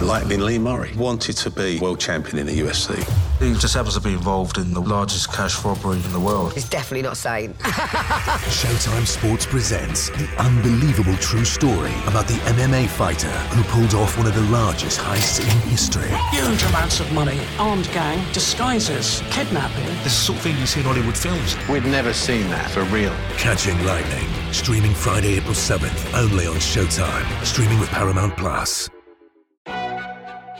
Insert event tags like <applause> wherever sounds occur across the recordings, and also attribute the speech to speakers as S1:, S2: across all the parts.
S1: Lightning Lee Murray wanted to be world champion in the UFC.
S2: He just happens to be involved in the largest cash robbery in the world.
S3: It's definitely not sane.
S4: Showtime Sports presents the unbelievable true story about the MMA fighter who pulled off one of the largest heists in history.
S5: Huge amounts of money, armed gang, disguises, kidnapping.
S2: This is the sort of thing you see in Hollywood films.
S6: We'd never seen that for real.
S4: Catching Lightning, streaming Friday, April 7th, only on Showtime. Streaming with Paramount Plus.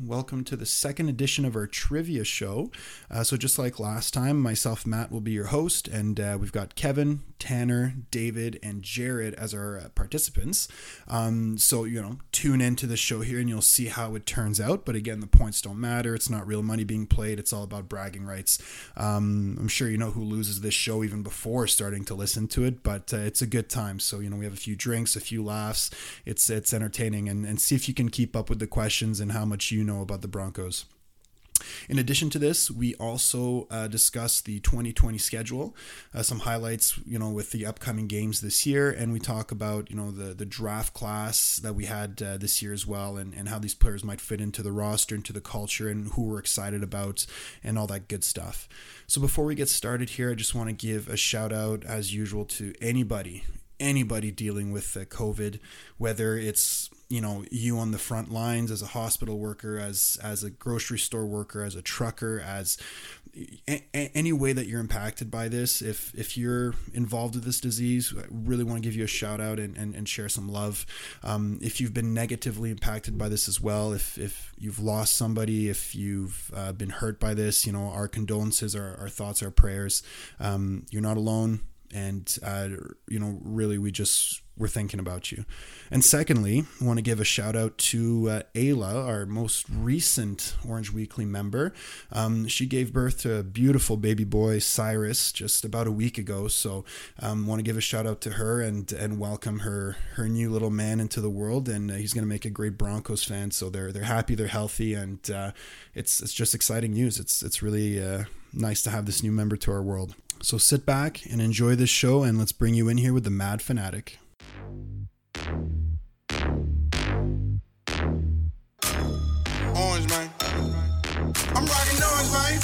S7: Welcome to the second edition of our trivia show. Uh, so, just like last time, myself, Matt, will be your host, and uh, we've got Kevin, Tanner, David, and Jared as our uh, participants. Um, so, you know, tune into the show here and you'll see how it turns out. But again, the points don't matter. It's not real money being played, it's all about bragging rights. Um, I'm sure you know who loses this show even before starting to listen to it, but uh, it's a good time. So, you know, we have a few drinks, a few laughs. It's, it's entertaining, and, and see if you can keep up with the questions and how much you know about the Broncos. In addition to this, we also uh, discuss the 2020 schedule, uh, some highlights, you know, with the upcoming games this year, and we talk about, you know, the the draft class that we had uh, this year as well, and and how these players might fit into the roster, into the culture, and who we're excited about, and all that good stuff. So before we get started here, I just want to give a shout out, as usual, to anybody anybody dealing with uh, COVID, whether it's you know you on the front lines as a hospital worker, as as a grocery store worker, as a trucker, as a- a- any way that you're impacted by this. If if you're involved with this disease, I really want to give you a shout out and, and, and share some love. Um, if you've been negatively impacted by this as well, if if you've lost somebody, if you've uh, been hurt by this, you know our condolences, our, our thoughts, our prayers. Um, you're not alone and uh, you know really we just were thinking about you and secondly i want to give a shout out to uh, ayla our most recent orange weekly member um, she gave birth to a beautiful baby boy cyrus just about a week ago so um, want to give a shout out to her and and welcome her her new little man into the world and uh, he's going to make a great broncos fan so they're they're happy they're healthy and uh, it's it's just exciting news it's it's really uh, nice to have this new member to our world so sit back and enjoy this show, and let's bring you in here with the Mad Fanatic.
S8: Orange, man. I'm rocking orange, man.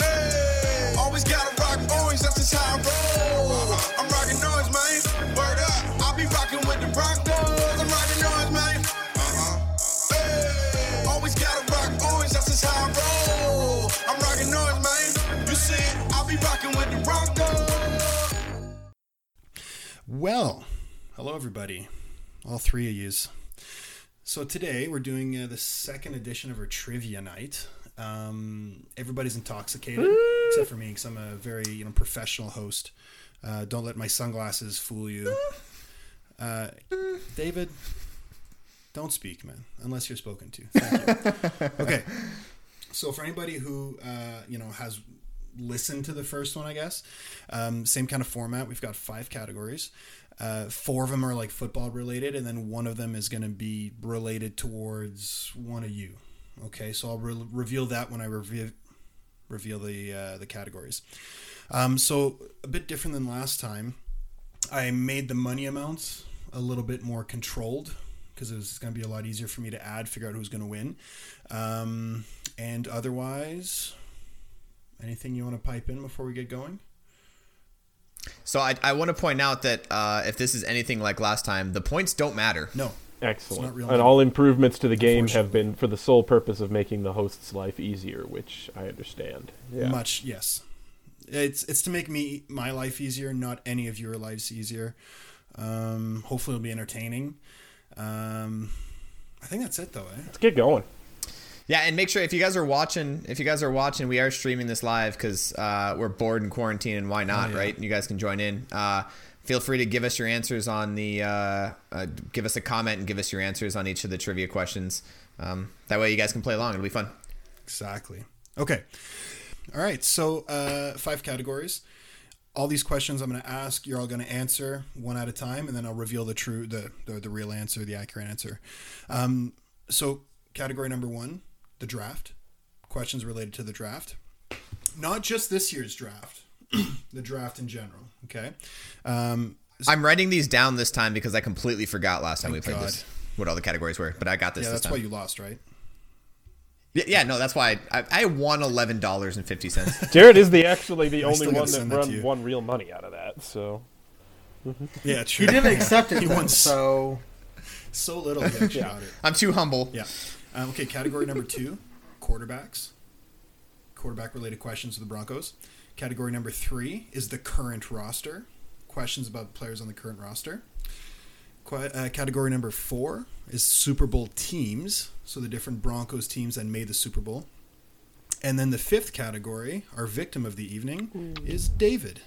S8: Hey, always gotta rock orange, that's just how I roll. I'm rocking orange, man. Word up, I'll be rocking with the Broncos. I'm rocking orange, man. Hey, always gotta rock orange, that's just how I roll. I'm rocking orange, man. You see, it? I'll be rocking with the Broncos.
S7: Well, hello everybody, all three of yous. So today we're doing uh, the second edition of our trivia night. Um, everybody's intoxicated except for me, because I'm a very you know professional host. Uh, don't let my sunglasses fool you. Uh, David, don't speak, man, unless you're spoken to. Thank you. okay. So for anybody who uh, you know has listened to the first one, I guess um, same kind of format. We've got five categories. Uh, four of them are like football related, and then one of them is going to be related towards one of you. Okay, so I'll re- reveal that when I reveal reveal the uh, the categories. Um, so a bit different than last time. I made the money amounts a little bit more controlled because it was going to be a lot easier for me to add, figure out who's going to win. Um, and otherwise, anything you want to pipe in before we get going?
S9: So I, I want to point out that uh, if this is anything like last time, the points don't matter.
S7: No. It's not
S10: Excellent.
S7: real
S10: And
S7: money.
S10: all improvements to the game have been for the sole purpose of making the host's life easier, which I understand. Yeah.
S7: Much, yes. It's it's to make me my life easier, not any of your lives easier. Um, hopefully, it'll be entertaining. Um, I think that's it, though. Eh?
S10: Let's get going.
S9: Yeah, and make sure if you guys are watching, if you guys are watching, we are streaming this live because uh, we're bored in quarantine and why not, right? And you guys can join in. Uh, feel free to give us your answers on the, uh, uh, give us a comment and give us your answers on each of the trivia questions. Um, that way you guys can play along. It'll be fun.
S7: Exactly. Okay. All right. So uh, five categories.
S11: all these questions I'm going to ask, you're all going to answer one at a time, and then I'll reveal the true, the the, the real answer, the accurate answer. Um, so, category number one, the draft. Questions related to the draft, not just this year's draft, <clears throat> the draft in general. Okay, um,
S9: I'm writing these down this time because I completely forgot last time we played
S11: God.
S9: this. What all the categories were, but I got this
S11: yeah,
S9: this
S11: that's
S9: time.
S11: why you lost, right?
S9: Y- yeah, no, that's why I, I, I won eleven dollars and fifty cents.
S7: Jared is the actually the only
S11: still gotta
S7: one that
S11: send that to
S7: run
S11: you.
S7: won real money out of that. So
S11: Yeah, true.
S3: He
S11: <laughs>
S3: didn't accept
S9: <laughs>
S3: it,
S11: He
S3: though,
S11: wants-
S3: so
S11: so little. <laughs> Yeah, she got it.
S9: I'm too humble.
S11: Yeah. Um, okay, category number two, quarterbacks. Quarterback related questions to the Broncos. Category number three is the current roster. Questions about players on the current roster. Qu- uh, category number four is Super Bowl teams. So the different Broncos teams that made the Super Bowl. And then the fifth category, our victim of the evening, is David.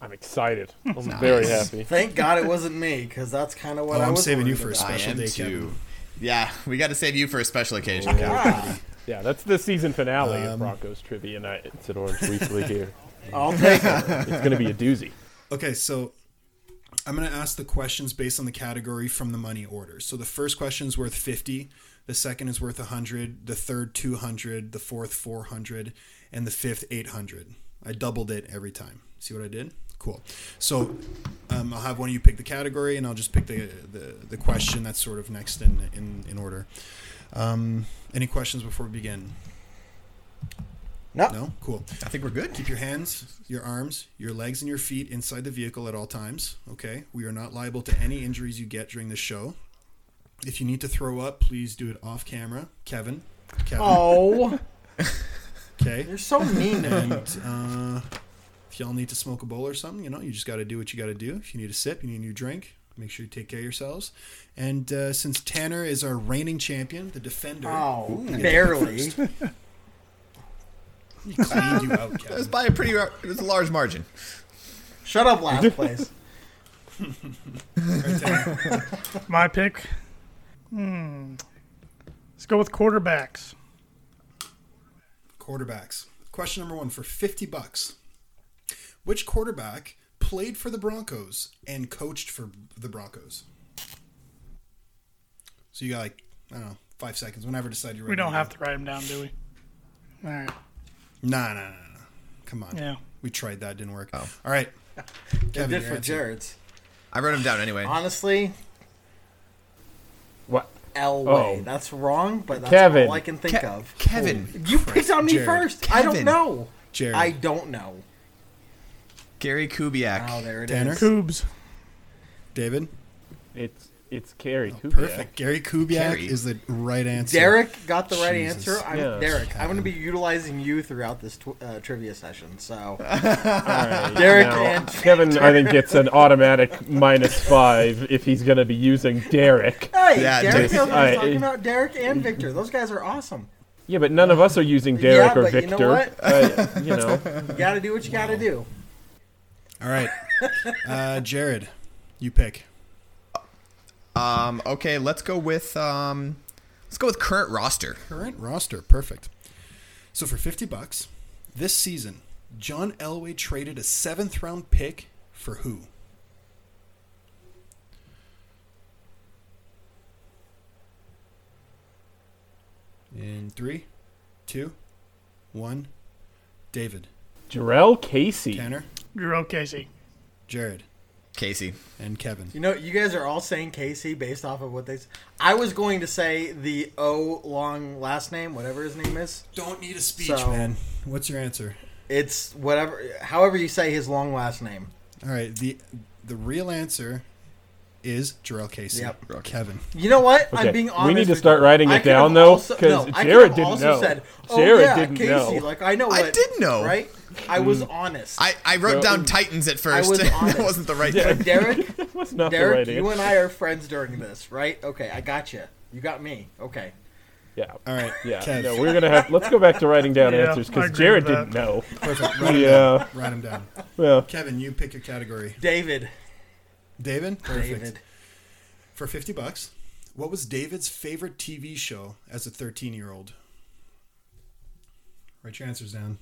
S7: I'm
S9: <laughs>
S7: excited. I'm very happy.
S3: thank God it wasn't me because that's kind of what
S11: Oh,
S3: I
S11: I'm
S3: was
S11: saving you
S3: worried
S11: for a
S3: about.
S9: I
S11: special
S9: am
S11: day,
S9: too.
S11: Kevin.
S9: Yeah, we got to save you for a special occasion. Kevin.
S7: Yeah, that's the season finale
S11: Um,
S7: of Broncos Trivia Night. It's at Orange
S11: <laughs>
S7: Weekly here.
S3: I'll take it.
S7: It's going to be a doozy.
S11: Okay, so I'm going to ask the questions based on the category from the money order. So the first question is worth 50, the second is worth 100, the third 200, the fourth 400, and the fifth 800. I doubled it every time. See what I did? Cool. So um, I'll have one of you pick the category, and I'll just pick the the, the question that's sort of next in in, in order. Um, any questions before we begin?
S3: No.
S11: No. Cool.
S9: I think we're good.
S11: Keep your hands, your arms, your legs, and your feet inside the vehicle at all times. Okay. We are not liable to any injuries you get during the show. If you need to throw up, please do it off camera. Kevin. Kevin.
S3: Oh,
S11: <laughs> Okay.
S3: you're so mean to me.
S11: And uh, if y'all need to smoke a bowl or something, you know, you just got to do what you got to do. If you need a sip, you need your drink. Make sure you take care of yourselves. And uh, since Tanner is our reigning champion, the defender,
S7: <laughs>
S3: Oh, barely.
S11: he cleaned you
S9: It
S11: out,
S9: was
S11: Kevin.
S9: by a pretty, it was a large margin.
S3: Shut
S10: <laughs>
S3: up, last place.
S11: Right, Tanner?
S10: My pick. Hmm. Let's go with quarterbacks.
S11: Quarterbacks. Question number one for 50 bucks. Which quarterback played for the Broncos and coached for the Broncos? So you got like, I don't know, five seconds, whenever decide you're ready.
S10: We don't have to write them down, do we? All right.
S11: Nah, nah, nah, nah. Come on.
S10: Yeah.
S11: We tried that, didn't work. All right. Kevin,
S3: Did
S11: your
S3: for
S11: answer.
S3: Jared's.
S9: I wrote him down anyway.
S3: Honestly,
S7: What?
S3: Elway.
S7: Oh.
S3: That's wrong, but that's
S7: Kevin.
S3: all I can think
S9: Ke-
S3: of.
S9: Kevin,
S3: You picked on me
S11: Jared.
S3: first. I don't
S9: Kevin.
S3: know.
S11: Jared.
S3: I don't know.
S9: Gary Kubiak.
S3: Oh, there it is.
S11: Tanner?
S10: Coobs.
S11: David? Oh,
S7: It's it's Carrie Kubiak.
S11: Perfect. Gary Kubiak
S9: Gary.
S11: is the right answer.
S3: Derek got the right
S11: Jesus.
S3: answer. I'm,
S7: Yeah.
S3: Derek, I'm going to be utilizing you throughout this tw- uh, trivia session. So
S7: All right,
S3: Derek
S7: now,
S3: and-
S7: Kevin, I think gets an automatic minus five if he's going to be using Derek.
S3: hey,
S9: Yeah,
S3: Derek
S9: dude.
S3: knows what he's
S7: I-
S3: talking about. Derek and Victor, those guys are awesome.
S7: Yeah, but none of us are using Derek
S3: Yeah,
S7: or
S3: but you
S7: Victor.
S3: know what?
S7: Uh, you know.
S3: You got to do what you got to do.
S11: All right. <laughs> Uh, Jared, you pick.
S9: Um, okay, let's go with um, let's go with current roster.
S11: Current roster, perfect. So for 50 bucks, this season, John Elway traded a seventh round pick for who? In three, two, one. David,
S7: Jarrell Casey.
S11: Tanner,
S10: Jerome Casey.
S11: Jared,
S9: Casey.
S11: and Kevin.
S3: You know, you guys are all saying Casey based off of what they. s- I was going to say the O long last name, whatever his name is.
S11: Don't need a speech,
S3: So-
S11: man. What's your answer?
S3: It's whatever, however you say his long last name.
S11: All right, the the real answer is Jarrell Casey.
S3: Yep.
S11: Kevin.
S3: You know what?
S7: Okay,
S3: I'm being
S7: we
S3: honest.
S7: need to
S3: with
S7: start
S3: you.
S7: writing
S3: I
S7: it
S3: could have
S7: down, though,
S3: also-
S7: 'cause
S3: no, I could have
S7: Jared didn't
S3: also
S7: know.
S3: Said, oh,
S7: Jared
S3: yeah,
S7: didn't
S3: Casey,
S7: know. Mm.
S3: Like I know.
S9: I
S3: what-
S9: did know.
S3: right? I was honest.
S9: I, I wrote
S7: No.
S9: down Titans at first. <laughs>
S3: was
S9: that
S3: honest.
S9: wasn't the right.
S7: Yeah.
S9: Yeah.
S3: But
S7: <laughs>
S3: Derek,
S7: That was not the
S3: Derek,
S7: right
S3: you and
S7: answer.
S3: I are friends during this, right? Okay, I got you. You got me. Okay.
S7: Yeah.
S11: All right,
S7: Yeah.
S11: Kev.
S7: No, we're gonna have. Let's go back to writing down
S10: Yeah,
S7: answers
S10: I
S7: because
S10: agree
S7: Jared
S10: with
S7: didn't know.
S11: Perfect. Write 'em
S7: Yeah.
S11: down. Write him down.
S7: Well,
S11: Kevin, you pick your category.
S3: David.
S11: David? Perfect.
S3: David.
S11: For 50 bucks, what was David's favorite TV show as a 13 year old? Write your answers down.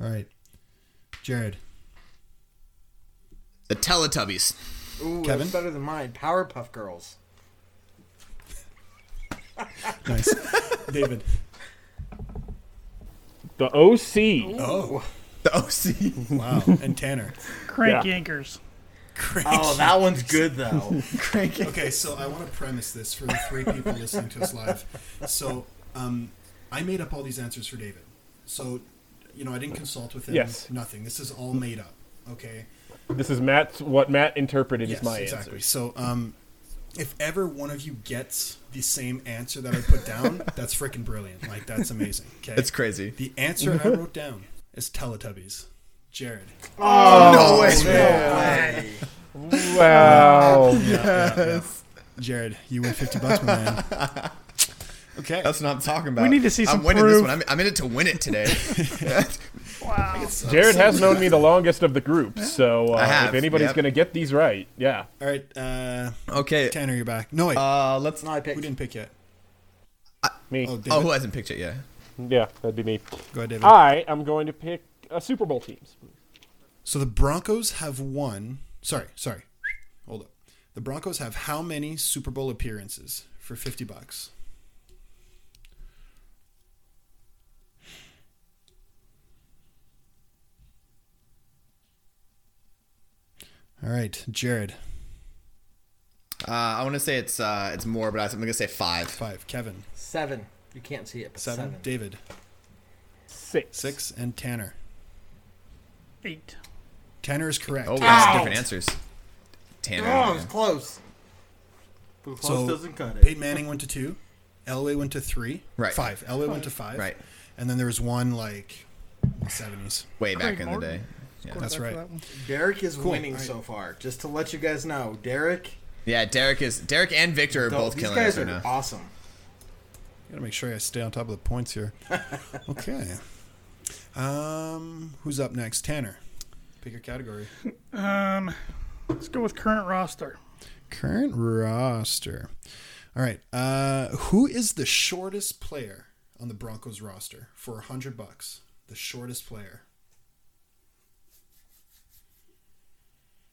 S7: All right, Jared.
S9: The Teletubbies.
S3: Ooh,
S7: Kevin?
S3: that's better than mine. Powerpuff
S7: <laughs>
S3: Girls.
S7: Nice, <laughs> David.
S10: The OC.
S7: Oh,
S9: the OC.
S7: <laughs> Wow, and Tanner.
S12: Crank
S7: Yeah.
S12: yankers.
S7: Crank
S3: Oh, that one's good
S7: <laughs>
S3: though.
S7: Crank okay, so I want to premise this for the three people listening to us live. So, um, I made up all these answers for David. So, you know, I didn't consult with him.
S10: Yes.
S7: Nothing. This is all made up. Okay.
S10: This is Matt's. What Matt interpreted
S7: Yes,
S10: is my
S7: exactly.
S10: answer.
S7: So, um, if ever one of you gets the same answer that I put
S9: <laughs>
S7: down, that's freaking brilliant. Like that's amazing. Okay.
S9: That's crazy.
S7: The answer
S9: <laughs>
S7: I wrote down is Teletubbies. Jared.
S9: no way. <laughs>
S7: man.
S9: No
S10: Wow.
S7: Yeah, yeah, yeah. Jared, you win fifty bucks, my
S9: <laughs>
S7: man. Okay.
S9: That's what I'm talking about.
S12: We need to see some
S9: I'm winning this
S12: proof.
S9: one. I'm, I'm in it to win it today.
S12: Wow.
S10: Jared has known me the longest of the group, so
S9: I
S10: uh,
S9: have,
S10: if anybody's
S9: yep.
S10: going to get these right, yeah.
S7: All right. Uh,
S9: okay.
S7: Tanner, you're back. No wait.
S9: Uh, let's.
S3: No, I
S7: we
S3: picked.
S7: didn't pick yet.
S10: Me.
S7: Oh, David.
S9: Oh, who hasn't picked it yet?
S10: Yeah, that'd be me.
S7: Go ahead,
S11: Ah,
S7: David.
S10: I am going to pick uh, Super Bowl teams.
S7: So the Broncos have won. Sorry, sorry. Hold up. The Broncos have how many Super Bowl appearances for 50 bucks? All right, Jared.
S9: Uh, I want to say it's uh, it's more, but I- I'm gonna say five.
S7: Five. Kevin.
S3: Seven. You can't see it, but
S7: Seven.
S3: seven.
S7: David.
S10: Six.
S7: Six. And Tanner.
S12: Eight.
S7: Tanner is correct.
S9: Oh, that's
S3: Ow.
S9: different answers. Tanner.
S3: Oh, it was
S9: yeah.
S3: close. But close
S7: So
S3: doesn't cut it.
S7: Peyton Manning went to two. Elway went to three.
S9: Right.
S7: Five. Elway went to five.
S9: Right.
S7: And then there was one like in the 70s.
S9: Way back
S12: Craig
S9: in
S12: Morton.
S9: the day. Yeah.
S7: That's right.
S3: Derek is
S7: Cool.
S3: winning
S7: All right.
S3: so far. Just to let you guys know, Derek.
S9: Yeah, Derek is Derek and Victor are
S3: though,
S9: both
S3: these
S9: killing us
S3: guys are
S9: right now.
S3: awesome.
S7: Gotta make sure I stay on top of the points here. okay. Um, who's up next? Tanner. Pick a category.
S12: Um, let's go with current roster.
S7: Current roster. All right. Uh, who is the shortest player on the Broncos roster for a hundred bucks? The shortest player.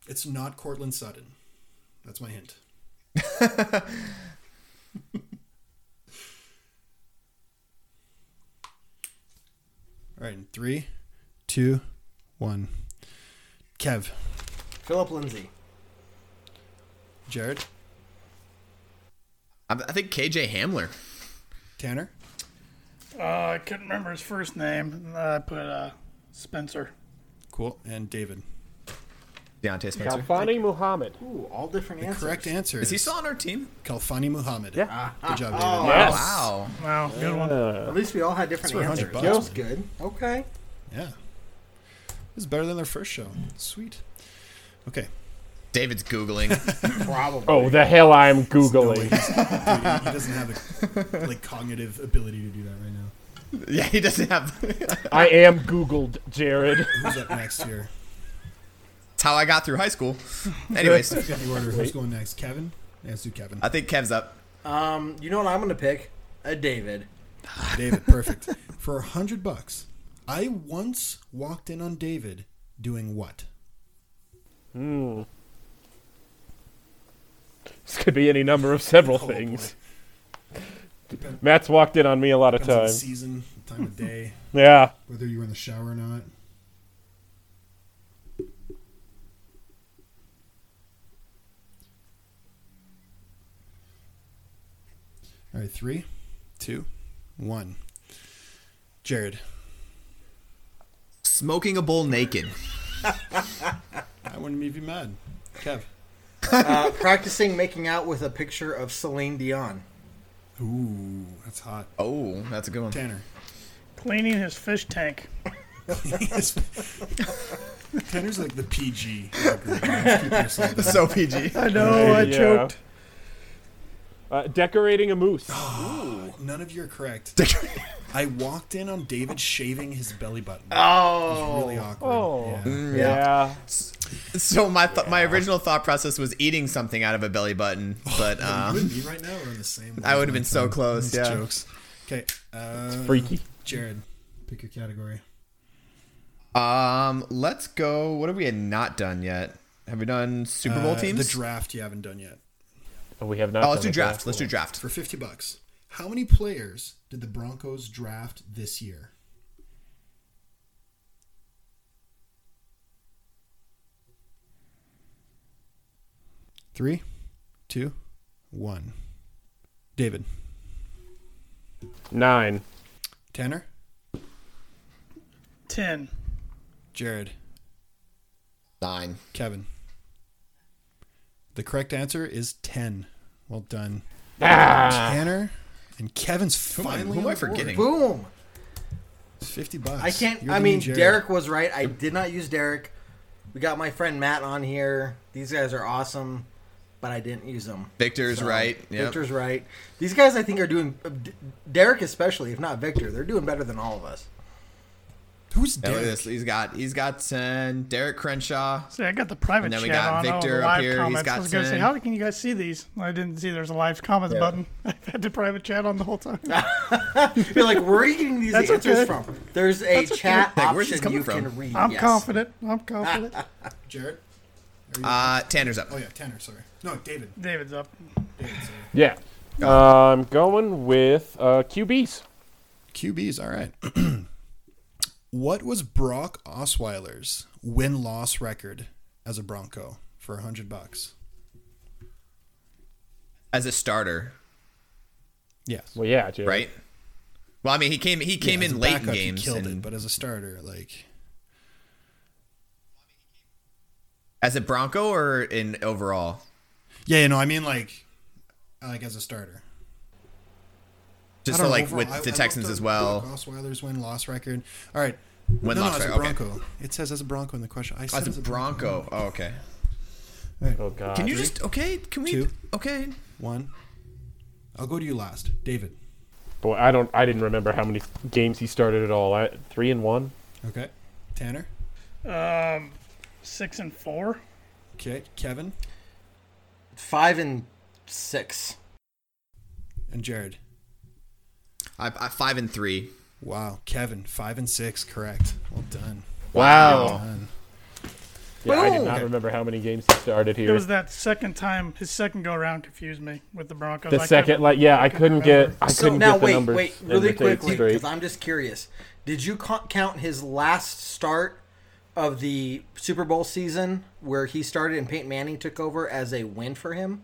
S7: It's not Cortland Sutton. That's my hint. All right, in three, two, one. Kev,
S3: Philip Lindsay.
S7: Jared,
S9: I I think KJ Hamler.
S7: Tanner.
S12: Uh, I couldn't remember his first name. I put uh, Spencer.
S7: Cool. And David.
S9: Deontay Spencer.
S10: Kalfani Muhammad.
S3: Ooh, all different answers.
S7: Correct answer
S9: Is he still on our team?
S7: Kalfani Muhammad.
S10: Yeah.
S7: Good job, David.
S10: Yes.
S9: Wow.
S12: Wow, good one.
S3: At least we all had different
S7: That's for
S3: answers.
S7: 100
S3: That was
S7: bucks.
S3: good.
S7: <clears throat>
S3: Okay.
S7: Yeah. This is better than their first show. Sweet. Okay.
S9: David's googling. <laughs>
S3: Probably.
S10: Oh, the hell I'm
S7: No, he,
S10: Googling.
S7: doesn't, dude, he he doesn't have the like cognitive ability to do that right now.
S9: yeah, he doesn't have. <laughs>
S10: I am Googled, Jared. <laughs>
S7: Who's up next here?
S9: That's how I got through high school. Anyways,
S7: Got the order. Who's going next? Kevin? Let's do Kevin.
S9: I think Kev's up.
S7: Oh.
S3: Um, you know what I'm gonna pick? A David.
S7: David, perfect. For a hundred bucks, I once walked in on David doing what?
S10: This could be any number of several
S7: Oh,
S10: things. Matt's walked in on me a lot of
S7: Depends on the
S10: times.
S7: season, the time of day,
S10: Yeah.
S7: whether you were in the shower or not. All right, three, two, one. Jared,
S9: Smoking a bowl naked.
S7: I wouldn't even be mad. Kev.
S3: Uh, practicing making out with a picture of Celine Dion.
S7: Ooh, that's hot.
S9: Oh, that's a good <laughs> one.
S7: Tanner. <laughs>
S12: Cleaning his fish tank.
S7: <laughs> Tanner's like the PG. of the group. Keep yourself down.
S9: So
S7: <laughs>
S9: PG.
S12: I know, I
S10: Yeah.
S12: choked.
S10: Uh, decorating a moose.
S7: None of you are correct. I walked in on David shaving his belly button.
S3: Oh,
S7: really awkward.
S10: Oh.
S7: Yeah.
S10: Yeah.
S9: So my th- my original thought process was eating something out of a belly
S7: <laughs>
S9: button, but
S7: Oh, You
S9: um,
S7: and me right now are in the same.
S9: I would have been so close.
S7: These
S9: Yeah.
S7: jokes. Okay, uh,
S10: Freaky.
S7: Jared, pick your category.
S9: Um, let's go. What have we not done yet? Have we done Super Bowl
S7: Uh,
S9: teams?
S7: The draft you haven't done yet.
S10: Oh, we have
S9: Oh,
S10: not.
S9: let's
S10: done
S9: do
S10: a
S9: draft. Let's do draft.
S7: For 50 bucks. How many players did the Broncos draft this year? Three, two, one. David.
S10: Nine.
S7: Tanner.
S12: Ten.
S7: Jared.
S9: Nine.
S7: Kevin. The correct answer is 10. Well done.
S3: Ah.
S7: Tanner and Kevin's
S3: am I-
S7: finally.
S3: who am
S7: on
S3: I
S7: the board.
S3: forgetting? Boom.
S7: It's 50 bucks.
S3: I can't.
S7: You're
S3: I
S7: the
S3: mean,
S7: new Jared.
S3: Derek was right. I did not use Derek. We got my friend Matt on here. These guys are awesome, but I didn't use them.
S9: Victor's right. Yep.
S3: Victor's right. These guys, I think, are doing. uh, D- Derek, especially, if not Victor, they're doing better than all of us.
S7: Who's
S9: Yeah, look at this. He's got he's got ten. Derek Crenshaw.
S12: See, I got the private
S9: And then
S12: chat
S9: we got
S12: on. oh,
S9: Victor
S12: the
S9: up
S12: live
S9: here. He's
S12: Comments.
S9: got
S12: I was gonna say,
S9: 10.
S12: how can you guys see these? I didn't see there's a live comments button. <laughs> I've had the private chat on the whole time.
S9: Ah.
S3: You're like, where are you getting these
S12: That's
S3: answers
S12: okay.
S3: from? There's a
S12: That's okay.
S3: chat
S9: Like, where's this
S3: option
S9: coming
S3: you
S9: from?
S3: can read.
S12: I'm
S3: yes.
S12: confident. I'm confident.
S7: Jared.
S9: Uh, Tanner's up.
S7: Oh, yeah, Tanner, sorry. No, David.
S12: David's up.
S7: David's sorry.
S10: Yeah. Uh, I'm going with uh, QBs.
S7: QBs, all right. <clears throat> what was Brock Osweiler's win loss record as a Bronco for 100 bucks?
S9: as a starter,
S7: Yes.
S10: Well, yeah, Jared.
S9: right? Well, I mean, he came he came
S7: Yeah, as
S9: in
S7: a
S9: late
S7: backup,
S9: in
S7: he
S9: games
S7: killed
S9: and
S7: it, but as a starter, like
S9: as a Bronco or in overall.
S7: yeah, you know, I mean, like like as a starter.
S9: Just so,
S7: I don't know,
S9: like
S7: overall,
S9: with
S7: I- I
S9: the
S7: looked
S9: Texans
S7: up
S9: as well. Oh,
S7: Brock Osweiler's win loss record. All right,
S9: Win,
S7: no,
S9: loss
S7: no, as a
S9: record, okay.
S7: Bronco. It says as a Bronco in the question. I said
S9: As a Bronco. Oh, okay.
S10: Oh God.
S9: Can you just okay? Can we
S7: Uh, Two.
S9: okay?
S7: One. I'll go to you last, David.
S10: Boy, I don't. I didn't remember how many games he started at all. I, three and one.
S7: Okay, Tanner.
S12: Um, six and four.
S7: Okay, Kevin
S3: Five and six.
S7: and Jared.
S9: I, I five and three.
S7: Wow, Kevin, five and six, correct. Well done. Well
S10: Wow.
S7: done.
S10: Yeah, I did
S3: Boom.
S10: not remember how many games he started
S12: It
S10: here.
S12: was that second time. His second go around confused me with the Broncos.
S10: The
S12: I
S10: second,
S12: couldn't-
S10: like, yeah, I couldn't get.
S12: remember.
S10: I
S3: So
S10: couldn't
S3: now,
S10: get the
S3: wait,
S10: numbers.
S3: wait,
S10: and
S3: really
S10: the dates
S3: quickly,
S10: straight.
S3: because I'm just curious. Did you co- count his last start of the Super Bowl season, where he started and Peyton Manning took over, as a win for him?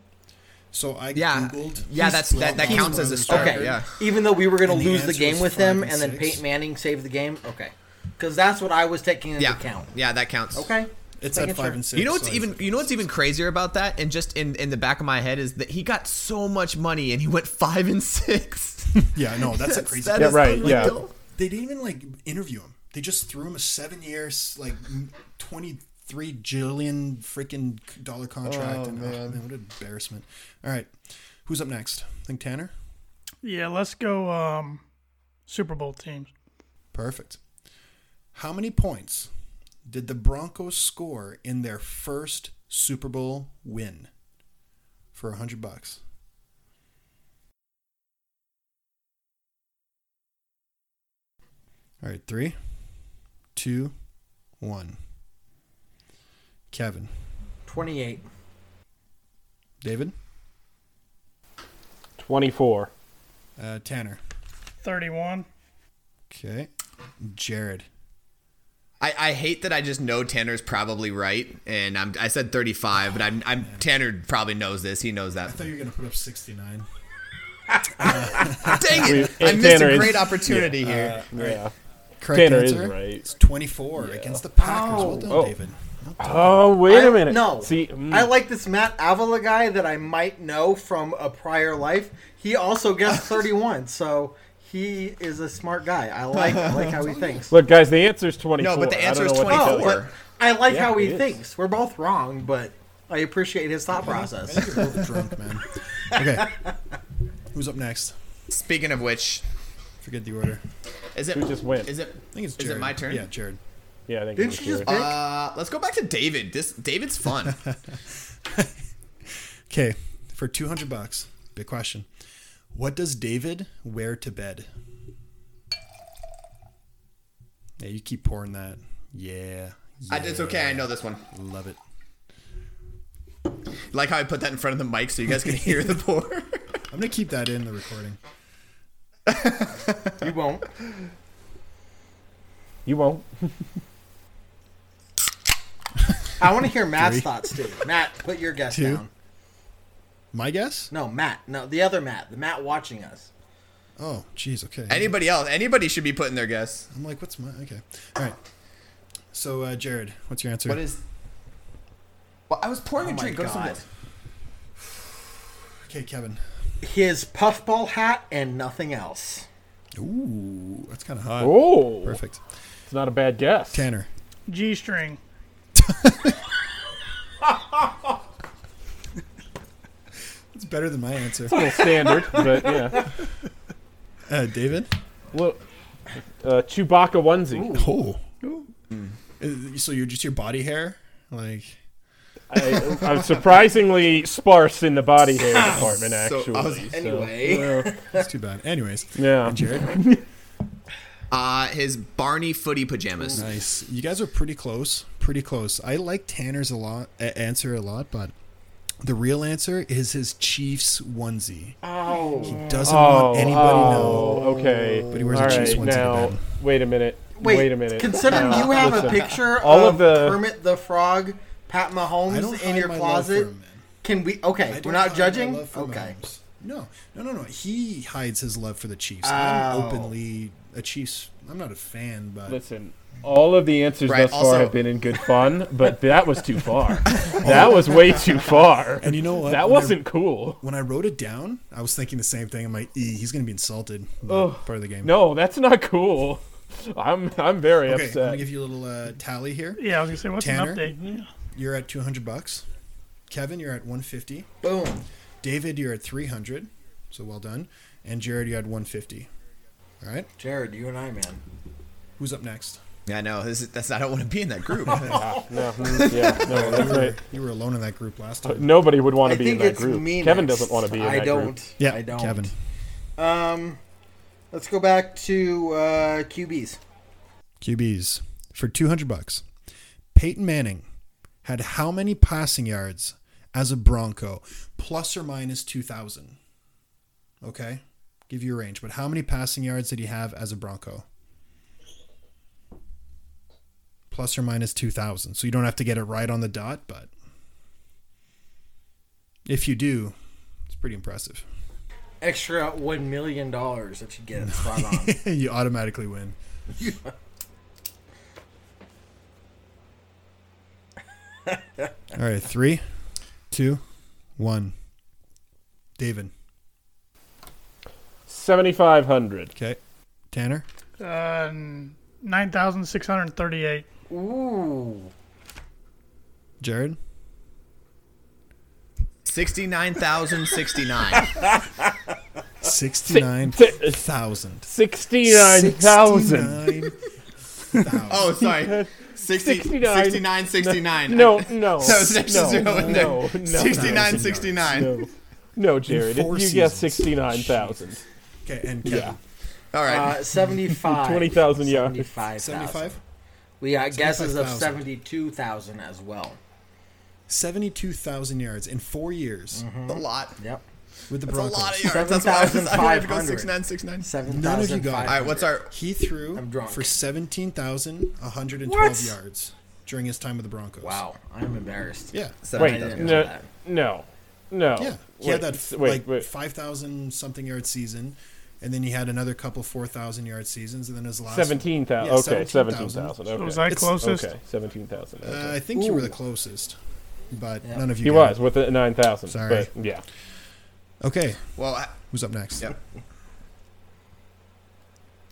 S7: So I
S9: Yeah.
S7: googled.
S9: Yeah, that's- that- that
S7: He's
S9: counts as a
S7: Osweiler's
S9: starter,
S3: Okay.
S9: yeah.
S3: Even though we were going
S7: And
S3: to
S7: the
S3: lose the
S7: answer
S3: game
S7: was
S3: with
S7: five
S3: him,
S7: and
S3: and then
S7: six.
S3: Peyton Manning saved the game. Okay, because that's what I was taking into
S9: Yeah,
S3: account.
S9: yeah, that counts.
S3: Okay.
S7: It's at
S3: Making
S7: five
S3: sure.
S7: and six.
S9: You know what's
S7: so I-
S9: even you know what's even crazier about that, and just in in the back of my head is that he got so much money and he went five and six.
S7: Yeah, no, Oh,
S9: <laughs>
S7: that's a crazy.
S9: that
S10: Yeah,
S9: is
S10: right, yeah.
S9: unreal.
S7: They didn't even like interview him. They just threw him a seven year, like twenty three jillion freaking dollar contract. and, oh, man, what an embarrassment! All right, who's up next? I think Tanner.
S12: Yeah, let's go. Um, Super Bowl teams.
S7: Perfect. How many points did the Broncos score in their first Super Bowl win? For a hundred bucks. All right, three, two, one. Kevin,
S3: Twenty-eight.
S7: David,
S10: Twenty-four.
S7: uh, Tanner.
S12: Thirty-one.
S7: Okay, Jared.
S9: I, I hate that I just know Tanner's probably right, and I'm I said thirty five, but I'm I'm Tanner probably knows this. He knows that.
S7: you were gonna put up sixty-nine.
S9: Dang it!
S10: We-
S9: I missed
S10: Tanner
S9: a
S10: is- uh,
S9: great opportunity here.
S10: Yeah.
S7: Correct
S10: Tanner is
S7: answer.
S10: right.
S7: It's twenty-four against the Packers. Well done,
S10: Oh.
S7: David.
S10: Oh wait
S3: I-
S10: a minute.
S3: No.
S10: See, mm,
S3: I like this Matt Avila guy that I might know from a prior life. He also guessed 31, so he is a smart guy. I like I like how he thinks.
S10: look, guys, the answer is twenty-four.
S9: No, but the
S10: I
S9: answer
S10: don't
S9: is
S10: know what to tell
S3: Oh,
S10: you.
S9: 24.
S3: but I like
S10: Yeah,
S3: how he
S10: it is.
S3: thinks. We're both wrong, but I appreciate his thought
S7: I
S3: process.
S7: think you're both drunk, man. Okay. Who's up next?
S9: Speaking of which,
S7: Forget the order.
S9: is it
S10: Who just went?
S9: Is it?
S7: I think it's
S9: Is
S7: Jared.
S9: it my turn?
S7: Yeah, Jared.
S10: Yeah, I think.
S3: Didn't
S10: it
S3: you
S10: was
S3: just
S10: yours.
S3: pick?
S9: Uh, let's go back to David. This David's fun.
S7: Okay. For 200 bucks, big question. What does David wear to bed? Yeah, you keep pouring that. Yeah.
S9: I, it's okay. I know this one.
S7: Love it.
S9: Like how I put that in front of the mic so you guys can hear the <laughs> pour.
S7: I'm gonna keep that in the recording.
S3: you won't.
S11: You
S10: <laughs>
S11: won't.
S3: I want to hear Matt's
S7: Three.
S3: thoughts too. Matt, put your guess
S7: Two.
S3: down.
S7: My guess?
S3: No, Matt. No, the other Matt. The Matt watching us.
S7: Oh, jeez. Okay.
S9: Anybody else? Anybody should be putting their guess.
S7: I'm like, what's my okay? All right. So, uh, Jared, what's your answer?
S9: What is? Well, I was pouring
S3: Oh
S9: a
S3: my
S9: drink. Go to someone
S3: God.
S9: else.
S7: Okay, Kevin.
S3: His puffball hat and nothing else.
S7: Ooh, that's kind of hot.
S11: Oh.
S7: perfect.
S11: It's not a bad guess.
S7: Tanner.
S13: G string.
S7: It's better than my answer.
S11: <laughs> It's a little standard, but yeah.
S7: Uh, David.
S11: Look, uh, Chewbacca onesie.
S7: Oh. Uh, So you're just your body hair, like
S11: I, I'm surprisingly sparse in the
S13: <laughs>
S11: body hair department,
S9: So,
S11: actually.
S9: I was-
S11: so,
S3: anyway.
S11: well,
S7: it's too bad. Anyways,
S11: yeah.
S7: Jared.
S9: Uh, his Barney footy pajamas.
S7: Nice. You guys are pretty close. Pretty close. I like Tanner's a lot a- answer a lot, but the real answer is his Chiefs onesie.
S3: Oh.
S7: He doesn't
S11: Oh,
S7: want anybody
S11: oh,
S7: know.
S11: okay.
S7: But he wears a
S11: All
S7: Chiefs
S11: right,
S7: onesie to
S11: now.
S7: bed.
S11: Wait a minute.
S3: Wait,
S11: Wait, a minute.
S3: Consider
S11: Now,
S3: you have a
S11: listen.
S3: picture
S11: all
S3: of,
S11: of the-
S3: Kermit the Frog, Pat
S7: I
S3: Mahomes
S7: don't
S3: in
S7: hide
S3: your
S7: my love for
S3: closet.
S7: him, man.
S3: Can we?
S7: I
S3: Okay,
S7: don't
S3: we're not
S7: hide my
S3: judging.
S7: love for
S3: Okay.
S7: Mahomes. No, no, no, no. He hides his love for the Chiefs. I'm
S3: Oh.
S7: openly a Chiefs. I'm not a fan, but
S11: Listen, all of the answers
S9: Right,
S11: thus far
S9: also-
S11: have been in good fun, but that was too
S7: <laughs>
S11: far. that was way too far.
S7: And you know what?
S11: That
S7: When I-
S11: wasn't cool.
S7: when I wrote it down, I was thinking the same thing. I'm like, e, he's gonna be insulted. But
S11: Ugh.
S7: part of the game.
S11: No, that's not cool. I'm I'm very
S7: Okay, I'm
S11: upset.
S7: gonna give you a little uh, tally here.
S13: Yeah, I was gonna say what's
S7: Tanner?
S13: an update? Yeah.
S7: You're at 200 bucks. Kevin, you're at 150.
S3: Boom.
S7: David, you're at 300. So well done. And Jared, you had 150. All right.
S3: Jared, you and I, man.
S7: Who's up next?
S9: Yeah, I know. This is, that's I don't want to be in that
S10: <laughs>
S9: group.
S11: no, mm, yeah, no, that's right.
S7: You were alone in that group last
S11: Uh,
S7: time.
S11: Nobody would want
S3: I
S11: to be in
S3: think
S11: that
S3: it's
S11: group.
S3: me.
S11: Kevin
S3: next.
S11: doesn't want to be in
S3: I
S11: that
S3: don't.
S11: group.
S7: Yeah,
S3: I don't.
S7: Kevin.
S3: Um, let's go back to uh, QBs.
S7: QBs for 200 bucks. Peyton Manning had how many passing yards as a Bronco? Plus or minus 2,000. Okay. Give you a range, but how many passing yards did he have as a Bronco? Plus or minus 2,000. So you don't have to get it right on the dot, but if you do, it's pretty impressive.
S3: Extra one million dollars if you get it spot
S7: <laughs>
S3: on.
S7: you automatically win. All right, three, two, one. David,
S11: Seventy five hundred.
S7: okay. Tanner,
S13: Uh, nine thousand six hundred thirty-eight.
S3: Ooh.
S7: Jared,
S9: Sixty-nine thousand sixty-nine.
S7: sixty-nine
S11: si-
S7: thousand.
S11: Sixty nine thousand.
S7: 69,000.
S11: <laughs>
S9: Oh, sorry. 60,
S11: 69.
S9: 69, 69. <laughs>
S11: No,
S9: I-
S11: no.
S9: So it's next to
S11: no,
S9: zero in there.
S11: no, no,
S9: 69, 69.
S11: No, no, Jared.
S7: four
S11: You guessed
S7: seasons.
S11: sixty nine thousand.
S7: Okay, and Kevin,
S11: Yeah.
S9: All right.
S3: Uh, 75.
S11: 20,000 yards.
S3: 75,000.
S7: 75?
S3: We got guesses of
S7: 75,000.
S3: 72,000 as well.
S7: 72,000 yards in four years
S11: Mm-hmm.
S9: That's a lot.
S3: Yep.
S7: with
S9: That's
S7: the
S9: a
S7: Broncos.
S9: lot of yards. That's why I was- I wanted to go
S3: 7,500.
S9: 69, 69.
S7: None of you got it.
S9: All right, what's
S3: 7,500.
S9: our.
S7: He threw
S3: I'm drunk.
S7: for 17,112
S3: What?
S7: yards during his time with the Broncos.
S3: Wow. I'm embarrassed.
S7: Yeah.
S11: Wait,
S9: 70,000.
S3: know
S11: no,
S3: that.
S11: Uh, no, no.
S7: Yeah, he
S11: wait,
S7: had that
S11: s-
S7: f-
S11: wait,
S7: like
S11: wait.
S7: five thousand something yard season, and then he had another couple four thousand yard seasons, and then his last
S11: Seventeen thousand.
S7: Yeah,
S11: okay, seventeen thousand. Okay.
S13: was I
S7: It's-
S13: closest?
S11: Okay, seventeen thousand. Okay.
S7: Uh, I think you were the closest, but none of you.
S11: he
S7: got
S11: was
S7: it.
S11: with the nine thousand.
S7: Sorry.
S11: But yeah.
S7: Okay,
S9: Well, I-
S7: who's up next?
S9: Yep.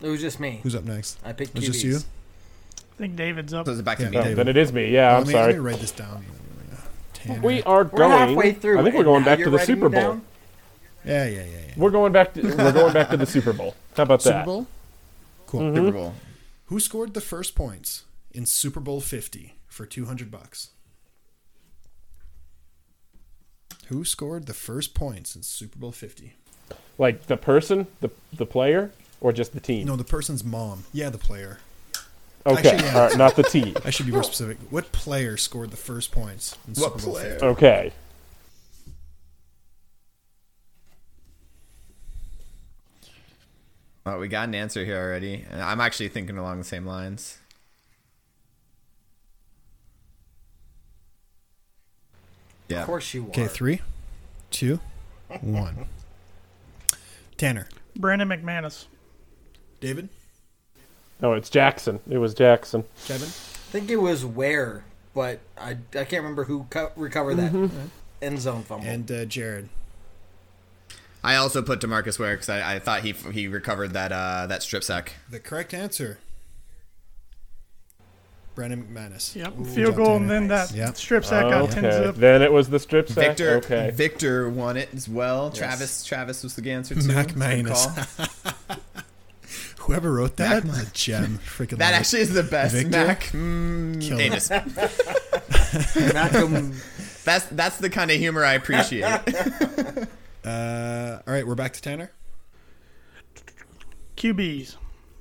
S3: It was just me.
S7: Who's up next?
S3: I picked
S7: Was
S3: QBs.
S7: just you?
S13: I think David's up.
S9: so it's back to
S7: Yeah.
S9: me.
S11: Oh, then it is me. Yeah,
S7: Well,
S11: I'm
S7: I mean,
S11: sorry.
S7: I'm gonna write this down. Tanner.
S11: We are
S3: We're
S11: going.
S3: halfway through.
S11: I think we're
S3: and
S11: going
S3: now
S11: back
S3: you're
S11: to the
S3: writing
S11: Super
S3: them
S11: Bowl.
S3: down?
S7: yeah, yeah, yeah, yeah.
S11: We're going back to we're going back to the Super Bowl. How about
S7: Super
S11: that?
S7: Bowl. Cool.
S10: Mm-hmm.
S9: Super Bowl.
S7: Who scored the first points in Super Bowl Fifty for two hundred bucks? Who scored the first points in Super Bowl Fifty?
S11: Like the person, the the player, or just the team?
S7: No, the person's mom. Yeah, the player.
S10: Okay,
S7: Actually, yeah.
S10: all right, not the T.
S7: <laughs> I should be more specific. What player scored the first points? In
S9: What
S7: Super Bowl
S9: player?
S7: 50?
S10: Okay.
S9: Oh, we got an answer here already. And I'm actually thinking along the same lines. Yeah.
S3: Of course you were.
S7: Okay, three, two, one. Tanner,
S12: Brandon McManus.
S7: David,
S10: No, it's Jackson. It was Jackson.
S7: Kevin.
S3: I think it was where, but I, I can't remember who co- recovered that
S11: Mm-hmm.
S3: end zone fumble.
S7: and uh, Jared.
S9: I also put Demarcus Ware because I, I thought he he recovered that uh, that strip sack.
S7: The correct answer. Brennan McManus.
S12: Yep,
S7: Ooh,
S12: field
S7: job,
S12: goal and
S7: Tanner.
S12: then that
S7: Yep.
S12: strip sack out ten
S10: Okay,
S12: zip.
S10: then it was the strip sack.
S9: Victor
S10: okay.
S9: Victor won it as well. Travis Travis was the answer too. Good
S7: McManus.
S9: call.
S7: <laughs> Whoever wrote that,
S12: <laughs>
S7: a gem. Freaking love
S9: That
S7: it.
S9: actually is the best.
S7: Victor? <laughs>
S9: Mac mm,
S7: Killed it.
S9: anus.
S3: Malcolm,
S9: That's that's the kind of humor I
S7: <laughs>
S9: appreciate.
S7: Uh, all right, we're back to Tanner.
S12: QBs.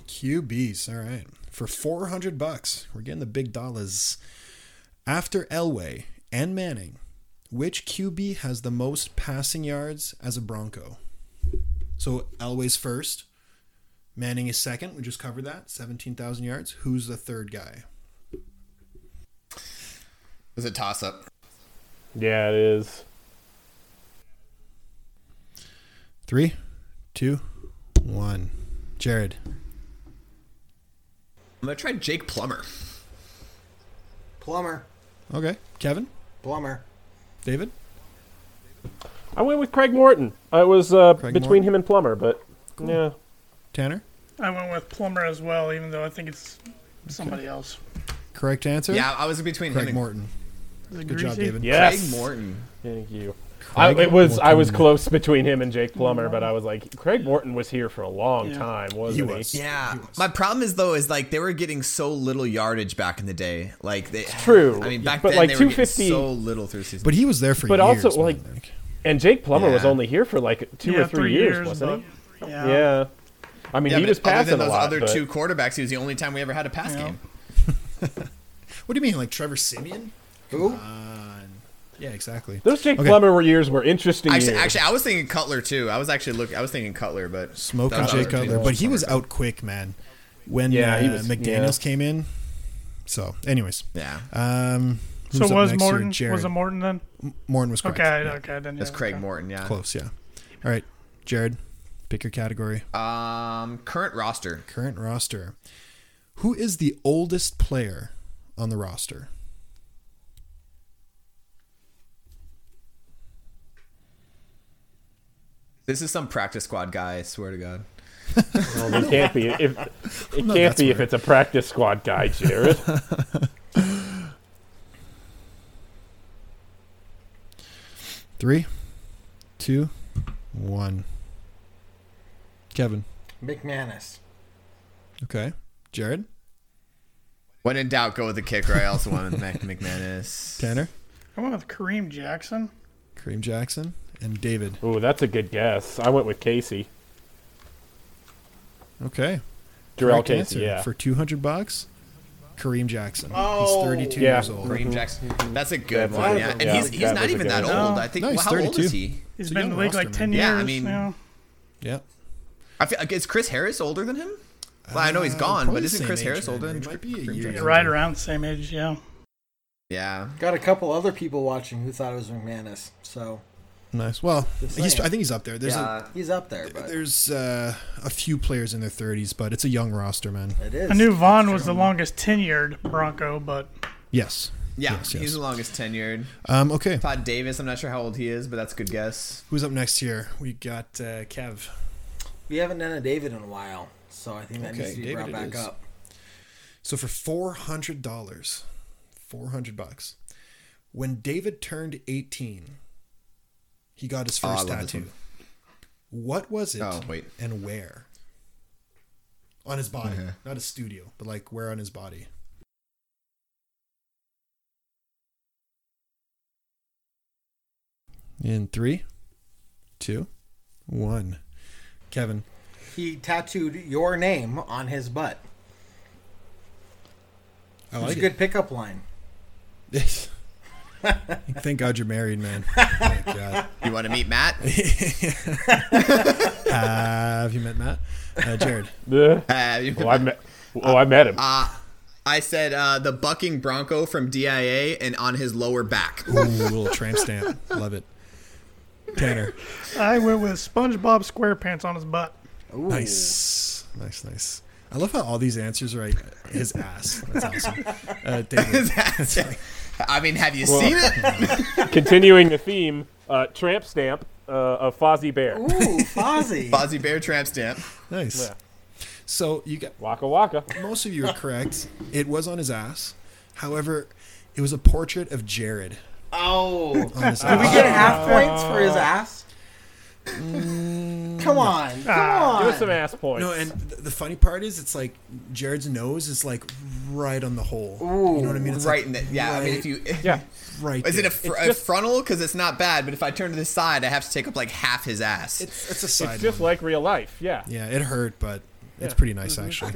S7: QBs. All right. For 400 bucks, we're getting the big dollars. After Elway and Manning, which QB has the most passing yards as a Bronco? So Elway's first, Manning is second. We just covered that, 17,000 yards. Who's the third guy?
S9: It was a toss up.
S10: Yeah, it is.
S7: Three, two, one. Jared.
S9: I'm gonna try Jake Plummer.
S3: plumber,
S7: Okay. Kevin,
S3: plumber.
S7: David,
S10: I went with Craig Morton. I was uh,
S7: Craig
S10: between
S7: Morton?
S10: him and Plummer, but yeah.
S7: Tanner.
S12: I went with Plummer as well, even though I think it's somebody else.
S7: Correct answer?
S9: Yeah, I was between
S7: Craig
S9: him and
S7: Morton.
S12: Is it
S7: Good job,
S12: Greasy?
S7: David.
S10: Yes.
S9: Craig Morton.
S10: Thank you. I,
S7: Craig
S10: it was I was
S7: Morton.
S10: close between him and Jake Plummer, but I
S12: Mm-hmm.
S10: was like, Craig Morton was here for a long time, wasn't he?
S9: Yeah. My problem is though is like they were getting so little yardage back in the day. Like they
S10: true.
S9: I mean back
S10: But,
S9: then
S10: like,
S9: they were getting
S10: 250
S9: so little through season.
S7: But he was there for
S10: But
S7: years.
S10: also, like-
S7: man,
S10: And Jake Plummer was
S9: Yeah.
S10: only here for like two
S12: Yeah,
S10: or three, years, wasn't
S12: but-
S10: he?
S12: Yeah.
S10: Yeah. I mean,
S9: yeah,
S10: he
S9: but
S10: was
S9: other
S10: passing
S9: than
S10: a
S9: those
S10: lot.
S9: other
S10: but-
S9: two quarterbacks, he was the only time we ever had a pass game.
S7: What do you mean, like Trevor Simeon?
S3: Who?
S7: Yeah, exactly.
S10: Those Jake
S7: Okay.
S10: Plummer were years were interesting
S9: Actually,
S10: years.
S9: actually, I was thinking Cutler too. I was actually look. I was thinking Cutler, but
S7: Smoke
S9: that
S7: and
S9: was
S7: Jay
S9: other team.
S7: Cutler, but he was out quick, man. When
S10: Yeah,
S7: uh,
S10: he was-
S7: McDaniel's
S10: yeah.
S7: came in. So, anyways,
S9: Yeah,
S7: um, who's
S12: So
S7: up
S12: was
S7: next here?
S12: Morton?
S7: Jared.
S12: Was it Morton then?
S7: Morton was correct.
S12: Okay, okay, then
S9: that's
S12: yeah,
S9: Craig
S12: okay.
S9: Morton. Yeah.
S7: close, yeah. All right, Jared, pick your category.
S9: Um, current roster.
S7: Current roster. Who is the oldest player on the roster?
S9: This is some practice squad guy. I swear to God.
S10: Well, it can't be
S7: <laughs>
S10: if it
S7: not
S10: can't
S7: that
S10: be if
S7: smart.
S10: it's a practice squad guy, Jared.
S7: <laughs> Three, two, one. Kevin.
S3: McManus.
S7: Okay. Jared.
S9: When in doubt, go with the kicker. I also went
S7: <laughs>
S9: with Mac McManus.
S7: Tanner.
S12: I went with Kareem Jackson.
S7: Kareem Jackson and David.
S10: Ooh, that's a good guess. I went with Casey.
S7: Okay.
S10: Jarrell
S7: Correct
S10: Casey,
S7: answer.
S10: yeah.
S7: For 200 bucks, Kareem Jackson.
S3: Oh.
S7: he's 32
S10: Yeah.
S7: years old.
S9: Kareem Jackson. That's a good
S10: Mm-hmm. That's a
S9: one.
S10: good
S9: Yeah,
S10: one.
S9: and
S10: Yeah,
S9: he's he's
S10: that
S9: not
S10: was a
S9: even
S10: good
S9: that
S10: one.
S9: old. I think.
S7: No, he's
S9: well, how old
S7: 32.
S9: is he?
S12: He's
S7: It's a
S12: been in
S7: young
S12: the league like
S7: roster,
S12: ten
S9: man.
S12: years
S9: Yeah, I mean-
S12: now.
S7: Yeah.
S9: I feel, like, is Chris Harris older than him? Well, I know he's
S7: Uh,
S9: gone,
S7: probably
S9: but isn't
S7: same
S9: Chris
S7: age,
S9: Harris
S7: right?
S9: older than
S7: He might be
S9: Kareem
S7: a year
S9: Jackson?
S7: younger.
S12: Right around the same age, yeah.
S9: Yeah.
S3: Got a couple other people watching who thought it was McManus, so
S7: Nice. Well,
S3: Just
S7: he's,
S3: saying. Uh,
S7: I think he's up there. There's
S9: Yeah.
S3: he's up there.
S7: a,
S3: But
S7: there's uh, a few players in their 30s, but it's a young roster, man.
S3: it is.
S12: I knew Vaughn was the longest tenured Bronco, but
S7: Yes.
S9: Yeah,
S7: Yes, yes.
S9: he's the longest tenured.
S7: Um, okay.
S9: Todd Davis, I'm not sure how old he is, but that's a good guess.
S7: Who's up next here? We got uh, Kev.
S3: we haven't done a David in a while, so I think that
S7: Okay,
S3: needs to be
S7: David
S3: brought
S7: it
S3: back
S7: is.
S3: up.
S7: So for four hundred dollars, four hundred bucks. When David turned eighteen, he got his
S9: Oh, I
S7: first
S9: love this
S7: tattoo.
S9: one.
S7: What was it?
S9: Oh, wait.
S7: And where? On his body,
S9: Uh-huh.
S7: not his studio, but like where on his body? In three, two, one. Kevin.
S3: He tattooed your name on his butt.
S7: I
S3: It's
S7: like
S3: a
S7: it.
S3: good pickup line.
S7: Yes. <laughs> Thank God you're married, man. Thank God.
S9: You want to meet
S7: <laughs>
S9: Matt?
S7: Have you met Matt? Uh, Jared.
S9: Uh, you-
S10: oh, I met. Oh, I met him.
S9: Uh, I said uh, the bucking bronco from DIA and on his lower back. <laughs>
S7: Ooh, little tramp stamp. Love it. Tanner.
S12: I went with SpongeBob SquarePants on his butt.
S7: Nice. Nice, nice. I love how all these answers are like his ass. That's awesome. Uh, David. It's like-
S9: I mean, have you
S10: Well-
S9: seen
S7: <laughs>
S10: <laughs>
S9: it?
S10: Continuing the theme, uh, tramp stamp uh, of Fozzie Bear.
S3: Ooh, <laughs> Fozzie.
S9: Fozzie Bear tramp stamp.
S7: nice.
S10: Yeah.
S7: So you got
S10: Waka waka.
S7: most of you are correct. It was on his ass. However, it was a portrait of Jared.
S3: Oh, did we
S7: On his ass.
S3: get half points for his ass? Come on,
S10: Mm.
S3: come
S10: Ah, give us some
S3: on.
S10: ass points.
S7: No, and th- the funny part is, it's like Jared's nose is like right on the hole. you know what I mean? It's
S9: right
S7: like
S9: in the yeah. I mean, if you <laughs>
S10: yeah.
S7: right.
S9: is it a,
S7: there.
S9: fr- a frontal? Because it's not bad, but if I turn to the side, I have to take up like half his ass.
S7: It's, it's a
S10: It's
S7: side.
S10: just
S7: one.
S10: like real life. Yeah.
S7: yeah, it hurt, but
S10: <laughs>
S7: it's
S10: Yeah.
S7: pretty nice actually.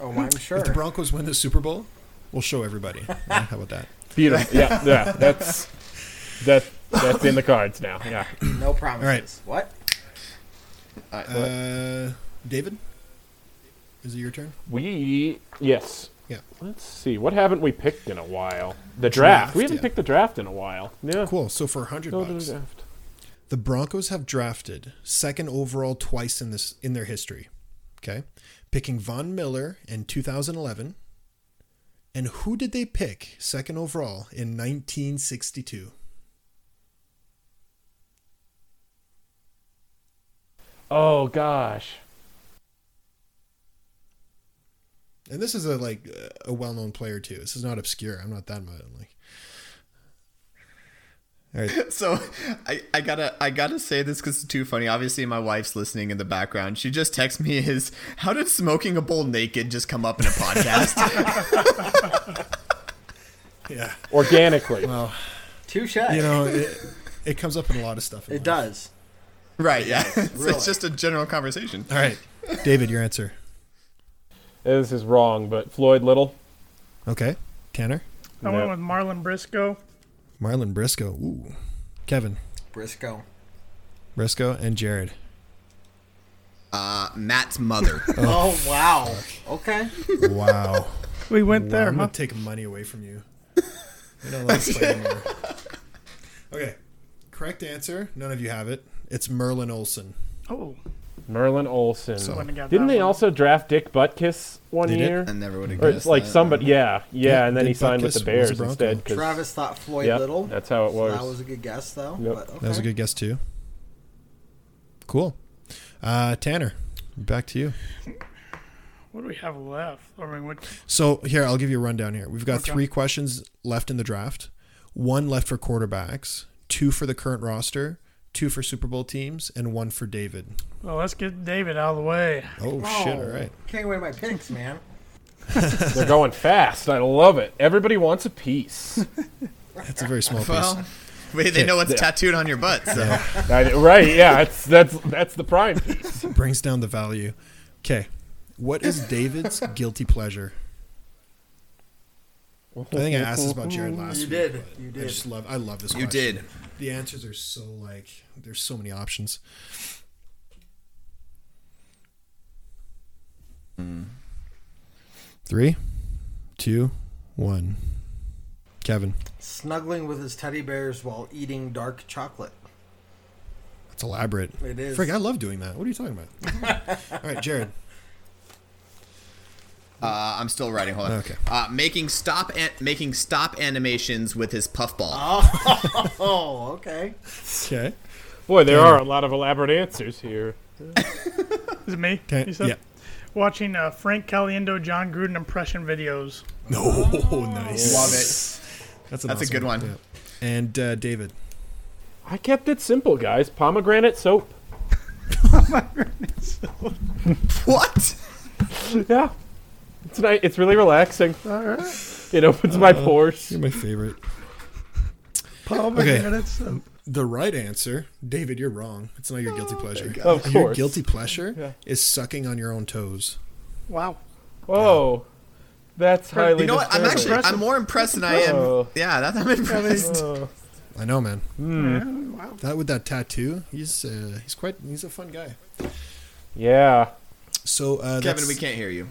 S3: Oh, I'm sure.
S7: If the Broncos win the Super Bowl, we'll show everybody. Yeah, how about that?
S10: Beautiful. yeah. Yeah. That's that. That's in the cards now. Yeah.
S3: No promises. What?
S7: Uh, David, is it your turn?
S10: We yes.
S7: Yeah.
S10: Let's see. What haven't we picked in a while? The draft. we
S7: Draft,
S10: haven't
S7: yeah.
S10: picked the draft in a while. Yeah.
S7: Cool. So for hundred
S10: Go to the
S7: bucks,
S10: draft.
S7: the Broncos have drafted second overall twice in this in their history. Okay, picking Von Miller in 2011, and who did they pick second overall in 1962?
S10: Oh gosh.
S7: And this is a like uh, a well-known player too. This is not obscure. I'm not that much like. All
S9: <laughs>
S7: right.
S9: So I, I gotta I gotta say this because it's too funny. Obviously, my wife's listening in the background. She just texted me <laughs> his how did smoking a bowl naked just come up in a
S7: <laughs>
S9: podcast?
S7: Yeah.
S10: Organically.
S7: Well,
S3: Touche.
S7: you know, it, it comes up in a lot of stuff.
S3: it
S7: in life.
S3: does.
S9: right? Yeah. <laughs> So
S3: really.
S9: It's just a general conversation.
S7: All right, David, your answer.
S10: This is wrong, but Floyd Little.
S7: Okay, Tanner,
S12: I
S10: No.
S12: went with Marlon Briscoe.
S7: Marlon Briscoe, ooh, Kevin
S3: Briscoe.
S7: Briscoe, and Jared.
S9: Uh, Matt's <laughs> mother.
S3: Oh wow. Okay.
S7: Wow.
S12: <laughs> We went
S7: Wow,
S12: there,
S7: I'm
S12: huh?
S7: gonna take money away
S12: <laughs>
S7: from you. We don't like this play anymore. Okay. Correct answer. None of you have it. It's Merlin Olsen.
S12: oh,
S10: Merlin Olson.
S12: wouldn't have got
S10: Didn't
S12: that
S10: they
S12: one.
S10: also draft Dick Butkus one
S7: They did?
S10: year?
S9: I never would have
S10: Or
S9: guessed.
S10: it's like
S9: that.
S10: somebody, yeah, yeah,
S7: Yeah,
S10: and then he
S7: Dick
S10: signed with the
S7: Butkus was a
S10: Bears
S7: Bronco.
S10: instead. 'cause-
S3: Travis thought Floyd
S10: Yep,
S3: Little.
S10: that's how it
S3: So that
S10: was.
S3: was a good guess though.
S10: Yep.
S3: But okay.
S7: That was a good guess too. Cool. Uh, Tanner, back to you.
S12: what do we have left? I mean, what,
S7: So here, I'll give you a rundown here. We've got
S12: Okay.
S7: three questions left in the draft. One left for quarterbacks, two for the current roster, two for Super Bowl teams, and one for David.
S12: well, let's get David out of the way.
S7: Oh shit, all right.
S3: Can't win my picks, man.
S10: They're going fast. I love it.
S7: <laughs>
S10: Everybody wants a piece.
S7: That's a very small piece.
S9: Well, wait, they know what's tattooed on your butt. So
S10: I- right? Yeah. That's that's that's the prime piece.
S7: brings down the value. Okay. What is
S10: <laughs>
S7: David's guilty pleasure? I think I asked this about Jared last
S3: You
S7: week.
S3: did.
S7: but
S3: You
S7: I
S3: did.
S7: just love I love this
S9: you
S7: question.
S9: did.
S7: The answers are so like there's so many options.
S9: Hmm.
S7: Three, two, one. Kevin.
S3: Snuggling with his teddy bears while eating dark chocolate.
S7: That's elaborate.
S3: It is.
S7: Frick, I love doing that. What are you talking about?
S3: <laughs>
S7: All right, Jared.
S9: Uh, I'm still writing. Hold on.
S7: Okay.
S9: Uh, making stop an- making stop animations with his puffball.
S3: Oh, okay.
S7: Okay.
S10: Boy, there are a lot of elaborate
S12: <laughs>
S10: answers here.
S12: Is it me?
S7: Okay.
S12: You said?
S7: Yeah.
S12: Watching uh, Frank Caliendo, John Gruden impression videos.
S7: No, nice.
S9: Love it.
S7: That's, an
S9: That's a
S7: awesome
S9: good one.
S7: Yeah. And uh, David.
S10: I kept it simple, guys. Pomegranate soap. <laughs>
S9: What?
S10: Yeah. It's nice. It's really relaxing. All right. It opens my pores.
S7: Uh, You're
S9: <laughs>
S7: my favorite.
S12: Pomegranates.
S7: The right answer, David, you're wrong. It's not your guilty
S9: Oh,
S7: pleasure.
S10: Of course.
S7: Your guilty pleasure
S10: Yeah.
S7: is sucking on your own toes.
S12: Wow.
S10: Whoa. That's highly.
S9: You know what? I'm
S10: disturbing.
S9: actually I'm more impressed than I am.
S10: Oh.
S9: Yeah, that's I'm impressed.
S7: I know, man.
S10: Hmm.
S7: That with that tattoo, he's uh, he's quite he's a fun guy.
S10: Yeah.
S7: So uh,
S9: Kevin,
S7: that's-
S9: we can't hear you.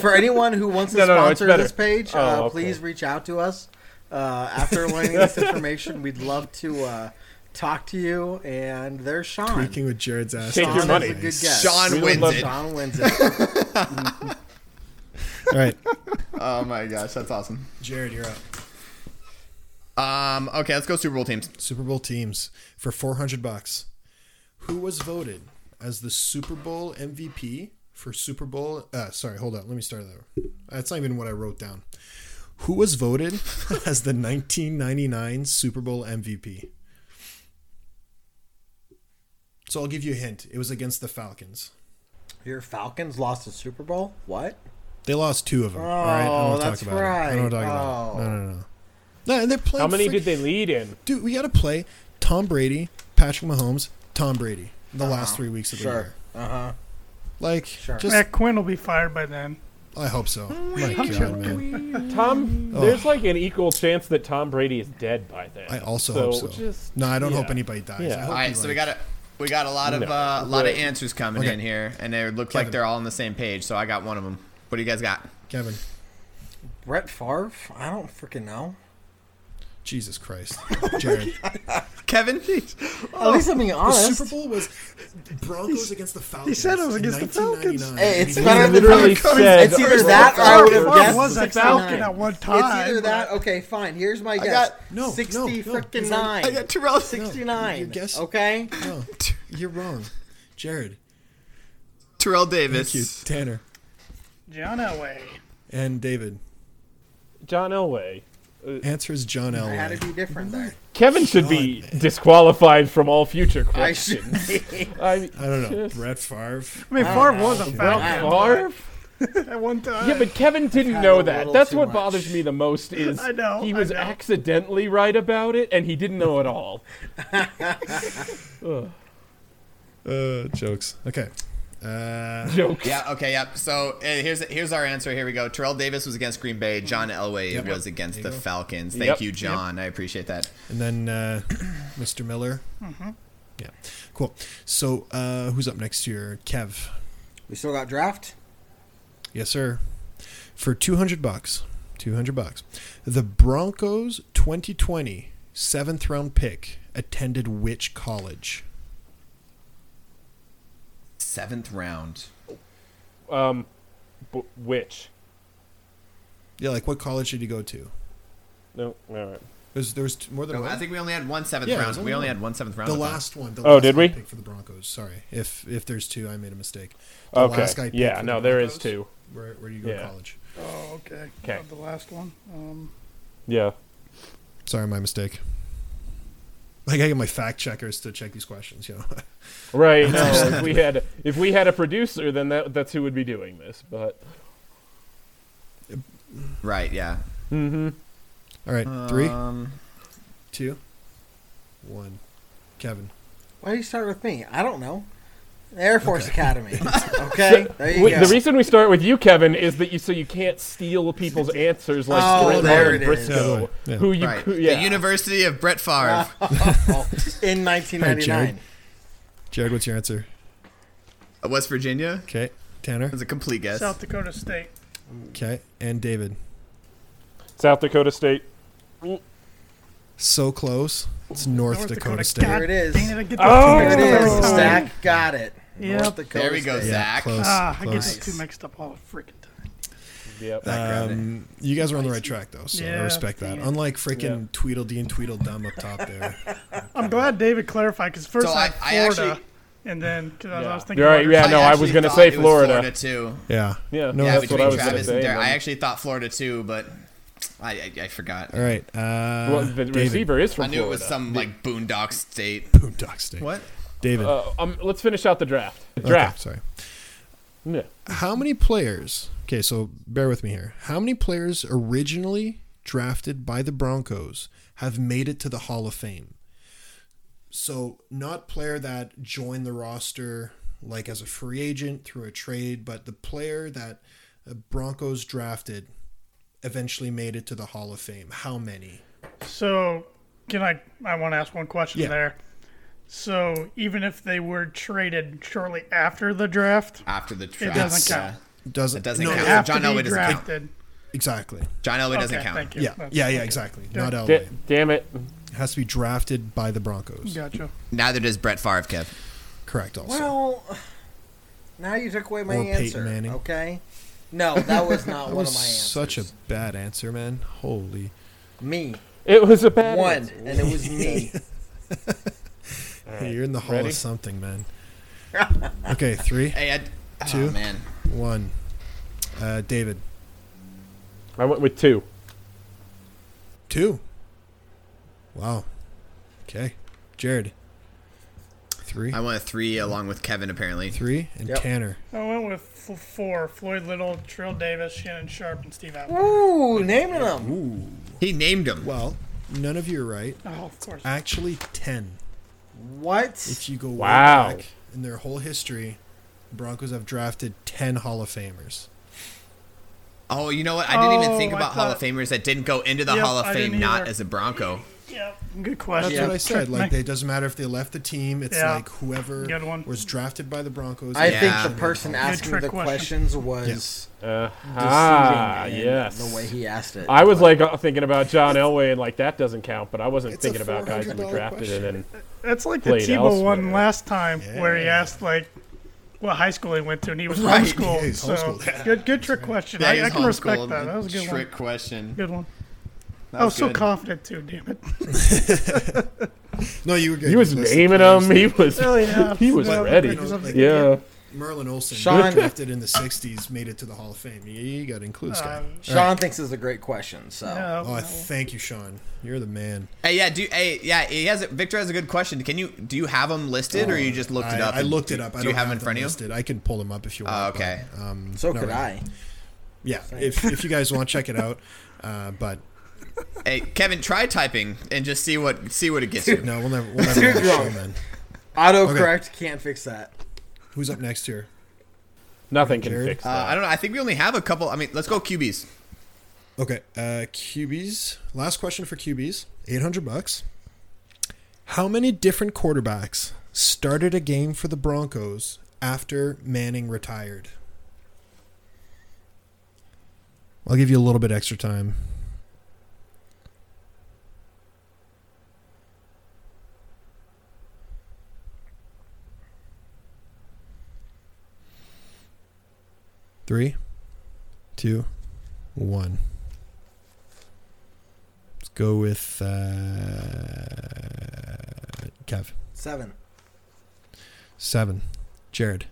S3: For anyone who wants to
S10: No, no, no, it's
S3: sponsor
S10: better.
S3: this page,
S10: Oh,
S3: uh,
S10: okay.
S3: please reach out to us. Uh, after learning this information, we'd love to uh, talk to you. And there's Sean.
S7: Tweaking with Jared's ass.
S10: Take
S3: Sean
S10: your
S3: is
S10: money.
S3: a good guess.
S9: <laughs> Sean
S10: We would wins love it. to-
S3: Sean wins it.
S7: All right,
S9: Oh my gosh, that's awesome.
S7: Jared, you're up.
S9: Um, okay, let's go Super Bowl teams.
S7: Super Bowl teams for 400 bucks. Who was voted as the Super Bowl MVP for Super Bowl? Uh, sorry, hold on. Let me start that. That's not even what I wrote down. Who was voted <laughs> as the 1999 Super Bowl MVP? So I'll give you a hint. It was against the Falcons.
S3: Your Falcons lost the Super Bowl? What?
S7: They lost two of them. all right, I don't
S3: Oh,
S7: wanna talk
S3: that's
S7: about It. I don't want to talk about it.
S3: right.
S7: No, no, no. No, and they're playing.
S10: How many
S7: freaking-
S10: did they lead in?
S7: Dude, we got to play Tom Brady, Patrick Mahomes, Tom Brady. The last three weeks of the year.
S3: Uh-huh. Sure. Uh huh.
S7: Like, just
S12: Matt Quinn will be fired by then.
S7: I hope
S3: Oh
S7: so. My God, man.
S10: Tom, there's like an equal chance that Tom Brady is dead by then.
S7: I also hope so.
S10: just-
S7: no, I don't hope
S10: yeah.
S7: anybody dies.
S10: Yeah.
S7: I hope
S9: All
S7: he,
S9: right, so we
S7: like-
S9: got a we got a lot of
S10: No,
S9: uh, a lot of
S10: but-
S9: answers coming
S7: Okay.
S9: in here, and it looks like
S7: Kevin.
S9: they're all on the same page. So I got one of them. What do you guys got?
S7: Kevin.
S3: Brett Favre? I don't freaking know. <laughs>
S7: Jesus Christ,
S3: Oh
S7: Jared.
S9: Kevin?
S3: At least I'm being
S7: the
S3: honest.
S7: Super Bowl was Broncos against the Falcons.
S12: said it was against the Falcons.
S7: 1999.
S3: Hey, it's
S7: He
S3: better than
S10: literally said-
S3: It's either that or I would have
S12: Favre
S3: guessed
S12: was a
S3: 69.
S12: Falcon at one
S3: It's
S12: time.
S3: either that. Okay, fine. Here's my guess.
S9: got-
S7: No, no,
S3: sixty
S7: no,
S3: freaking
S7: he's already-
S3: nine.
S9: I got Terrell.
S3: Sixty-nine.
S7: Your guess-
S3: Okay.
S7: No, you're wrong, Jared.
S9: Terrell
S7: Thank you,
S9: Davis.
S7: Tanner
S12: John Elway.
S7: and David.
S10: John Elway. Uh,
S7: Answer is John
S3: I had
S7: Elway.
S3: to be different there.
S10: Kevin should be disqualified from all future
S3: I
S10: questions.
S3: should.
S10: I,
S7: I don't know. Brett Favre.
S12: I mean, Favre was a
S10: Brett
S12: Falcon <laughs>
S10: Favre?
S12: at one time.
S10: Yeah, but Kevin didn't
S3: had
S10: know
S3: a
S10: that.
S3: little
S10: That's
S3: too
S10: what
S3: much.
S10: bothers me the most
S12: <laughs>
S10: is
S12: I know,
S10: he
S12: I
S10: was
S12: know.
S10: accidentally right about it and he didn't know
S12: <laughs>
S10: at all.
S7: Uh, jokes. Okay. Uh,
S10: Jokes.
S9: Yeah. Okay. Yep. So uh, here's here's our answer. Here we go. Terrell Davis was against Green Bay. John Elway
S7: Mm-hmm. Yep.
S9: was against the
S7: you go.
S9: Falcons. Thank
S10: Yep.
S9: you, John. I appreciate that.
S7: and then uh, <clears throat> Mr. Miller.
S9: Mm-hmm.
S7: Yeah. Cool. So uh, who's up next year? Kev.
S3: We still got draft.
S7: Yes, sir. For 200 bucks. 200 bucks. The Broncos 2020 seventh round pick attended which college?
S9: Seventh round.
S10: Um, b- which?
S7: Yeah, like what college did he go to?
S10: No, all right.
S7: There's there was t- more than
S9: No,
S7: one.
S9: I think we only had one seventh
S7: Yeah, it
S9: round.
S7: was
S9: We
S7: only
S9: only
S7: one.
S9: had one seventh round.
S7: the
S9: I thought.
S7: last one. The
S10: Oh,
S7: last
S10: did
S7: guy
S10: we?
S7: Pick for the Broncos. Sorry, if if there's two, I made a mistake. The
S10: Okay.
S7: last guy picked
S10: Yeah,
S7: for
S10: no,
S7: the
S10: there is
S7: Broncos.
S10: two.
S7: Where where do you go to
S10: Yeah.
S7: college?
S12: Oh, okay.
S10: Okay.
S12: The last one. Um,
S10: Yeah.
S7: Sorry, my mistake. Like I get my fact checkers to check these questions. You know,
S10: <laughs>
S7: <laughs>
S10: Right. No, if we had if we had a producer, then that that's who would be doing this. But
S9: Right. Yeah.
S7: all right, three,
S9: Um,
S7: two, one. Kevin,
S3: Why do you start with me? I don't know. Air Force Academy. Okay. There you
S10: Wait,
S3: go.
S10: the reason we start with you, Kevin, is that you so you can't steal people's answers like
S3: Oh,
S10: Brent
S3: there
S10: and
S3: it is.
S10: Briscoe,
S7: Yeah.
S10: who you
S9: right.
S10: cou- yeah.
S9: The University of Brett Favre.
S3: in 1999.
S7: Jared, what's your answer?
S9: Uh, <laughs> West Virginia.
S7: Okay, Tanner.
S9: That's a complete guess.
S12: South Dakota State.
S7: Okay, and David.
S10: South Dakota State.
S7: So close. It's North,
S12: North
S7: Dakota,
S12: Dakota Ah,
S7: State.
S12: Cat.
S3: There it is.
S12: Dang it, I get the
S10: Oh!
S12: two
S3: There it
S12: mixed up
S3: is.
S12: every time.
S3: Zach got it.
S12: Yep.
S3: North Dakota
S9: There we go,
S3: State.
S7: Yeah,
S9: Zach.
S7: close.
S12: Ah, I get
S7: close.
S12: those two mixed up all the freaking time.
S10: Yep.
S9: That grabbed it.
S7: Um, you guys are on the right track though, so I
S12: Yeah,
S7: respect that.
S12: dang it.
S7: Unlike freaking
S10: Yeah.
S7: Tweedledee and Tweedledum up top there.
S12: <laughs> I'm glad David clarified because first
S9: So
S12: I,
S9: I-
S12: had
S9: I
S12: Florida,
S9: actually-
S12: and uh, then because I
S10: Yeah.
S12: was thinking.
S10: You're right,
S12: about
S10: yeah. no, I was
S9: actually
S10: gonna
S9: thought
S10: say
S9: it was
S10: Florida.
S9: Florida too.
S7: Yeah.
S10: Yeah.
S7: No,
S10: Yeah,
S7: that's
S10: between
S7: what I was
S10: gonna
S9: Travis
S10: say,
S9: and Derek.
S10: man.
S9: I actually thought Florida too, but I I, I forgot.
S7: All right. Uh,
S10: Well, the
S7: David.
S10: receiver is from
S9: I knew it was
S10: Florida.
S9: some like boondock state.
S7: Boondock State.
S9: What?
S7: David.
S10: Uh, um, let's finish out the draft. The
S7: Okay,
S10: draft.
S7: sorry.
S10: Yeah.
S7: How many players? Okay, so bear with me here. How many players originally drafted by the Broncos have made it to the Hall of Fame? So, not player that joined the roster like as a free agent through a trade, but the player that Broncos drafted eventually made it to the Hall of Fame? How many?
S12: So, can I? I want to ask one question
S7: Yeah.
S12: there. So, even if they were traded shortly after the draft,
S9: After the
S12: it
S9: draft,
S12: doesn't
S9: yeah.
S12: count.
S7: Doesn't
S9: It doesn't
S7: no,
S9: count.
S12: They have
S9: John
S12: to be
S9: Elway doesn't count.
S12: drafted.
S7: Exactly.
S9: John Elway doesn't
S12: Okay,
S9: count.
S12: thank you.
S7: Yeah,
S12: That's-
S7: yeah, yeah,
S12: okay.
S7: exactly.
S12: Yeah.
S7: Not Elway.
S10: Da- damn it.
S7: It has to be drafted by the Broncos.
S12: Gotcha.
S9: Neither does Brett Favre, Kev.
S7: Correct. Also,
S3: Well, now you took away my
S7: Or Peyton
S3: answer.
S7: Manning.
S3: Okay. No, that was not
S7: that
S3: one
S7: was
S3: of my answers.
S7: such a bad answer, man. Holy.
S3: Me.
S10: It was a bad
S3: one,
S10: answer.
S3: and it was me.
S7: Hey, you're in the hall
S10: Ready?
S7: of something, man. Okay, three,
S9: Hey, I, oh,
S7: Two.
S9: man.
S7: one. Uh, David,
S10: I went with two.
S7: two. Wow. Okay, Jared, three,
S9: I went three along with Kevin, apparently.
S7: three, and
S3: Yep.
S7: Tanner.
S12: I went with f- four: Floyd Little, Trill Davis, Shannon Sharp, and Steve Apple.
S3: Ooh, naming them.
S9: He named him.
S7: Well, none of you are right.
S12: Oh, of course.
S7: Actually, ten.
S3: What?
S7: If you go way
S10: Wow.
S7: back in their whole history, Broncos have drafted ten Hall of Famers.
S9: Oh, you know what? I didn't even
S12: Oh,
S9: think
S12: I
S9: about Hall of
S12: thought-
S9: Famers that didn't go into the
S12: Yep,
S9: Hall of
S12: I
S9: Fame,
S12: didn't
S9: not
S12: either.
S9: as a Bronco.
S12: Yeah, good
S7: That's
S12: question.
S7: what I said.
S12: Tricked
S7: Like,
S12: me.
S7: it doesn't matter if they left the team. It's
S12: Yeah.
S7: like whoever
S12: Good one.
S7: was drafted by the Broncos.
S3: I
S7: and
S9: Yeah.
S7: drafted
S3: think the person
S7: by Hall of
S3: asking
S12: trick
S3: the
S12: question.
S3: questions was
S10: Uh,
S3: deceiving
S10: ah,
S3: in
S10: yes.
S3: the way he asked it.
S10: I was like uh, thinking about John Elway and like that doesn't count, but I wasn't
S7: It's a
S10: thinking about guys who were
S7: $400
S10: drafted and then
S12: That's like the
S10: Played
S12: Tebow
S10: elsewhere.
S12: one last time, where he
S7: Yeah.
S12: asked like what high school he went to, and he was
S9: Right, <laughs>
S12: homeschooled.
S7: yeah, he's
S12: so
S7: homeschooled, yeah.
S12: good, good trick question.
S9: Yeah, he
S12: I, I
S9: was
S12: can respect
S9: homeschooled.
S12: that. That was a good
S9: Trick
S12: one.
S9: question.
S12: Good one.
S9: That
S12: I was so
S9: good.
S12: confident too. Damn it.
S7: <laughs> No, you were good.
S10: he was
S7: That's the
S10: naming
S7: players
S10: them.
S7: that-
S10: He
S3: <laughs>
S10: was
S12: Oh, yeah.
S10: <laughs> he was
S12: Yeah,
S10: ready.
S12: because I'm-
S10: Yeah,
S7: Merlin Olsen,
S3: Sean-
S7: drafted in the '60s, made it to the Hall of Fame. You, you got to include this guy.
S3: Sean thinks it's a great question, so
S12: No,
S7: Oh, I
S12: no.
S7: thank you, Sean. You're the man.
S9: Hey, yeah, do hey, yeah, he has a, Victor has a good question. Can you do you have them listed or you just looked
S7: Oh, I,
S9: it up?
S7: I
S9: and-
S7: looked it up. I
S9: Do you
S7: don't
S9: have 'em in
S7: them
S9: front of you?
S7: listed. I can pull them up if you want.
S9: Oh, okay.
S7: but, um,
S3: so
S7: not
S3: could
S7: right
S3: I.
S7: now. Yeah. If, if you guys want, check it out. Uh, but
S9: Hey, Kevin, try typing and just see what see what it gets you.
S7: <laughs> no, we'll never.
S3: <laughs>
S7: We'll never have a show,
S3: wrong.
S7: man.
S3: Autocorrect can't fix that.
S7: Who's up next here?
S10: nothing can
S7: Jared?
S10: fix
S9: Uh,
S10: that.
S9: I don't know. I think we only have a couple. I mean, let's go QBs.
S7: Okay, uh, QBs. Last question for QBs. Eight hundred bucks. How many different quarterbacks started a game for the Broncos after Manning retired? I'll give you a little bit extra time. Three, two, one. Let's go with uh, Kev.
S3: Seven.
S7: Seven. Jared.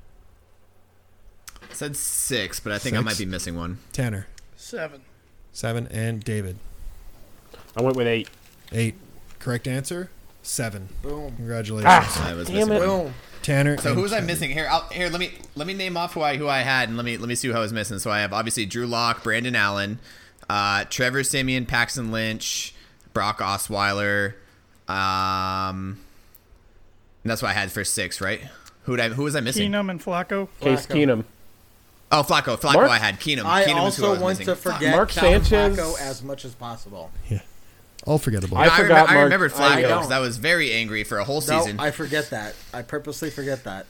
S9: I said six, but I think I
S7: Six.
S9: might be missing one.
S7: Tanner.
S12: seven.
S7: Seven. And David.
S10: I went with eight.
S7: Eight. Correct answer. Seven.
S3: Boom.
S7: Congratulations.
S10: Ah,
S9: I was
S10: damn
S9: missing
S10: it.
S9: one.
S3: Boom.
S7: Tanner.
S9: So
S7: and
S9: who was I
S7: Kevin.
S9: missing? Here, I'll, here. Let me let me name off who I who I had, and let me let me see who I was missing. So I have obviously Drew Lock, Brandon Allen, uh, Trevor Simeon, Paxton Lynch, Brock Osweiler. Um, and that's what I had for six, right? Who did I, who was I missing?
S12: Keenum and Flacco.
S10: Case
S3: Flacco.
S10: Keenum.
S9: Oh, Flacco, Flacco.
S10: Mark-
S9: I had Keenum.
S3: I
S9: Keenum is who
S3: also
S9: was
S3: want
S9: missing.
S3: to
S9: Fuck.
S3: forget
S10: Mark
S3: Calvin
S10: Sanchez.
S3: Flacco as much as possible.
S7: All forgettable.
S10: I
S9: I, remember,
S10: forgot
S9: I
S10: Mark-
S9: remembered
S10: I
S9: Flacco because
S3: don't.
S9: I was very angry for a whole
S3: No,
S9: season.
S3: I forget that. I purposely forget that.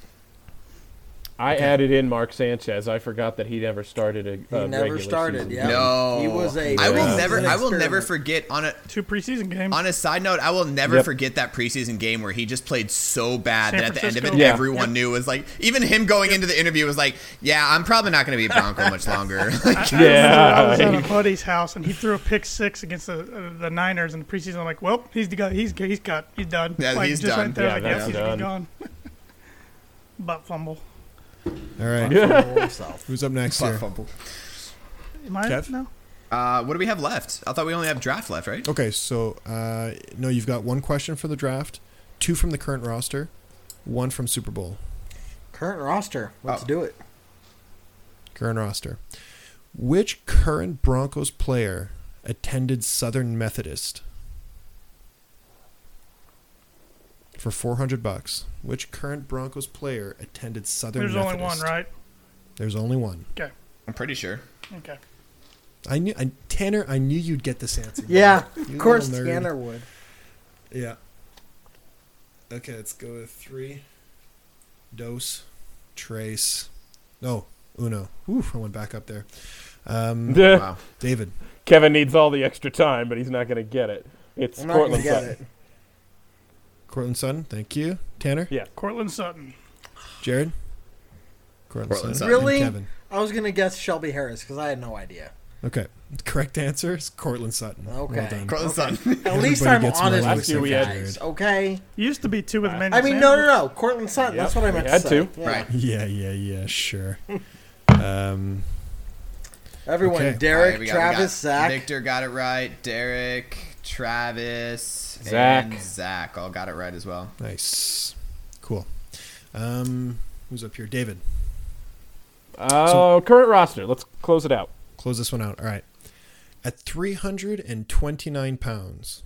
S10: I added in Mark Sanchez. I forgot that he never started a.
S3: He
S10: a
S3: never
S10: regular
S3: started.
S10: season.
S3: Yeah.
S9: no,
S3: He was a.
S9: I will
S3: he was
S9: never.
S3: an
S9: I will never
S3: experiment.
S9: forget on a
S12: Two preseason games.
S9: On a side note, I will never
S10: Yep.
S9: forget that preseason game where he just played so bad
S12: San
S9: that at the end of it,
S12: Francisco.
S10: Yeah.
S9: everyone knew it was like, even him going into the interview was like, yeah, I'm probably not going to be a Bronco much longer. <laughs>
S12: <laughs>
S9: Like,
S12: I remember I was
S10: Yeah,
S12: at a buddy's house and he threw a pick six against the, uh, the Niners in the preseason. I'm like, well, he's the guy. He's he's cut. He's done.
S9: Yeah,
S12: like,
S9: he's
S12: just
S9: done.
S12: Right there,
S10: Yeah,
S12: like,
S10: that's
S12: yep, he's
S10: done.
S12: gone. Butt fumble.
S7: All
S10: <laughs>
S7: right.
S3: Fumble himself.
S7: Who's up next here?
S12: Am I
S7: Kev?
S12: no?
S9: uh, what do we have left? I thought we only have draft left, right?
S7: Okay, so uh, no, you've got one question for the draft, two from the current roster, one from Super Bowl.
S3: Current roster. Let's
S9: Oh.
S3: do it.
S7: Current roster. Which current Broncos player attended Southern Methodist? For 400 bucks. Which current Broncos player attended Southern
S12: There's
S7: Methodist?
S12: only one, right?
S7: There's only one.
S12: Okay.
S9: I'm pretty sure.
S12: Okay.
S11: I knew I, Tanner. I knew you'd get this answer.
S3: Yeah,
S11: You
S3: of course
S11: little nerd.
S3: Tanner would.
S7: Yeah. Okay, let's go with three. Dose, trace. No, uno. Ooh, I went back up there. Um,
S10: Wow.
S7: David.
S10: Kevin needs all the extra time, but he's not going to get it. It's
S7: I'm not gonna
S10: Cortland
S7: get
S10: Sutton.
S7: it. Cortland Sutton. Thank you. Tanner.
S10: Yeah.
S12: Cortland Sutton.
S7: Jared. Cortland,
S11: Cortland
S7: Sutton.
S3: Really?
S7: And Kevin.
S3: I was gonna guess Shelby Harris because I had no idea.
S7: Okay. The correct answer is Cortland Sutton.
S3: Okay.
S7: Well done.
S3: Cortland
S9: Sutton. <laughs>
S3: At least
S7: Everybody
S3: I'm
S7: gets more
S3: honest
S7: right
S3: with
S7: than
S3: you
S7: Jared.
S3: guys. Okay.
S12: Used to be two with many.
S3: I mean, no, no, no. Cortland Sutton.
S12: Yep,
S3: that's what I
S12: we
S3: meant
S12: had
S3: to say.
S12: to.
S3: Yeah.
S12: Right.
S7: Yeah, yeah,
S3: <laughs>
S7: yeah. Sure. um,
S3: Everyone,
S7: Okay.
S9: All
S3: Derek,
S9: right, we got- we
S3: Travis,
S9: got-
S3: Zach.
S9: Victor got it right. Derek, Travis,
S7: Zach.
S9: and Zach all got it right as well.
S7: nice. Cool. Um, who's up here? David.
S10: Uh, current roster. Let's close it out.
S7: Close this one out. All right. At 329 pounds,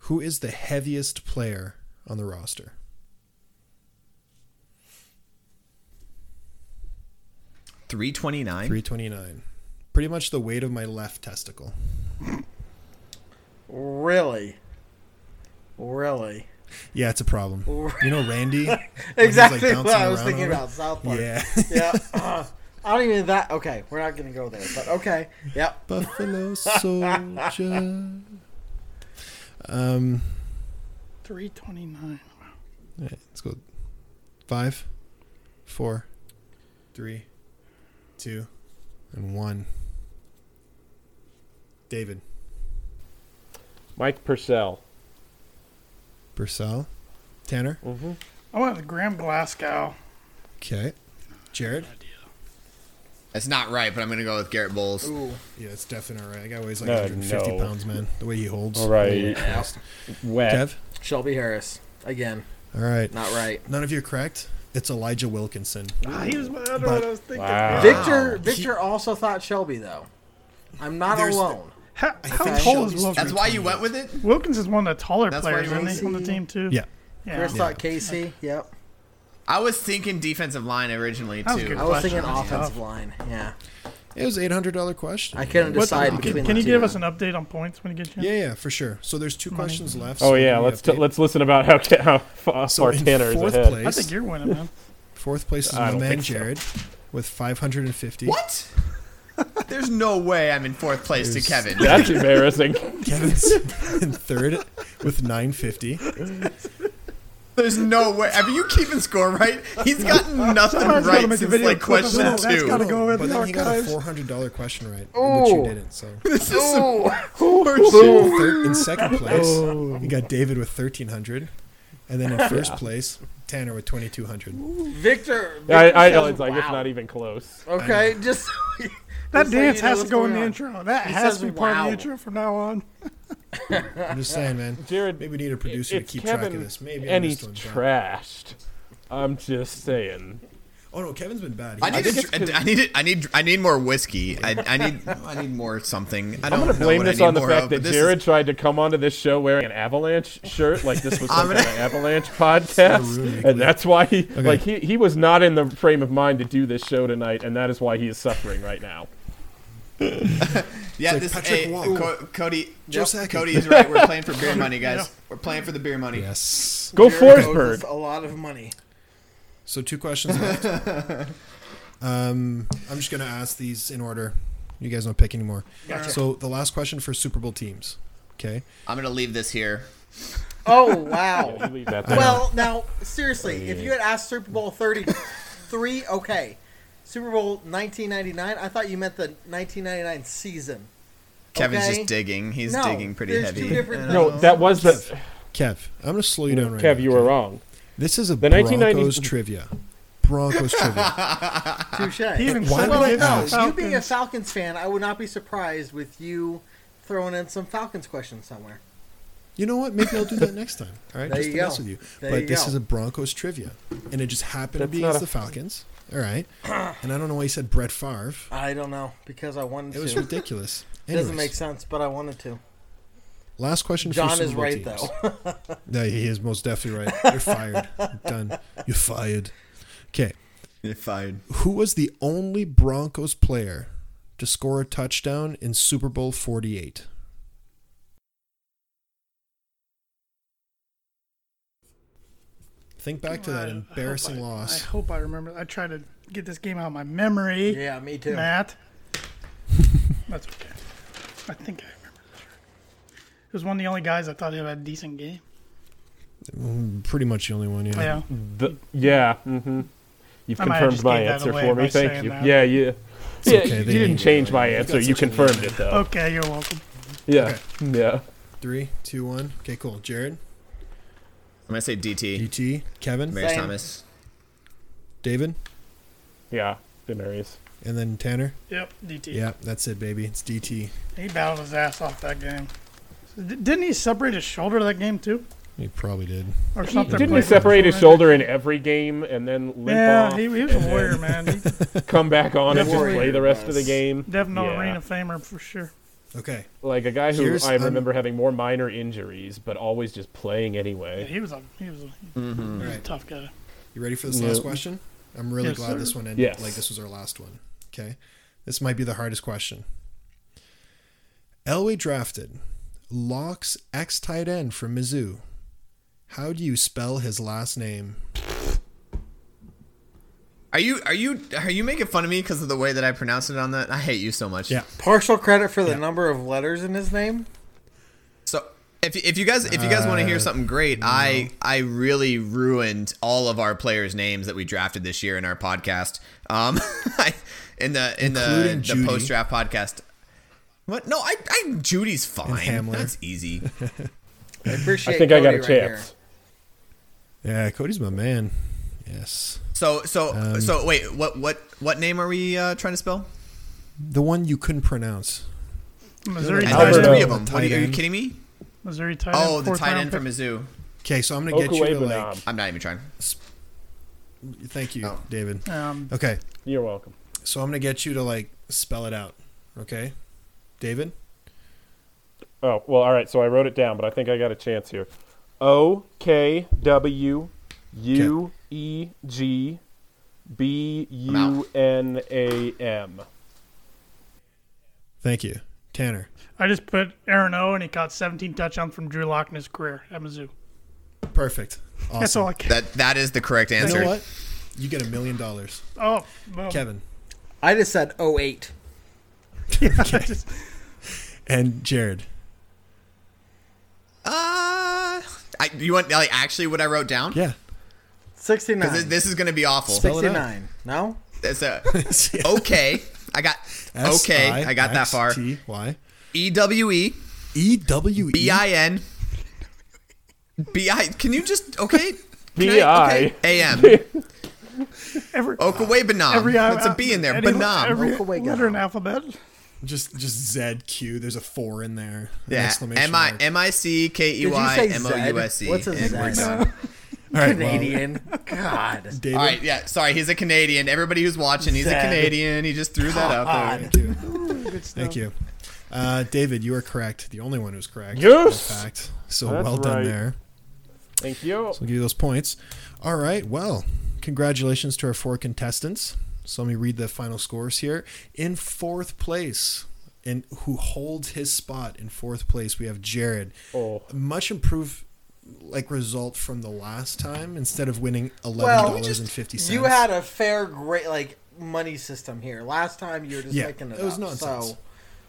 S7: who is the heaviest player on the roster?
S9: Three twenty nine.
S7: 329. Pretty much the weight of my left testicle.
S3: Really? Really?
S7: Yeah, it's
S3: <laughs>
S7: a problem. You know Randy? When he's, like,
S3: exactly
S7: bouncing
S3: what I was
S7: around
S3: thinking
S7: on it?
S3: about. South Park.
S7: Yeah.
S3: <laughs> yeah. Uh, I don't even that. Okay, we're not gonna go there. But okay. Yep.
S7: Buffalo Soldier. Um,
S12: Three twenty nine.
S7: all right, let's go. Five, four, three, two, and one. David
S10: Mike Purcell.
S7: Purcell. Tanner.
S10: Mm-hmm.
S12: I went with Graham Glasgow.
S7: Okay. Jared.
S9: That's not right, but I'm gonna go with Garrett Bowles.
S3: Ooh.
S7: Yeah, it's definitely all right. I got weighs like
S10: No,
S7: 150
S10: no.
S7: pounds, man. The way he holds.
S10: All right.
S7: Holy Christ. Kev.
S3: Shelby Harris again.
S7: All right.
S3: Not right.
S7: None of you are correct. It's Elijah Wilkinson.
S12: Ah, he was. I don't know
S7: But-
S12: what I was thinking.
S7: Wow.
S3: Victor. Victor also thought Shelby though. I'm not
S12: There's the-
S3: alone.
S12: How, how
S3: think
S12: tall is
S3: Shelby's
S12: Wilkins?
S3: That's why you went
S9: with it.
S12: Wilkinson's one of the taller
S9: That's why
S12: players,
S9: you
S12: isn't he, on
S9: went-
S12: the team too?
S7: Yeah.
S3: Chris thought Casey. Yep.
S9: I was thinking defensive line originally too.
S12: That was a good
S3: I was thinking offensive
S9: Yeah.
S3: line. Yeah.
S7: It was eight hundred dollar question.
S3: I couldn't
S12: What-
S3: decide
S12: can-
S3: between.
S12: Can
S3: the
S12: you
S3: two.
S12: give us an update on points when you get a chance?
S7: Yeah, yeah, for sure. So there's two questions left.
S10: Oh
S7: so
S10: yeah,
S7: give me
S10: let's
S7: an
S10: t-
S7: update.
S10: let's listen about how, ta- how far
S7: So in
S10: Tanner is
S7: fourth
S10: ahead.
S7: place,
S12: I think you're winning, man.
S7: Fourth place is
S10: I
S7: my
S10: don't
S7: man
S10: think so.
S7: Jared with
S3: <laughs>
S7: 550.
S9: What? There's no way I'm in fourth place
S7: There's-
S9: to Kevin.
S10: That's embarrassing.
S7: Kevin's in third with 950.
S9: <laughs> There's no way. Are you keeping score right? He's gotten nothing
S12: Somebody's gotta
S9: right
S12: make a
S9: since
S12: video
S9: like
S12: clip of
S9: question
S12: that. That's
S9: two.
S12: gotta
S10: Oh,
S12: go in
S7: But
S12: the
S7: then he got a
S12: archives.
S7: $400 question right, which you
S12: Ooh.
S7: didn't. So
S9: <laughs> This is some
S7: So
S9: horseshit.
S7: third- in second place,
S9: Oh.
S7: you got David with 1300, and then in first
S10: Yeah.
S7: place, Tanner with 2200.
S3: Victor. Victor
S10: I, I know
S3: says,
S10: it's like it's
S3: "Wow."
S10: not even close.
S3: <laughs> Okay, just
S12: That
S3: just so
S12: dance
S3: you know
S12: has to
S3: what's
S12: go in
S3: going
S12: the
S3: on.
S12: intro. That
S3: He
S12: has
S3: says,
S12: to be part of
S3: "Wow."
S12: the intro from now on.
S7: I'm just saying, man.
S10: Jared,
S7: maybe we need a producer to
S10: It's
S7: keep
S10: Kevin,
S7: track of this. Maybe I
S10: and
S7: missed
S10: he's
S7: one. but-
S10: trashed. I'm just saying.
S7: Oh no, Kevin's been bad.
S9: I need,
S7: He-
S9: a dr- I need, I need, I need more whiskey. I, I need, I need more something. I
S10: I'm
S9: don't
S10: gonna
S9: know
S10: blame
S9: what
S10: this
S9: I need
S10: on the
S9: more
S10: fact
S9: of,
S10: that
S9: but this
S10: Jared tried to come onto this show wearing an Avalanche shirt, like this was some
S3: <laughs>
S9: I'm
S10: kind
S9: gonna-
S10: of Avalanche podcast, and that's why he, like, he he was not in the frame of mind to do this show tonight, and that is why he is suffering right now.
S9: Is, yeah,
S7: like
S9: this.
S7: Patrick
S9: hey,
S7: Wong.
S9: Co- Cody,
S7: Joe
S9: yep,
S7: Sakic.
S9: Cody is right. We're playing for
S10: <laughs>
S9: beer money, guys.
S7: Yeah.
S9: We're playing for the beer money.
S7: Yes.
S10: Go
S3: Jared owes
S10: Forsberg.
S3: us A lot of money.
S7: So two
S3: <laughs>
S7: questions left. um, I'm just gonna ask these in order. You guys don't pick anymore.
S9: Gotcha.
S7: So the last question for Super Bowl teams. Okay.
S9: I'm gonna leave this here.
S3: Oh
S12: <laughs>
S3: wow.
S10: Yeah, you leave that there.
S3: well, now
S12: Oh,
S3: seriously, if you had asked Super Bowl thirty three, okay, Super Bowl nineteen ninety nine. I thought you meant the nineteen ninety nine season.
S9: Kevin's
S3: Okay?
S9: just digging. He's
S3: No,
S9: digging pretty
S3: there's
S9: heavy.
S3: Two
S9: <laughs>
S3: different
S10: No,
S3: things.
S10: that was the
S7: Kev, I'm gonna slow you down right
S10: Kev.
S7: now.
S10: You were wrong.
S7: This is a
S10: The 1990
S7: Broncos trivia.
S3: <laughs>
S7: Broncos trivia.
S3: Touche.
S12: He even
S7: Why
S12: said
S7: would
S3: Well,
S7: I
S12: he
S3: no,
S12: was
S7: ask?
S3: you being a
S12: Falcons.
S3: Falcons fan, I would not be surprised with you throwing in some Falcons questions somewhere.
S7: You know what? Maybe I'll do that next time. All right,
S3: There
S7: just
S3: you
S7: to mess
S3: go.
S7: with you.
S3: There
S7: but
S3: you
S7: this
S3: go.
S7: is a Broncos trivia, and it just happened
S10: That's
S7: to be
S10: not
S7: against
S10: a-
S7: the Falcons. All right, and I don't know why you said Brett Favre.
S3: I don't know because I wanted
S7: It was
S3: to.
S7: ridiculous.
S3: Doesn't
S7: Anyways,
S3: make sense, but I wanted to.
S7: last question.
S3: John
S7: for Super
S3: is
S7: Bowl
S3: right,
S7: teams.
S3: though. <laughs>
S7: No, he is most definitely right. You're fired. <laughs> Done. You're fired. Okay.
S9: You're fired.
S7: Who was the only Broncos player to score a touchdown in Super Bowl 48? Think back to that embarrassing
S12: I,
S7: loss.
S12: I hope I remember. I try to get this game out of my memory.
S3: Yeah, me too.
S12: Matt. That's okay. I think I remember. It was one of the only guys I thought had a decent game.
S7: Mm, Pretty much the only one, yeah.
S12: Yeah.
S10: The, yeah. Mm-hmm. You've
S12: I might have
S10: confirmed
S12: just
S10: my
S12: gave that
S10: answer
S12: away
S10: for
S12: by
S10: me. Thank
S12: saying
S10: you.
S12: that.
S10: Yeah, yeah.
S12: It's
S10: Yeah,
S12: okay,
S10: you
S12: they
S10: didn't
S12: didn't
S10: change my
S7: You've
S10: answer.
S7: got
S10: You
S7: such a
S10: confirmed
S7: name.
S10: it though.
S12: Okay, you're welcome.
S10: Yeah. Yeah.
S7: Three, two, one. Okay, cool. Jared,
S9: I'm gonna say DT.
S7: DT, Kevin,
S9: Demarius Thomas.
S7: David,
S10: Yeah. Denarius.
S7: and then Tanner.
S12: Yep, DT.
S7: Yeah, that's it, baby. It's DT.
S12: He battled his ass off that game. D- didn't he separate his shoulder that game too,
S7: He probably did.
S12: or
S10: He-
S12: something?
S10: Didn't he separate his shoulder in every game and then limp
S12: Yeah,
S10: off?
S12: he- he was a
S10: and then
S12: warrior, man. He-
S10: <laughs> Come back on and just
S12: Warrior,
S10: play the rest of the
S12: yes.
S10: game.
S12: Definitely
S10: Yeah.
S12: Arena Famer for sure.
S7: Okay.
S10: Like a guy who
S7: Here's-
S10: I
S7: I'm-
S10: remember having more minor injuries, but always just playing
S12: Yeah,
S10: anyway.
S12: he was a he was a,
S10: Mhm.
S12: he was a
S7: Right.
S12: tough guy.
S7: You ready for this
S10: Yeah.
S7: last question? I'm really
S12: Yes,
S7: glad
S12: sir.
S7: this one ended.
S10: Yes.
S7: Like this was our last one. Okay. This might be the hardest question. Elway drafted Locke's ex tight end from Mizzou. How do you spell his last name?
S9: Are you are you are you making fun of me because of the way that I pronounced it on that? I hate you so much.
S7: Yeah.
S3: Partial credit for the number of letters in his name.
S9: So if, if you guys if you guys want to hear
S3: Uh,
S9: something great, I I really ruined all of our players' names that we drafted this year in our podcast. Um, <laughs> I, in the in
S7: Including
S9: the,
S7: Judy.
S9: the post draft podcast. What? No, I, I Judy's fine.
S7: Hamler.
S9: That's
S7: <laughs>
S9: easy.
S3: I appreciate.
S10: I think I got
S3: Cody
S10: a
S3: right
S10: chance.
S7: Yeah, Cody's my man. Yes.
S9: So so
S7: Um,
S9: so wait, what what what name are we uh, trying to spell?
S7: The one you couldn't pronounce.
S12: Missouri
S9: And
S12: tight
S9: there's
S12: end.
S9: three of them. What, are
S7: Tight
S9: you- are you
S7: end.
S9: kidding me?
S12: Missouri tight end.
S9: Oh, the
S12: fourth
S9: tight
S12: round
S9: end from
S12: pick.
S9: Mizzou.
S7: Okay, so I'm gonna get you to like.
S9: I'm not even trying.
S7: Thank you,
S9: Oh.
S7: David.
S12: Um,
S7: Okay,
S10: You're welcome.
S7: so I'm gonna get you to like spell it out. Okay, David.
S10: Oh, well, all right. So I wrote it down, but I think I got a chance here. O K W U E G B U N A M.
S7: Thank you, Tanner.
S12: I just put Aaron O, and he caught 17 touchdowns from Drew Lock in his career at Mizzou.
S7: Perfect. Awesome.
S12: That's all I care.
S9: That that is the correct
S7: You
S9: answer.
S7: know what? You get a million dollars,
S12: Oh, well,
S7: Kevin
S3: I just said 08.
S7: <laughs>
S10: <laughs>
S7: and Jared.
S9: Uh, I, you want like actually what I wrote down?
S10: <laughs>
S7: Yeah.
S3: 69.
S9: Because this is going to be awful.
S7: Spell it out.
S3: 69. No?
S9: That's a, okay. I
S7: <laughs>
S9: got okay. I got that far.
S7: T Y
S9: E W E
S7: E W
S9: B
S7: E.
S9: I N B I. Can you just okay? Can
S10: B I.
S9: okay, A M
S12: <laughs>
S9: Oh,
S12: every
S9: Okaway Banam.
S12: every
S9: That's a B in there.
S12: any-
S9: Banam.
S12: Every
S3: Okaway got
S12: letter in alphabet.
S7: Just just Z Q. There's a four in there. An
S9: yeah.
S7: Exclamation
S9: M I
S7: mark.
S9: M I C K E
S3: Did you
S9: Y
S3: say
S9: M O U S
S3: Zed?
S9: E.
S3: What's a
S9: And we're
S3: Zed?
S9: done.
S7: All right, well,
S3: Canadian.
S7: <laughs>
S3: God.
S7: David.
S9: All right. Yeah. Sorry. He's a Canadian. Everybody who's watching, he's a
S3: Zed.
S9: Canadian. He just threw that out there.
S3: God.
S12: Good stuff.
S7: Thank you. Uh, David, you are correct. The only one who's correct.
S10: Yes!
S7: In fact. So
S10: That's
S7: well done
S10: right.
S7: there.
S10: Thank you.
S7: So I'll give you those points. All right. Well, congratulations to our four contestants. So let me read the final scores here. In fourth place, and who holds his spot in fourth place, we have Jared.
S10: Oh.
S7: Much improved like result from the last time. Instead of winning eleven
S3: Well,
S7: dollars and fifty cents.
S3: you had a fair, great, like, money system here. Last time you were just
S7: Yeah,
S3: making it,
S7: it was
S3: up,
S7: nonsense.
S3: So,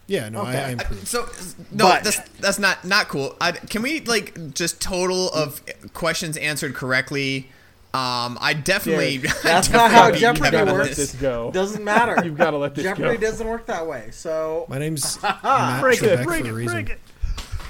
S7: Yeah, no, I, I improved.
S9: So no,
S3: But-
S9: that's that's not not cool. I, can we like just total of questions answered correctly? Um, I definitely.
S10: Dude,
S9: <laughs> I
S3: that's
S9: definitely
S3: not how
S9: beat
S3: Jeopardy
S9: Kevin on
S10: Let
S3: works.
S9: this.
S10: this go.
S3: doesn't matter.
S10: <laughs> You've gotta let this go.
S3: Jeopardy doesn't work that way. So, <laughs>
S7: My name's Matt
S10: Break it,
S7: Trebek
S10: break
S7: for a
S10: it,
S7: reason.
S12: Break it.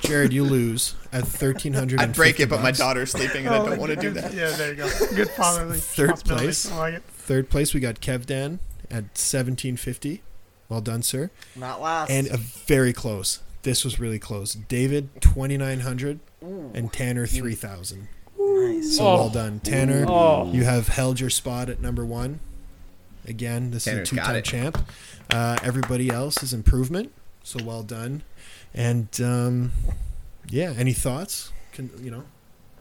S7: Jared, you lose at thirteen hundred.
S9: I break it, but my daughter's sleeping, and I don't want to do
S11: <laughs>
S9: that.
S12: Yeah, there you go. Good fatherly
S7: <laughs> Third
S12: responsibility.
S7: place.
S12: I like it.
S7: Third place, we got Kev Dan at seventeen fifty. Well done, sir.
S3: not last.
S7: And a very close. This was really close. David twenty nine hundred and Tanner three thousand.
S3: nice.
S7: So well done, Tanner.
S10: Oh.
S7: You have held your spot at number one. Again, this
S9: Tanner's
S7: is a two
S9: got
S7: time
S9: it.
S7: champ. Uh, everybody else is improvement. So well done. And um, yeah, any thoughts? Can you know?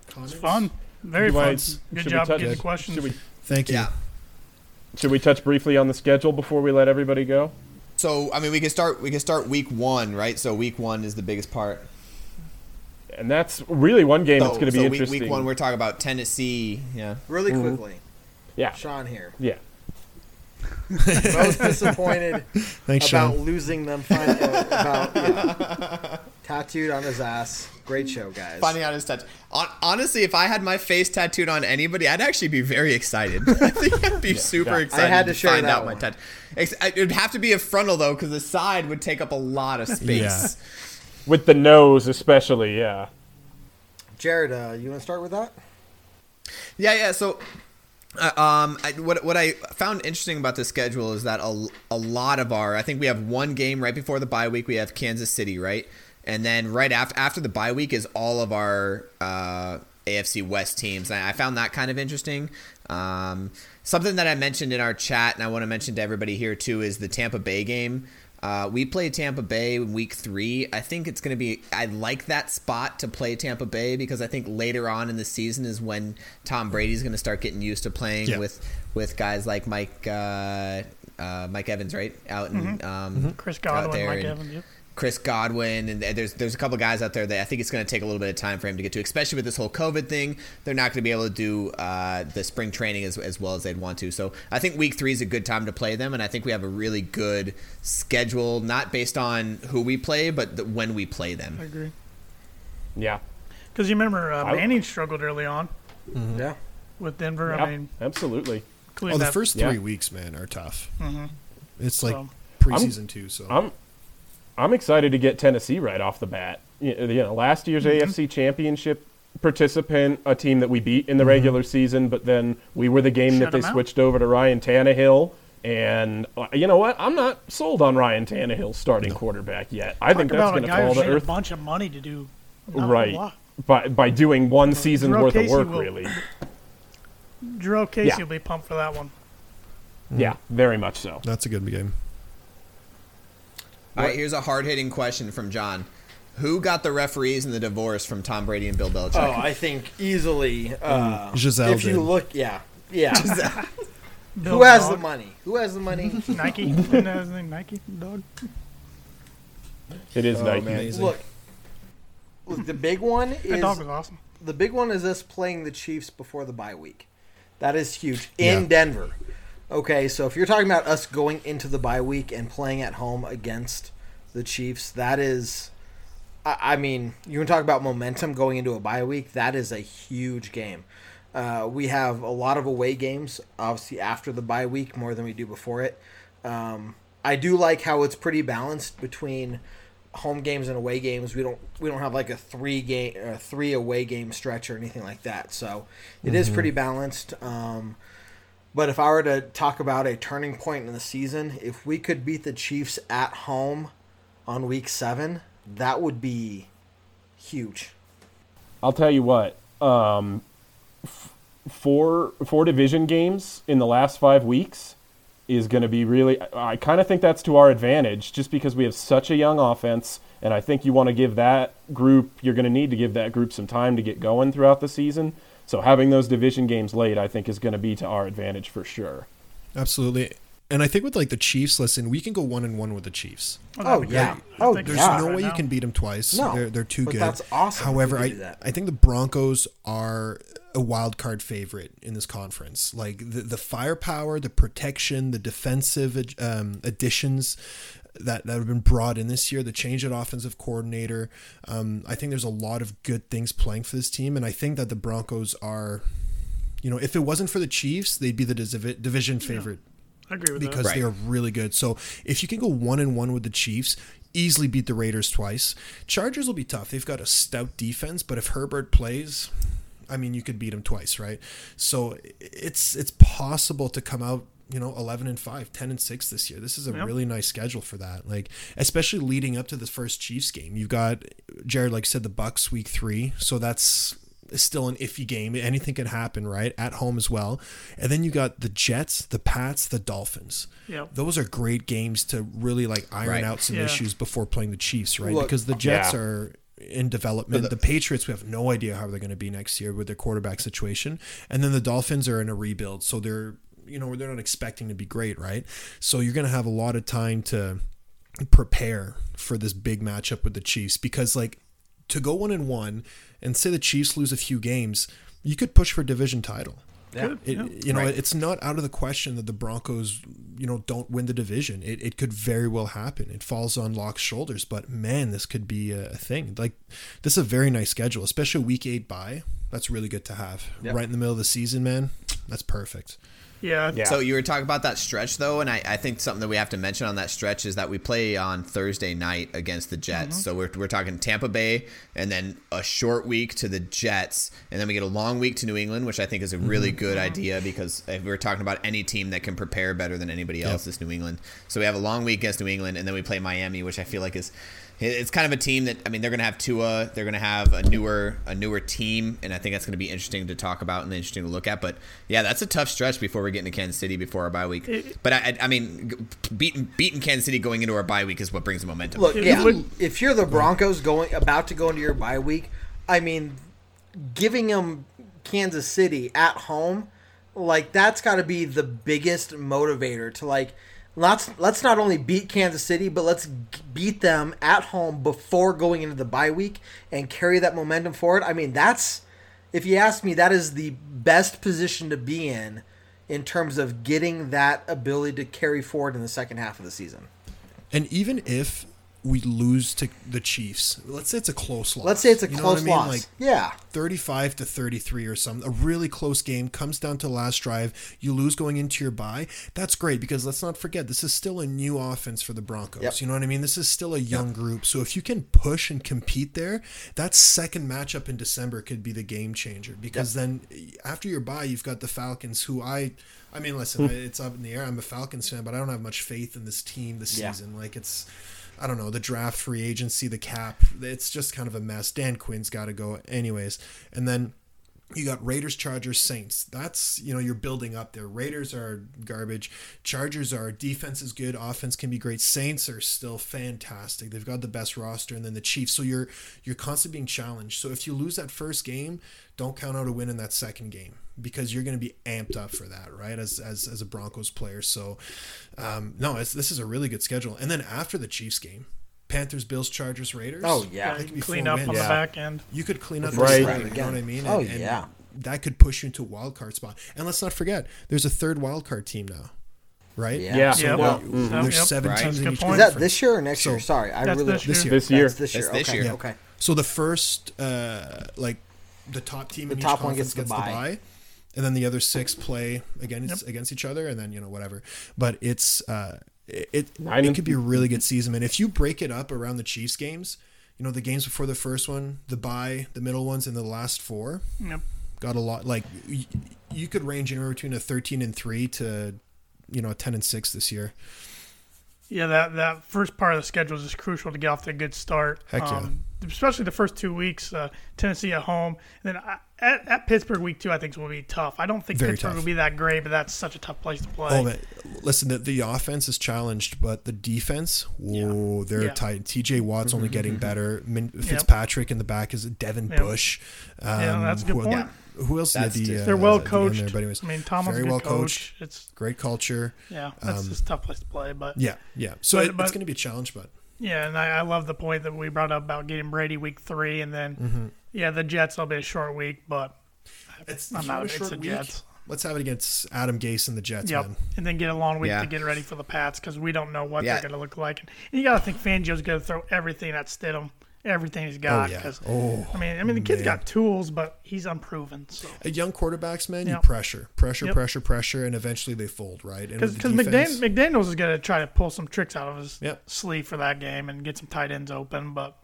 S7: Comments?
S12: It's fun. Very
S10: Do I-
S12: fun.
S10: should
S12: Good
S10: we
S12: job
S10: touch-
S12: getting the questions.
S10: Should we,
S7: Thank you.
S9: Yeah.
S10: should we touch briefly on the schedule before we let everybody go?
S9: So I mean, we can start. We can start week one, right? So week one is the biggest part.
S11: And that's really one game that's going to be
S9: so
S11: interesting.
S9: Week, week one, we're talking about Tennessee. Yeah.
S3: Really
S11: Mhm.
S3: quickly.
S11: Yeah.
S3: Sean here.
S11: Yeah. <laughs>
S3: Most disappointed
S11: Thanks,
S3: about
S11: Sean.
S3: losing them. Finally, about yeah. tattooed on his ass. Great show, guys.
S9: Finding out his tattoo. Hon- Honestly, if I had my face tattooed on anybody, I'd actually be very excited. <laughs> I think I'd be super
S3: yeah. I
S9: excited
S3: had to share
S9: find
S3: that
S9: out my
S3: one.
S9: tattoo. It'd have to be a frontal though, because the side would take up a lot of space.
S11: With the nose, especially,
S7: Oh,
S11: yeah.
S3: Jared, uh, you want to start with that?
S9: Yeah, yeah. So, uh, um, I, what what I found interesting about the schedule is that a, a lot of our I think we have one game right before the bye week. We have Kansas City, right, and then right after after the bye week is all of our uh, AFC West teams. And I found that kind of interesting. Um, something that I mentioned in our chat, and I want to mention to everybody here too, is the Tampa Bay game. Uh, we play Tampa Bay in week three. I think it's going to be. I like that spot to play Tampa Bay because I think later on in the season is when Tom Brady's going to start getting used to playing
S7: Yeah.
S9: with with guys like Mike uh, uh, Mike Evans, right? Out in
S10: Mhm.
S9: um,
S11: Mm-hmm.
S10: Mhm. Chris
S9: out
S10: Godwin,
S9: there
S10: Mike
S9: and
S10: Evans, yep.
S9: Chris Godwin, and there's there's a couple guys out there that I think it's going to take a little bit of time for him to get to, especially with this whole COVID thing. They're not going to be able to do uh, the spring training as, as well as they'd want to. So I think week three is a good time to play them, and I think we have a really good schedule, not based on who we play, but the, when we play them.
S10: I agree.
S11: Yeah.
S10: Because you remember uh,
S11: I-
S10: Manning struggled early on
S11: Yeah.
S10: with Denver.
S11: Yeah,
S10: I mean,
S11: absolutely.
S10: including
S7: oh, the
S10: that-
S7: first three weeks, man, are tough.
S12: Mm-hmm.
S10: Mhm.
S7: It's like
S10: So-
S7: preseason
S11: I'm-
S7: two. So
S11: I'm I'm excited to get Tennessee right off the bat. Y- You know, last year's
S10: Mhm.
S11: AFC Championship participant, a team that we beat in the regular season, but then we were the game
S10: Shut
S11: that they
S10: 'em out.
S11: switched over to Ryan Tannehill. And uh, you know what? I'm not sold on Ryan Tannehill starting quarterback yet. I
S10: Talk
S11: think that's
S10: about
S11: going
S10: a
S11: to
S10: guy
S11: fall
S10: who
S11: to
S10: paid a
S11: earth
S10: bunch of money to do not a
S11: right
S10: lot.
S11: by by doing one season's
S10: Jarrell
S11: worth
S10: Casey
S11: of work,
S10: will-
S11: really.
S10: Drew Casey
S11: Yeah.
S10: will be pumped for that one.
S11: Yeah, very much so.
S7: Hmm. that's a good game.
S9: All right, here's a hard hitting question from John: Who got the referees in the divorce from Tom Brady and Bill Belichick?
S3: Oh, I think easily. Uh,
S11: Mm-hmm.
S9: Mm, Giselle
S3: If you
S9: did.
S3: look, yeah, yeah. <laughs>
S10: Bill
S3: Who has
S10: Dog.
S3: the money? Who has the money? <laughs>
S11: <laughs>
S10: Nike. Didn't that his name? Nike dog.
S11: It is
S7: Oh,
S11: Nike.
S7: man.
S3: Look, look, the big
S10: <laughs>
S3: one
S10: That
S3: is
S10: dog was awesome.
S3: the big one is us playing the Chiefs before the bye week. That is huge in Denver. Okay, so if you're talking about us going into the bye week and playing at home against the Chiefs, that is, I, I mean, you can talk about momentum going into a bye week. That is a huge game. Uh, we have a lot of away games, obviously after the bye week more than we do before it. Um, I do like how it's pretty balanced between home games and away games. We don't we don't have like a three game or three away game stretch or anything like that. So it is
S7: Mhm.
S3: pretty balanced. Um, but if I were to talk about a turning point in the season, if we could beat the Chiefs at home on week seven, that would be huge.
S11: I'll tell you what. Um, f- four four division games in the last five weeks is going to be really. I, I kind of think that's to our advantage, just because we have such a young offense, and I think you want to give that group. You're going to need to give that group some time to get going throughout the season. So having those division games late, I think, is going to be to our advantage for sure.
S7: Absolutely. And I think with like the Chiefs, listen, we can go one and one with the Chiefs.
S3: Oh, yeah. Oh,
S7: Like, there's
S3: yeah.
S7: no
S3: Right
S7: way you
S3: now.
S7: can beat them twice.
S3: No,
S7: they're, they're too
S3: but
S7: good.
S3: that's awesome if we
S7: However,
S3: could
S7: I
S3: do that.
S7: I think the Broncos are a wild card favorite in this conference. Like the the firepower, the protection, the defensive um, additions that that have been brought in this year, the change at offensive coordinator. Um, I think there's a lot of good things playing for this team, and I think that the Broncos are. You know, if it wasn't for the Chiefs, they'd be the divi- division favorite
S10: I agree with that.
S7: because they are really good. So if you can go one and one with the Chiefs, easily beat the Raiders twice. Chargers will be tough. They've got a stout defense, but if Herbert plays, I mean, you could beat them twice, right? So it's it's possible to come out. You know, 11 and 5, 10 and 6 this year. This is a
S10: Yep.
S7: really nice schedule for that. Like, especially leading up to the first Chiefs game. You've got, Jared, like said, the Bucks week three. So that's still an iffy game. Anything can happen, right? At home as well. And then you got the Jets, the Pats, the Dolphins
S10: Yep.
S7: those are great games to really like iron
S9: Right.
S7: out some
S10: Yeah.
S7: issues before playing the Chiefs, right?
S3: Look-
S7: because the Jets
S11: Yeah.
S7: are in development. The, Patriots, we have no idea how they're going to be next year with their quarterback situation, and then the Dolphins are in a rebuild, so they're you know they're not expecting to be great, right? So you're going to have a lot of time to prepare for this big matchup with the Chiefs because like to go one and one and say the Chiefs lose a few games, you could push for division title.
S3: Yeah.
S7: It,
S3: Yeah.
S7: you know,
S3: Right.
S7: it's not out of the question that the Broncos, you know, don't win the division. It, it could very well happen. It falls on Locke's shoulders, but man, this could be a, a thing. Like, this is a very nice schedule, especially a week eight bye. That's really good to have
S9: Yep.
S7: right in the middle of the season, man. That's perfect.
S11: Yeah.
S9: So you were talking about that stretch though, and I, I think something that we have to mention on that stretch is that we play on Thursday night against the Jets.
S11: Mhm.
S9: So we're, we're talking Tampa Bay, and then a short week to the Jets, and then we get a long week to New England, which I think is a really
S11: Mhm.
S9: good idea because if we are talking about any team that can prepare better than anybody
S7: Yep.
S9: else, it's New England. So we have a long week against New England, and then we play Miami, which I feel like is. it- It's kind of a team that I mean they're going to have Tua, they're going to have a newer a newer team, and I think that's going to be interesting to talk about and interesting to look at. But yeah, that's a tough stretch before we get into Kansas City before our bye week.
S11: It-
S9: But I, I- I mean, g- beating beating Kansas City going into our bye week is what brings the momentum.
S3: Look, yeah, if you're the Broncos going about to go into your bye week, I mean, giving them Kansas City at home, like that's got to be the biggest motivator to like let's let's not only beat Kansas City, but let's g- beat them at home before going into the bye week and carry that momentum forward. I mean, that's if you ask me, that is the best position to be in in terms of getting that ability to carry forward in the second half of the season.
S7: And even if we lose to the Chiefs, let's say it's a close loss.
S3: Let's say it's a
S7: You know
S3: close
S7: what
S3: loss. yeah,
S7: thirty-five to thirty-three or something. A really close game comes down to last drive. You lose going into your bye. That's great because let's not forget this is still a new offense for the Broncos.
S3: Yep.
S7: You know what I mean? This is still a young group. So if you can push and compete there, that second matchup in December could be the game changer because then after your bye, you've got the Falcons, who I. I mean, listen,
S14: Hmm.
S7: it's up in the air. I'm a Falcons fan, but I don't have much faith in this team this
S14: Yeah.
S7: season. Like it's, I don't know, the draft, free agency, the cap. It's just kind of a mess. Dan Quinn's got to go, anyways. And then you got Raiders, Chargers, Saints. That's you know you're building up there. Raiders are garbage. Chargers are defense is good, offense can be great. Saints are still fantastic. They've got the best roster, and then the Chiefs. So you're you're constantly being challenged. So if you lose that first game, don't count out a win in that second game because you're going to be amped up for that, right? As as as a Broncos player. So um, no, it's, this is a really good schedule. And then after the Chiefs game. Panthers, Bills, Chargers, Raiders.
S3: Oh, yeah. Yeah,
S7: That could
S3: you
S7: be
S11: clean
S7: four
S11: up on the back end.
S7: You could clean up
S14: Right.
S7: right. You know what I mean?
S3: Oh, yeah.
S7: That could push you into a wild card spot. And let's not forget, there's a third wild card team now, right?
S3: Yeah. Yeah.
S7: So
S3: Yep.
S7: what-
S3: Yep. Yep.
S11: Mm-hmm.
S7: there's
S3: Yep.
S7: seven
S3: Right.
S7: teams in
S3: Good
S7: each
S3: point. Is that this year or next year? Sorry, I That's really- this year. This year. That's this year. That's this Okay, year. okay.
S7: So the first, uh, like, the top team
S3: The
S7: in
S3: top
S7: each
S3: one gets
S7: conference
S3: the
S7: gets the
S3: bye.
S7: bye, and then the other six play against against each other, and then you know whatever. But it's uh, it it,
S14: Nine
S7: it
S14: and-
S7: could be a really good season, man. If you break it up around the Chiefs games, you know the games before the first one, the bye, the middle ones, and the last four.
S11: Yep.
S7: Got a lot. Like you, you could range anywhere between a thirteen and three to, you know, a ten and six this year.
S11: Yeah, that, that first part of the schedule is just crucial to get off to a good start.
S7: Heck yeah.
S11: Especially the first two weeks, uh, Tennessee at home, and then I, at, at Pittsburgh week two, I think will be tough. I don't think
S7: Very
S11: Pittsburgh
S7: tough.
S11: will be that great, but that's such a tough place to play.
S7: Oh man, listen, the, the offense is challenged, but the defense, whoa, they're
S11: Yeah. Mm-hmm.
S7: tight. T.J. Watt's only getting better. Min,
S11: Yep.
S7: Fitzpatrick in the back is Devin
S11: Yep.
S7: Bush. Um,
S11: Yeah, that's a good
S7: who, el-
S11: point.
S7: Who else
S11: That's
S7: did the?
S11: just-
S7: Uh,
S11: They're well
S7: the game
S11: coached.
S7: but anyways,
S11: I mean, Tomlin's a
S7: very
S11: good
S7: well
S11: coach.
S7: coached.
S11: It's-
S7: great culture.
S11: Yeah, that's
S7: Um,
S11: just a tough place to play. But
S7: yeah, yeah. So
S11: but-
S7: it,
S11: but-
S7: it's going to be a challenge, but
S11: Yeah, and I, I love the point that we brought up about getting Brady week three, and then
S7: Mhm.
S11: yeah, the Jets will be a short week, but I'm not. It's the Jets.
S7: Let's have it against Adam Gase and the Jets,
S11: Yep,
S7: man.
S11: and then get a long week
S7: Yeah.
S11: to get ready for the Pats because we don't know what
S7: Yeah.
S11: they're going to look like. And you got to think Fangio's going to throw everything at Stidham, everything he's got.
S7: yeah.
S11: 'cause,
S7: Oh,
S11: I mean, I mean the kid's
S7: man.
S11: got tools, but he's unproven. So
S7: Uh, Young quarterbacks, man, you
S11: Yep.
S7: pressure, pressure,
S11: Yep.
S7: pressure, pressure, and eventually they fold, right? And
S11: because
S7: with the
S11: McDaniel,
S7: defense-
S11: McDaniel's is going to try to pull some tricks out of his
S7: Yep.
S11: sleeve for that game and get some tight ends open, but.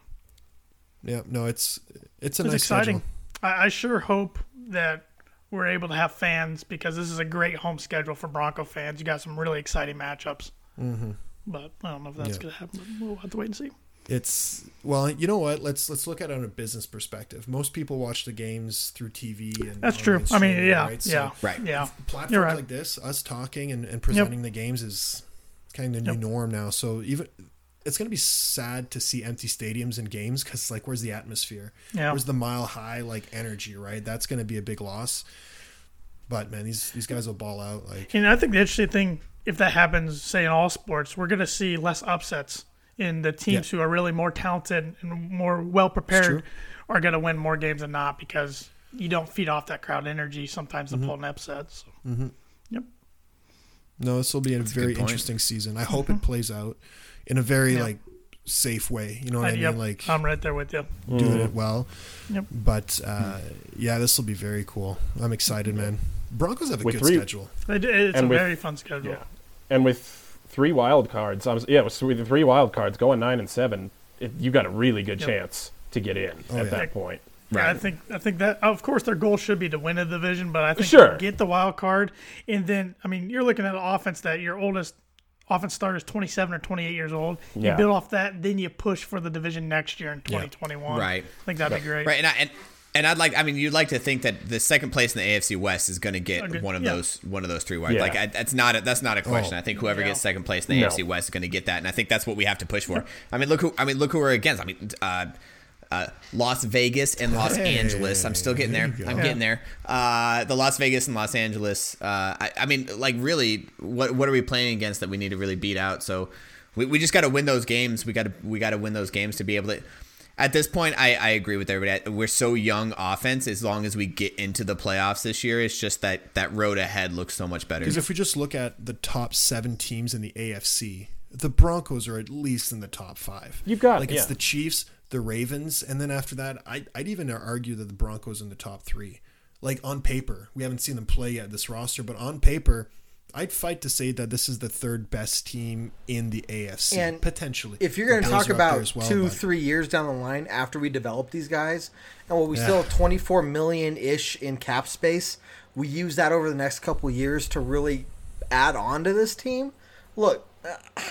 S7: yeah, no, it's it's a
S11: It was
S7: nice
S11: exciting.
S7: schedule.
S11: I, I sure hope that we're able to have fans because this is a great home schedule for Bronco fans. You got some really exciting matchups,
S7: Mm-hmm.
S11: but I don't know if that's
S7: Yeah.
S11: going to happen. We'll have to wait and see.
S7: it's well you know what let's let's look at it on a business perspective most people watch the games through tv and
S11: That's
S7: online
S11: true. I mean,
S7: streaming,
S11: yeah, yeah, Right. yeah.
S7: platforms
S11: You're right.
S7: like this us talking and, and presenting the games is kind of the new norm now so even it's going to be sad to see empty stadiums and games because like where's the atmosphere
S11: Yeah.
S7: where's the mile high like energy right that's going to be a big loss but man these these guys will ball out like
S11: And I think the interesting thing, if that happens, say in all sports, we're going to see less upsets
S12: and the teams who are really more talented and more well
S11: true.
S12: prepared are going to win more games than not because you don't feed off that crowd energy sometimes to
S11: Mhm.
S12: pull an upset. So.
S11: Mm-hmm.
S12: Yep.
S11: No, this will be a
S12: That's a
S11: very
S12: good point.
S11: interesting season. I hope it plays out in a very
S12: Mm-hmm. Yeah.
S11: like safe way. You know what I
S12: Uh,
S11: mean?
S12: yep,
S11: Like
S12: I'm right there with you.
S11: doing
S12: Mm.
S11: it well.
S12: Yep.
S11: But uh,
S12: Mm.
S11: yeah, this will be very cool. I'm excited, man. Broncos have a
S10: With
S11: good
S10: three-
S11: schedule.
S12: They do- It's
S10: And
S12: a
S10: with-
S12: very fun schedule.
S10: yeah. And with three wild cards, I was, yeah, with three, three wild cards going nine and seven, it, you got a really good
S12: Yep.
S10: chance to get in
S12: Oh,
S10: at
S12: yeah.
S10: that point.
S12: Yeah, I think I think that of course their goal should be to win the division, but I think
S10: Sure.
S12: get the wild card, and then I mean you're looking at an offense that your oldest offense starter is 27 or 28 years old.
S9: Yeah.
S12: You build off that, then you push for the division next year in 2021.
S9: Right.
S12: I think that'd be great.
S9: Right, and I, and and I'd like. I mean, you'd like to think that the second place in the AFC West is going to get
S12: Okay,
S9: one of
S12: yeah.
S9: those one of those three wide.
S10: Yeah.
S9: Like I, that's not a, that's not a question.
S10: Oh,
S9: I think whoever
S10: no.
S9: gets second place in the
S10: No.
S9: AFC West is going to get that, and I think that's what we have to
S12: <laughs>
S9: push for. I mean, look who I mean look who we're against. I mean. Uh, uh, Las Vegas and Los
S11: Hey,
S9: Angeles. I'm still getting there.
S11: there you
S9: I'm
S11: go.
S9: getting there. Uh, the Las Vegas and Los Angeles. Uh, I, I mean, like, really, what what are we playing against that we need to really beat out? So, we, we just got to win those games. We got to we got to win those games to be able to. At this point, I, I agree with everybody. We're so young offense. As long as we get into the playoffs this year, it's just that that road ahead looks so much better.
S11: Because if we just look at the top seven teams in the AFC, the Broncos are at least in the top five.
S10: You've got-
S11: like it's
S10: yeah.
S11: the Chiefs, the Ravens, and then after that, I, I'd even argue that the Broncos in the top three. Like on paper, we haven't seen them play yet this roster, but on paper, I'd fight to say that this is the third best team in the AFC
S3: And
S11: potentially.
S3: If you're
S11: The
S3: going to
S11: Bills
S3: talk
S11: are up there
S3: about
S11: as well,
S3: two,
S11: but-
S3: three years down the line after we develop these guys, and while we
S11: Yeah.
S3: still have 24 million ish in cap space, we use that over the next couple years to really add on to this team. Look, <sighs> uh,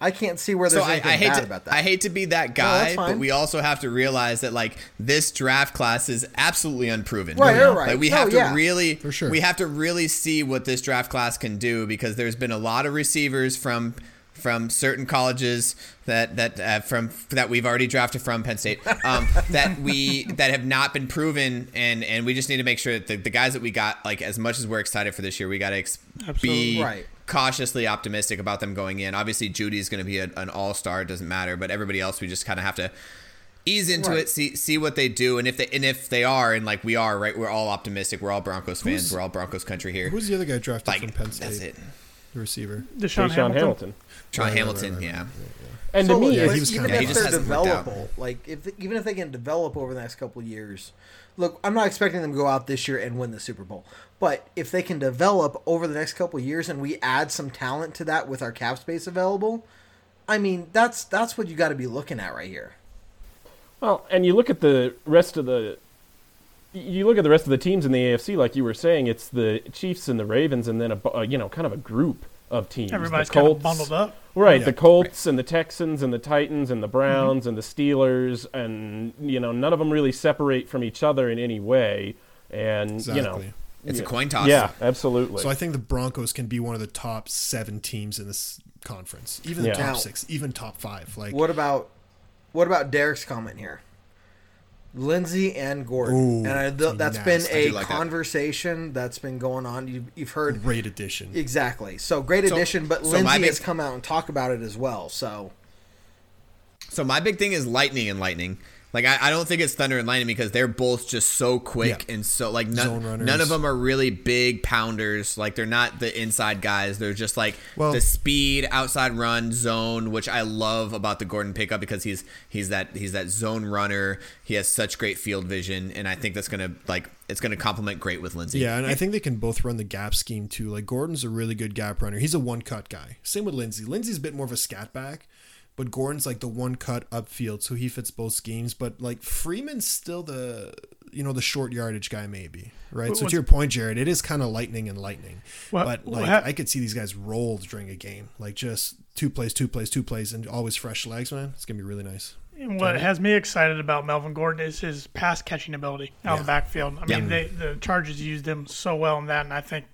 S3: I can't see where
S9: so
S3: there's
S9: I,
S3: anything
S9: I hate
S3: bad
S9: to,
S3: about that.
S9: I hate to be that
S3: that's
S9: guy, but
S3: fine.
S9: we also have to realize that like this draft class is absolutely unproven.
S3: Right, right, right.
S9: Like we
S3: No,
S9: have to
S3: yeah.
S9: really,
S11: For sure.
S9: we have to really see what this draft class can do because there's been a lot of receivers from from certain colleges that that uh, from that we've already drafted from Penn State
S3: <laughs>
S9: um, that we that have not been proven and and we just need to make sure that the, the guys that we got like as much as we're excited for this year we got to ex- be
S3: Absolutely. Right.
S9: cautiously optimistic about them going in. Obviously, Judy's going to be a, an all star. It doesn't matter, but everybody else, we just kind of have to ease into
S3: Right.
S9: it, see see what they do, and if they and if they are, and like we are, right? We're all optimistic. We're all Broncos fans.
S11: Who's-
S9: we're all Broncos country here.
S11: Who's the other guy drafted
S9: Like,
S11: from Penn State?
S9: that's it.
S11: The receiver.
S12: Deshaun
S10: Deshaun
S12: Hamilton.
S10: Hamilton.
S9: Sean
S11: Right, right,
S9: Hamilton,
S11: right, right,
S9: yeah.
S11: right,
S10: And to
S3: So,
S10: me,
S3: look,
S10: it's-
S3: like, even
S9: kinda-
S3: if
S9: He just
S3: they're
S9: hasn't worked out.
S3: developable, like if even if they can develop over the next couple of years, look, I'm not expecting them to go out this year and win the Super Bowl, but if they can develop over the next couple of years and we add some talent to that with our cap space available, I mean that's that's what you got to be looking at right here.
S10: Well, and you look at the rest of the you look at the rest of the teams in the AFC, like you were saying, it's the Chiefs and the Ravens, and then a bu- uh, you know kind of a group of teams. The
S12: Everybody's kind
S10: Colts,
S12: of bundled up.
S10: right?
S12: Yeah.
S10: The Colts and the Texans and the Titans and the Browns and the Steelers, and you know none of them really separate from each other in any way. And you know,
S11: Exactly.
S9: It's a
S10: yeah.
S9: coin toss.
S10: Yeah, absolutely.
S11: So I think the Broncos can be one of the top seven teams in this conference, even
S10: Yeah.
S11: the top
S3: Now-
S11: six, even top five. Like,
S3: What about what about Derek's comment here? Lindsey and Gordon,
S11: Ooh,
S3: and I, th- that's been
S11: nasty. I
S3: a
S11: do like that.
S3: conversation that's been going on. You've, you've heard
S11: great addition.
S3: exactly so great
S9: So-
S3: addition, but
S9: so my
S3: Lindsey
S9: big-
S3: has come out and talked about it as well. So
S9: So my big thing is lightning and lightning. Like I, I don't think it's thunder and lightning because they're both just so quick and so like none
S11: Zone runners.
S9: none of them are really big pounders. Like they're not the inside guys. They're just like
S11: Well-
S9: the speed outside run zone, which I love about the Gordon pickup because he's he's that he's that zone runner. He has such great field vision, and I think that's gonna like it's gonna complement great with Lindsey.
S11: Yeah, and I think they can both run the gap scheme too. Like Gordon's a really good gap runner. He's a one cut guy. Same with Lindsey. Lindsey's a bit more of a scat back, but Gordon's like the one cut upfield, so he fits both schemes. But like Freeman's still the you know the short yardage guy maybe right.
S12: But
S11: so
S12: what's-
S11: to your point, Jared, it is kind of lightning and lightning.
S12: Well,
S11: but
S12: well,
S11: like
S12: ha-
S11: I could see these guys rolled during a game, like just two plays, two plays, two plays, and always fresh legs, man. It's gonna be really nice.
S12: And what has me excited about Melvin Gordon is his pass catching ability out of the backfield. I
S9: Yeah.
S12: mean, they, the Chargers used him so well in that, and I think,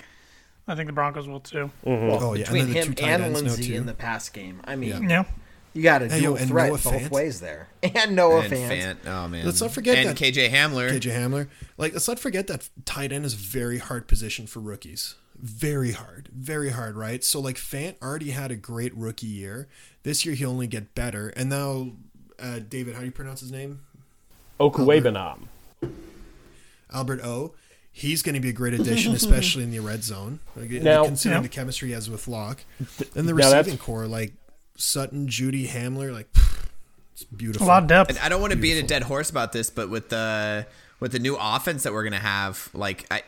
S12: I think the Broncos will too.
S10: Mm.
S11: Oh yeah,
S3: between
S11: and then the two
S3: him
S11: tight
S3: and
S11: ends, no
S3: Lindsey
S11: two.
S3: in the pass game, I mean,
S12: Yeah.
S3: you got a
S11: Hey, yo,
S3: dual
S11: and
S3: threat
S11: Noah
S3: both
S11: Fant.
S3: ways there, <laughs> and Noah
S9: And
S3: Fant.
S9: Fant, oh man,
S11: Let's not forget
S9: and
S11: that-
S9: KJ Hamler.
S11: KJ Hamler. Like, let's not forget that tight end is a very hard position for rookies. Very hard. Very hard, right? So, like, Fant already had a great rookie year. This year he'll only get better. And now, uh, David, how do you pronounce his name?
S10: Okuwebanam.
S11: Albert O. He's going to be a great
S10: <laughs>
S11: addition, especially in the red zone. Like,
S10: Now-
S11: considering
S10: Yeah.
S11: the chemistry he has with Locke and the
S10: Now that's-
S11: receiving core, like Sutton, Judy, Hamler, like pfft, it's beautiful.
S9: And I don't want to beat a dead horse about this, but with the with the new offense that we're gonna have, like I,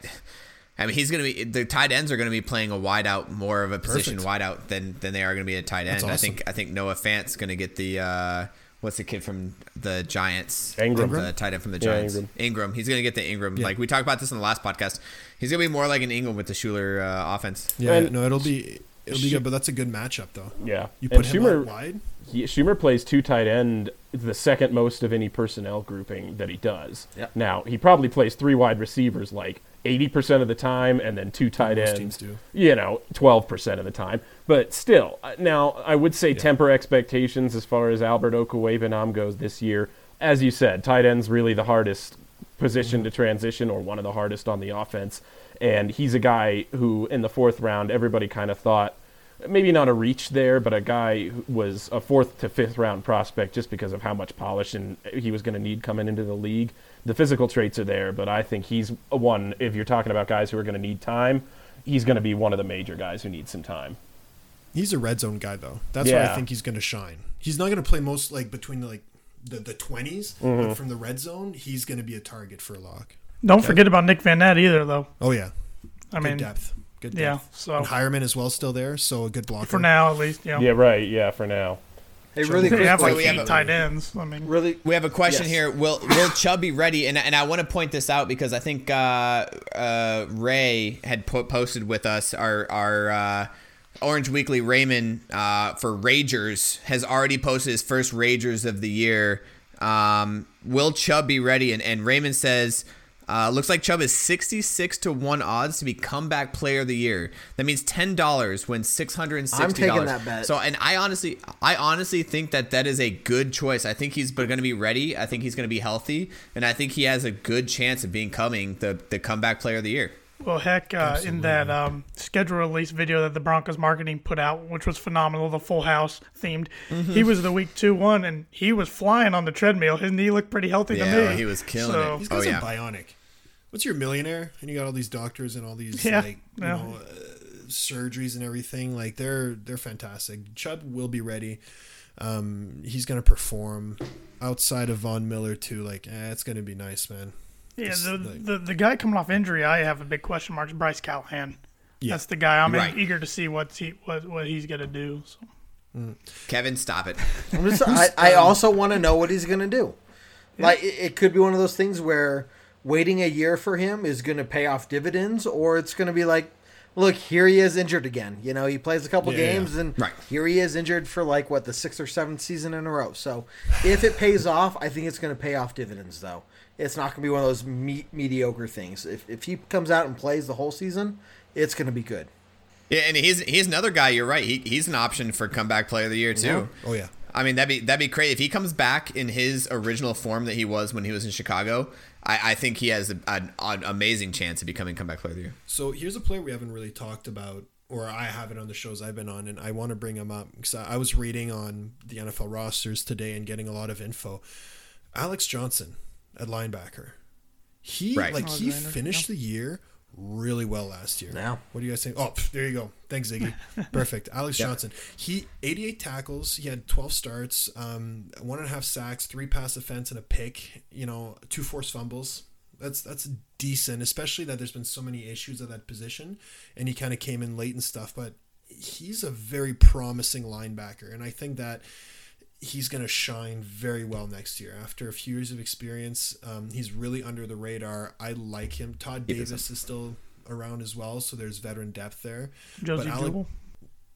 S9: I mean, he's gonna be the tight ends are gonna be playing a wide out more of a position
S11: Perfect.
S9: wide out than than they are gonna be a tight end.
S11: That's
S9: I
S11: awesome.
S9: think I think Noah Fant's gonna get the uh, what's the kid from the Giants?
S10: Ingram.
S9: the tight end from the
S10: Yeah,
S9: Giants.
S10: Ingram.
S9: Ingram. He's gonna get the Ingram.
S11: Yeah.
S9: Like we talked about this in the last podcast. He's gonna be more like an Ingram with the Schuler uh, offense.
S11: Yeah, yeah, no, it'll be it'll be
S9: Sh-
S11: good, but that's a good matchup though.
S10: Yeah.
S11: you
S10: And
S11: put him out wide.
S10: Yeah, Schumer plays two tight end, the second most of any personnel grouping that he does.
S11: Yeah.
S10: Now, he probably plays three wide receivers like 80% of the time and then two tight
S11: Most
S10: ends,
S11: teams do.
S10: you know, 12% of the time. But still, uh, now I would say temper expectations as far as Albert Okuwebanam goes this year. As you said, tight end's really the hardest position to transition or one of the hardest on the offense. And he's a guy who, in the fourth round, everybody kind of thought maybe not a reach there, but a guy who was a fourth to fifth round prospect just because of how much polish and he was going to need coming into the league. The physical traits are there, but I think he's a one. If you're talking about guys who are going to need time, he's going to be one of the major guys who needs some time.
S11: He's a red zone guy though. That's where
S10: Yeah.
S11: I think he's going to shine. He's not going to play most like between like the the 20s
S10: Mhm.
S11: but from the red zone, he's going to be a target for Locke.
S12: Don't
S11: Okay.
S12: forget about Nick Van Nett either, though.
S11: Oh yeah,
S12: I
S11: good
S12: mean,
S11: depth. Good
S12: yeah,
S11: depth.
S12: so-
S11: and Hireman as well still there, so a good blocker
S12: For now, at least, yeah.
S10: Yeah, right. Yeah, for now.
S3: Hey,
S12: really They have,
S9: quickly- like, eight tight
S12: ends. I mean,
S3: really,
S9: we have a question
S3: Yes.
S9: here. Will Will Chubb be ready? And and I want to point this out because I think uh, uh, Ray had po- posted with us our our uh, Orange Weekly Raymond uh, for Ragers has already posted his first Ragers of the year. Um, will Chubb be ready? And and Raymond says. Uh, looks like Chubb is 66 to 1 odds to be comeback player of the year. That means $10 wins $660.
S3: I'm taking that bet.
S9: So and I honestly, I honestly think that that is a good choice. I think he's going to be ready. I think he's going to be healthy, and I think he has a good chance of being coming the the comeback player of the year.
S12: Well, heck, uh, in that um, schedule release video that the Broncos marketing put out, which was phenomenal, the Full House themed,
S11: Mm-hmm.
S12: he was the week two one, and he was flying on the treadmill. His knee looked pretty healthy to me. So-
S10: Oh,
S11: These guys are bionic. What's your millionaire? And you got all these doctors and all these
S12: Yeah,
S11: like you
S12: yeah.
S11: know uh, surgeries and everything. Like they're they're fantastic. Chubb will be ready. Um, he's gonna perform outside of Von Miller too. Like eh, it's gonna be nice, man.
S12: Yeah,
S11: Just,
S12: the,
S11: like-
S12: the the guy coming off injury, I have a big question mark. Is Bryce Callahan.
S11: Yeah.
S12: That's the guy I'm
S9: Right.
S12: eager to see what's he what what he's gonna do. So.
S9: Kevin, stop it.
S3: I'm just, I, I also want to know what he's going to do. Like, it, it could be one of those things where waiting a year for him is going to pay off dividends, or it's going to be like, look, here he is injured again. You know, he plays a couple
S11: Yeah, yeah,
S3: games,
S11: yeah.
S3: and
S9: Right.
S3: here he is injured for like, what, the sixth or seventh season in a row. So if it pays off, I think it's going to pay off dividends, though. It's not going to be one of those me- mediocre things. If, if he comes out and plays the whole season, it's going to be good.
S9: Yeah, and he's he's another guy. You're right. He, he's an option for comeback player of the year too.
S11: Yeah. Oh yeah.
S9: I mean that'd be that'd be crazy if he comes back in his original form that he was when he was in Chicago. I, I think he has a, an, an amazing chance of becoming comeback player of the year.
S11: So here's a player we haven't really talked about, or I haven't on the shows I've been on, and I want to bring him up because I I was reading on the NFL rosters today and getting a lot of info. Alex Johnson at linebacker. He
S9: Right.
S11: like
S9: Oh,
S11: he
S9: Xander,
S11: finished the year really well last year.
S3: Now.
S11: What do you guys think? Oh, pff, there you go. Thanks, Ziggy. Perfect. Alex Johnson. He 88 tackles. He had 12 starts, um, one and a half sacks, three pass defense, and a pick. You know, two forced fumbles. That's that's decent, especially that there's been so many issues at that position, and he kind of came in late and stuff. But he's a very promising linebacker, and I think that he's going to shine very well next year. After a few years of experience, um, he's really under the radar. I like him. Todd
S9: He doesn't.
S11: Davis is still around as well, so there's veteran depth there.
S12: Josie
S11: But Alec-
S12: Jewell?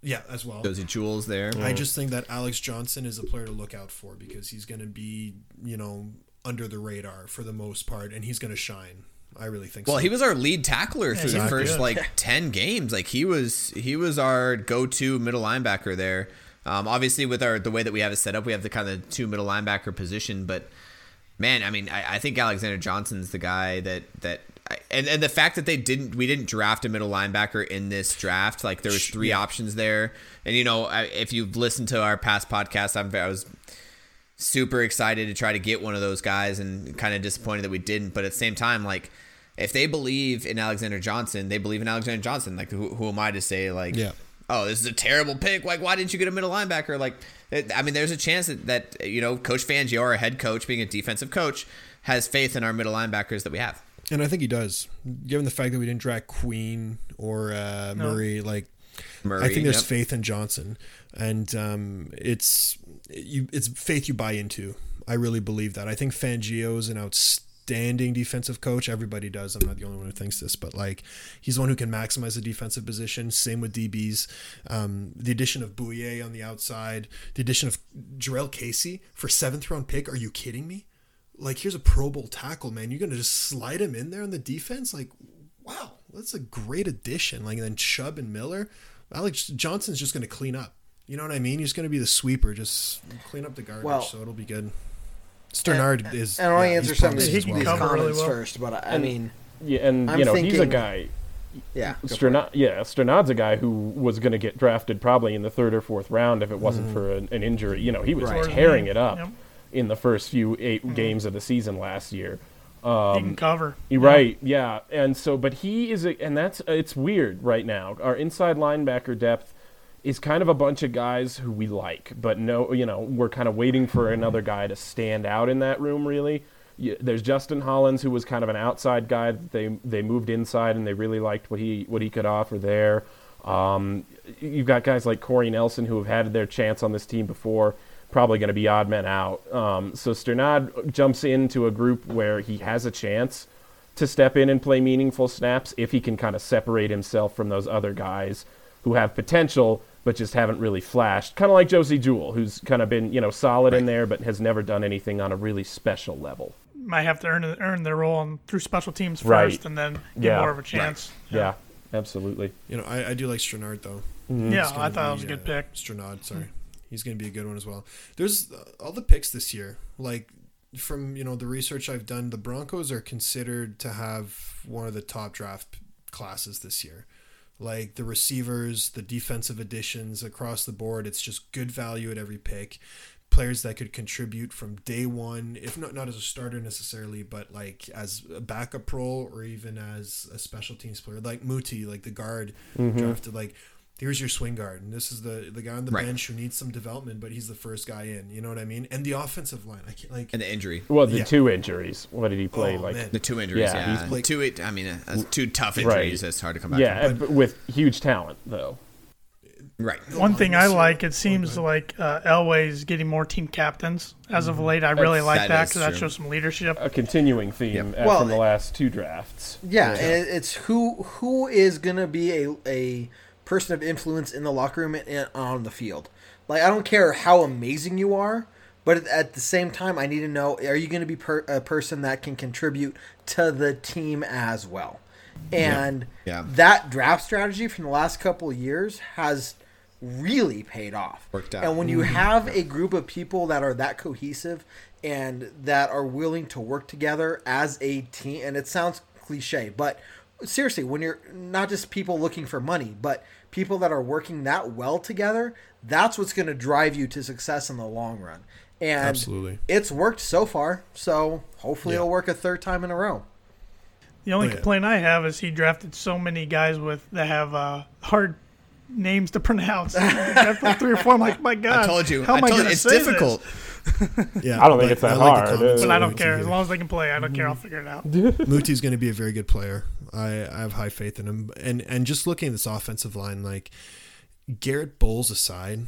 S11: yeah, as well.
S9: Josie Jewell's there.
S11: I just think that Alex Johnson is a player to look out for because he's going to be, you know, under the radar for the most part, and he's going to shine. I really think.
S9: Well,
S11: so.
S9: he was our lead tackler through the
S11: Exactly.
S9: first
S11: Yeah.
S9: like
S11: <laughs>
S9: ten games. Like he was, he was our go-to middle linebacker there. Um, obviously, with our the way that we have it set up, we have the kind of two middle linebacker position. But man, I mean, I, I think Alexander Johnson's the guy that that and and the fact that they didn't we didn't draft a middle linebacker in this draft like there was three options there and you know I, if you've listened to our past podcast I'm I was super excited to try to get one of those guys and kind of disappointed that we didn't but at the same time like if they believe in Alexander Johnson they believe in Alexander Johnson like who, who am I to say like
S11: Yeah.
S9: oh this is a terrible pick like why didn't you get a middle linebacker like it- I mean there's a chance that, that you know coach Fangio our head coach being a defensive coach has faith in our middle linebackers that we have
S11: And I think he does, given the fact that we didn't draft Queen or uh,
S9: No.
S11: Murray. Like, I
S9: Murray,
S11: think there's
S9: yep.
S11: faith in Johnson, and um, it's you, it's faith you buy into. I really believe that. I think Fangio is an outstanding defensive coach. Everybody does. I'm not the only one who thinks this, but like, he's the one who can maximize the defensive position. Same with DBs. Um, the addition of Bouye on the outside, the addition of Jarrell Casey for seventh round pick. Are you kidding me? like here's a Pro Bowl tackle, man. You're gonna just slide him in there on the defense, like wow, that's a great addition. Like and then Chubb and Miller, Alex Johnson's just gonna clean up. You know what I mean? He's gonna be the sweeper, just clean up the garbage.
S3: Well-
S11: so it'll be good. Sternard
S3: And-
S11: is.
S3: And I want
S11: yeah,
S3: to answer
S11: he's
S3: some of
S11: promising
S3: these,
S11: as well.
S3: these comments first, but I, I
S10: And-
S3: mean,
S10: yeah, and
S3: I'm
S10: you know he's a
S3: thinking-
S10: guy.
S3: Yeah, go for it.
S10: Strna- yeah, Sternad's a guy who was going to get drafted probably in the third or fourth round if it wasn't
S11: Mhm.
S10: for an, an injury. You know, he was
S12: Right.
S10: tearing it up
S12: Yep.
S10: in the first few 8 games of the season last year. Um,
S12: He can cover.
S10: you're Right, yeah. And so, but he is, a, and that's, it's weird right now. Our inside linebacker depth is kind of a bunch of guys who we like, but no, you know, we're kind of waiting for another guy to stand out in that room, really. Y- There's Justin Hollins, who was kind of an outside guy. that They they moved inside, and they really liked what he what he could offer there. Um, you've got guys like Corey Nelson, who have had their chance on this team before probably going to be odd men out. Um, so Sternad jumps into a group where he has a chance to step in and play meaningful snaps if he can kind of separate himself from those other guys who have potential but just haven't really flashed. Kind of like Josie Jewell, who's kind of been you know solid in there but has never done anything on a really special level.
S12: Might have to earn earn their role on, through special teams first,
S10: Right.
S12: and then get
S10: Yeah.
S12: more of a chance.
S10: Yeah, absolutely.
S11: You know, I, I do like Sternard though.
S10: Mhm.
S12: Yeah,
S11: He's gonna
S12: I thought it was a
S11: be,
S12: good
S11: uh,
S12: pick. Mm-hmm.
S11: Sternard, sorry, he's going to be a good one as well. There's uh, all the picks this year. Like from you know the research I've done, the Broncos are considered to have one of the top draft classes this year. Like the receivers, the defensive additions across the board, it's just good value at every pick. Players that could contribute from day one, if not not as a starter necessarily, but like as a backup role or even as a special teams player, like Muti, like the guard
S12: Mm-hmm.
S10: Mhm.
S11: drafted. Like here's your swing guard, and this is the the guy on the
S9: Right.
S11: bench who needs some development, but he's the first guy in. You know what I mean? And the offensive line, I can't like
S9: and the injury.
S10: Well, the
S11: Yeah.
S10: two injuries. What did he play
S11: Oh,
S10: like?
S11: man.
S9: The two injuries, yeah.
S10: he's played-
S9: two, it, I mean, uh, that's two tough
S10: Right.
S9: injuries. That's hard to come back
S10: yeah,
S9: from.
S10: and- but with huge talent though.
S9: right.
S12: One thing I like, it seems like uh, Elway's getting more team captains as of late. I really
S10: That's-
S12: like
S10: that
S12: that
S10: is
S12: because that
S10: true.
S12: shows some leadership.
S10: Mm-hmm. A continuing theme uh,
S12: Well,
S10: from the last two drafts.
S3: yeah, and it- it's who who is gonna be a a person of influence in the locker room and, and on the field. Like I don't care how amazing you are, but at- at the same time, I need to know: are you gonna be per, a person that can contribute to the team as well? And
S9: Yeah.
S3: that draft strategy from the last couple of years has really paid off.
S9: Worked out.
S3: And when you
S9: Mhm.
S3: have a group of people that are that cohesive and that are willing to work together as a team, and it sounds cliche, but seriously, when you're not just people looking for money, but people that are working that well together, that's what's going to drive you to success in the long run. And
S11: Absolutely.
S3: it's worked so far, so hopefully it'll work a third time in a row.
S12: The only
S3: Oh, yeah.
S12: complaint I have is he drafted so many guys with that have uh, hard names to <laughs> pronounce. He drafted like three or four. I'm like, my God,
S9: told you.
S12: How
S9: <laughs> I
S12: am I
S9: told you,
S12: gonna
S9: it's
S12: say this?
S9: difficult.
S11: Yeah,
S10: I don't think it's that hard.
S12: But I
S10: Oh,
S12: don't care. As long as they can play, I don't care. I'll
S10: Mm-hmm.
S12: figure
S10: <laughs>
S12: it out.
S11: Muti's going to be a very good player. I, I have high faith in him. And and just looking at this offensive line, like Garrett Bowles aside,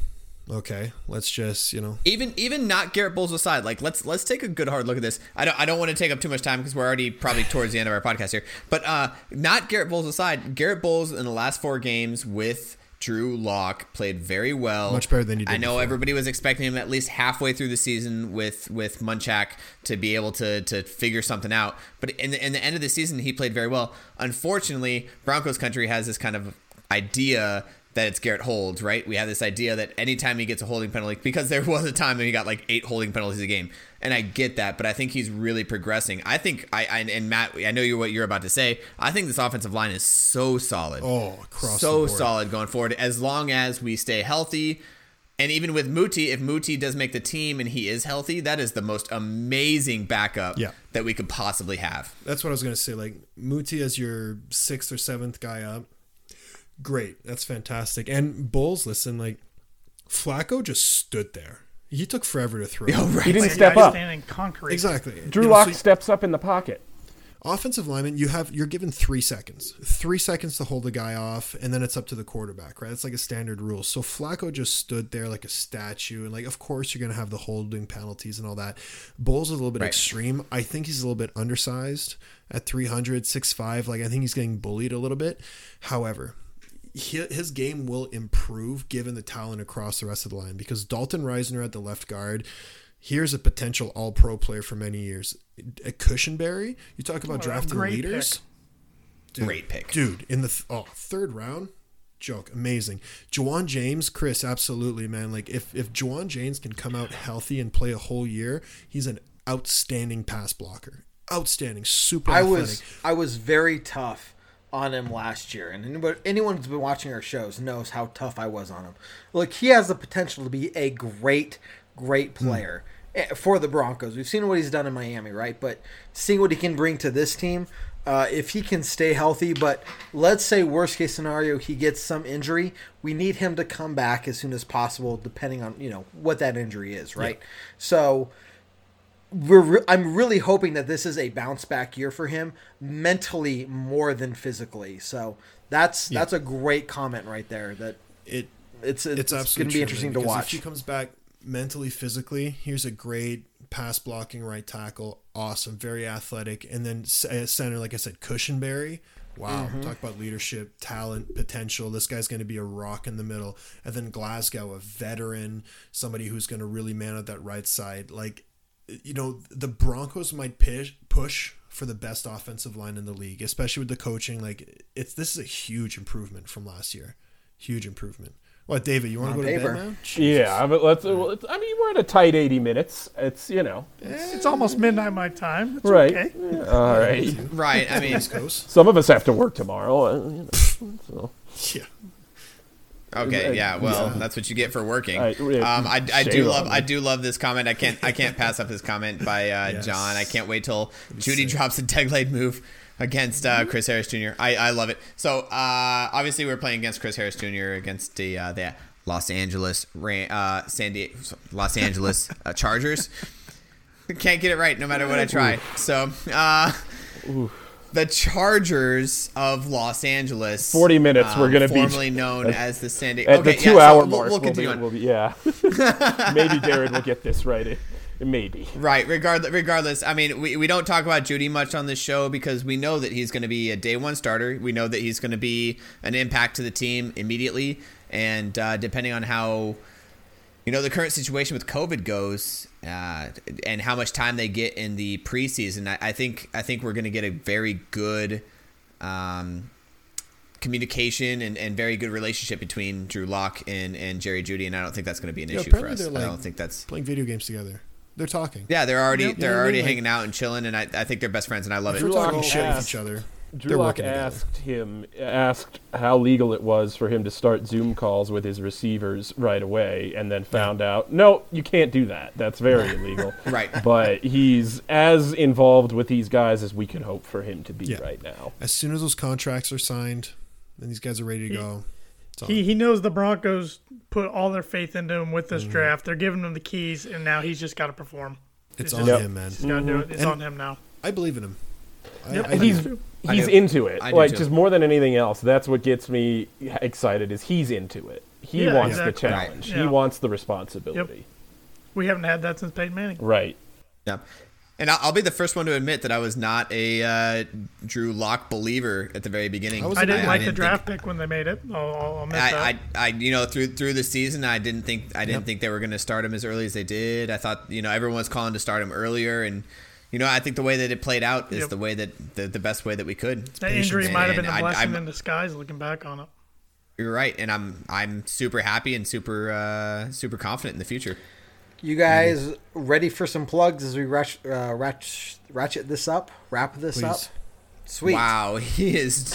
S11: okay, let's just you know
S9: Even even not Garrett Bowles aside, like let's let's take a good hard look at this. I don't I don't want to take up too much time because we're already probably towards the end of our podcast here. But uh, not Garrett Bowles aside, Garrett Bowles in the last four games with Drew Locke played very well,
S11: Much better than he did
S9: I know
S11: before.
S9: everybody was expecting him at least halfway through the season with with Munchak to be able to to figure something out. But in the, in the end of the season, he played very well. Unfortunately, Broncos country has this kind of idea that it's Garrett Holds, right? We have this idea that anytime he gets a holding penalty, because there was a time when he got like eight holding penalties a game, and I get that, but I think he's really progressing. I think I, I and Matt, I know you what you're about to say. I think this offensive line is so solid,
S11: oh, across
S9: so
S11: the board.
S9: solid going forward. As long as we stay healthy, and even with Muti, if Muti does make the team and he is healthy, that is the most amazing backup
S11: Yeah.
S9: that we could possibly have.
S11: That's what I was gonna say. Like Muti as your sixth or seventh guy up. Great, that's fantastic. And Bulls, listen, like Flacco just stood there. He took forever to throw.
S9: <laughs>
S10: He didn't step up.
S12: concrete.
S11: Exactly.
S10: Drew
S11: You know,
S10: Lock
S11: so-
S10: steps up in the pocket.
S11: offensive lineman you have you're given three seconds three seconds to hold the guy off and then it's up to the quarterback right it's like a standard rule so flacco just stood there like a statue and like of course you're gonna have the holding penalties and all that bowles is a little bit
S9: Right.
S11: extreme i think he's a little bit undersized at 300 6'5 like i think he's getting bullied a little bit however hi- his game will improve given the talent across the rest of the line because Dalton Reisner at the left guard. Here's a potential all pro player for many years. A Cushionberry, you talk about
S12: What a
S11: drafting
S12: great
S11: leaders. Dude,
S9: Great pick.
S11: Dude, in the th- oh, third round, joke, amazing. Jawan James, Chris, absolutely, man. Like if if Jawan James can come out healthy and play a whole year, he's an outstanding pass blocker. Outstanding, super
S3: I
S11: athletic.
S3: was I was very tough on him last year, and anybody, anyone who's been watching our shows knows how tough I was on him. Look, he has the potential to be a great, great player eh, for the Broncos. We've seen what he's done in Miami, right? But seeing what he can bring to this team, uh, if he can stay healthy, but let's say worst case scenario he gets some injury, we need him to come back as soon as possible, depending on you know what that injury is, right? So we're re- I'm really hoping that this is a bounce back year for him mentally more than physically. So that's
S11: Yeah.
S3: that's a great comment right there. That
S11: it
S3: it's it's, going
S11: absolutely
S3: to be
S11: true,
S3: interesting
S11: man,
S3: to
S11: because If
S3: watch.
S11: he comes back mentally, physically, here's a great pass blocking right tackle. Awesome, very athletic, and then s- uh, center, like I said, Cushionberry. Wow,
S3: Mhm.
S11: talk about leadership, talent, potential. This guy's going to be a rock in the middle, and then Glasgow, a veteran, somebody who's going to really man out that right side. Like, you know, the Broncos might push push for the best offensive line in the league, especially with the coaching. Like, it's this is a huge improvement from last year. Huge improvement. What, David? You want
S3: On
S11: to go
S3: paper.
S11: to bed now?
S10: Yeah, but let's. well, it's- I mean, we're at a tight 80 minutes. It's you know,
S12: It's almost midnight my time. It's
S10: right?
S12: Okay.
S10: Yeah, all right.
S11: <laughs>
S9: Right. I mean,
S11: East Coast.
S10: Some of us have to work tomorrow. uh, you know, so.
S11: Yeah.
S9: Okay, yeah. Well, that's what you get for working.
S10: I- yeah,
S9: um, I, I
S10: shame
S9: do
S10: on
S9: love
S10: me.
S9: I do love this comment. I can't I can't pass up this comment by uh,
S11: Yes.
S9: John. I can't wait till Judy drops a tag leg move against uh, Chris Harris Jr. I, I love it. So uh, obviously we're playing against Chris Harris Jr. against the uh, the Los Angeles Ram- uh, San Diego Los Angeles uh, Chargers. <laughs> Can't get it right no matter what I try. So uh, the Chargers of Los Angeles. um,
S10: 40 minutes, we're gonna be-
S9: formerly known
S10: at-
S9: as the San Diego.
S10: At
S9: okay,
S10: the
S9: yeah,
S10: two
S9: so
S10: hour
S9: we'll-
S10: mark,
S9: we'll, continue
S10: be,
S9: on.
S10: we'll be-
S7: <laughs>
S10: yeah. Maybe Jared will get this right. eh, Maybe.
S9: Right. Regardless, regardless. I mean, we, we don't talk about Judy much on this show because we know that he's going to be a day one starter. We know that he's going to be an impact to the team immediately, and uh, depending on how you know the current situation with COVID goes uh, and how much time they get in the preseason, I, I think I think we're going to get a very good. Um, communication and, and very good relationship between Drew Locke and, and Jerry Judy and I don't think that's going to be an
S11: Yeah,
S9: issue for
S11: apparently
S9: us.
S11: they're, like,
S9: I don't think that's
S11: Playing video games together. They're talking.
S9: yeah, they're already
S11: Yep. You know
S9: they're
S11: what I
S9: already
S11: mean?
S9: hanging out and chilling, and I, I think they're best friends, and I love
S11: Like,
S9: it.
S11: if we're
S10: Drew
S11: talking
S10: Lock
S11: shit with
S10: asked-
S11: each other.
S10: Drew
S11: they're
S10: Lock
S11: working together.
S10: asked him asked how legal it was for him to start Zoom calls with his receivers right away, and then found out no, you can't do that. That's
S11: <laughs>
S10: very illegal.
S12: <laughs>
S9: Right.
S10: But he's as involved with these guys as we can hope for him to be
S11: Yeah.
S10: right now.
S11: As soon as those contracts are signed, then these guys are ready to go. It's on.
S12: He he knows the Broncos put all their faith into him with this draft. They're giving him the keys, and now he's just got to perform.
S11: it's
S12: just-
S11: on
S10: Yep.
S11: him, man.
S12: He's got to do it. It's
S11: And-
S12: on him now.
S11: I believe in him. I,
S12: Yep.
S11: I do.
S10: he's
S9: I
S10: he's
S9: do.
S10: into it.
S9: I do
S10: Like
S9: too.
S10: just more than anything else, that's what gets me excited. Is he's into it. He
S12: Yeah,
S10: wants the
S12: exactly.
S9: Right.
S10: challenge. He
S12: Yeah.
S10: wants the responsibility.
S12: We haven't had that since Peyton Manning.
S10: Right.
S9: Yeah. And I'll, I'll be the first one to admit that I was not a uh, Drew Lock believer at the very beginning.
S11: I was-
S12: I didn't like the
S9: didn't
S12: draft pick when they made it. I'll, I'll admit
S9: think-
S12: that.
S9: I, I, I, you know, through through the season, I didn't think I didn't think they were going to start him as early as they did. I thought, you know, everyone was calling to start him earlier, and you know, I think the way that it played out is
S12: Yep.
S9: the way that the, the best way that we could.
S12: that injury
S9: And-
S12: might have been a
S9: and I-
S12: blessing
S9: I'm-
S12: in disguise. Looking back on it,
S9: You're right, and I'm I'm super happy and super uh, super confident in the future.
S3: You guys ready for some plugs as we ratch, uh, ratch, ratchet this up, wrap this
S9: Please.
S3: up? Sweet.
S9: Wow, he is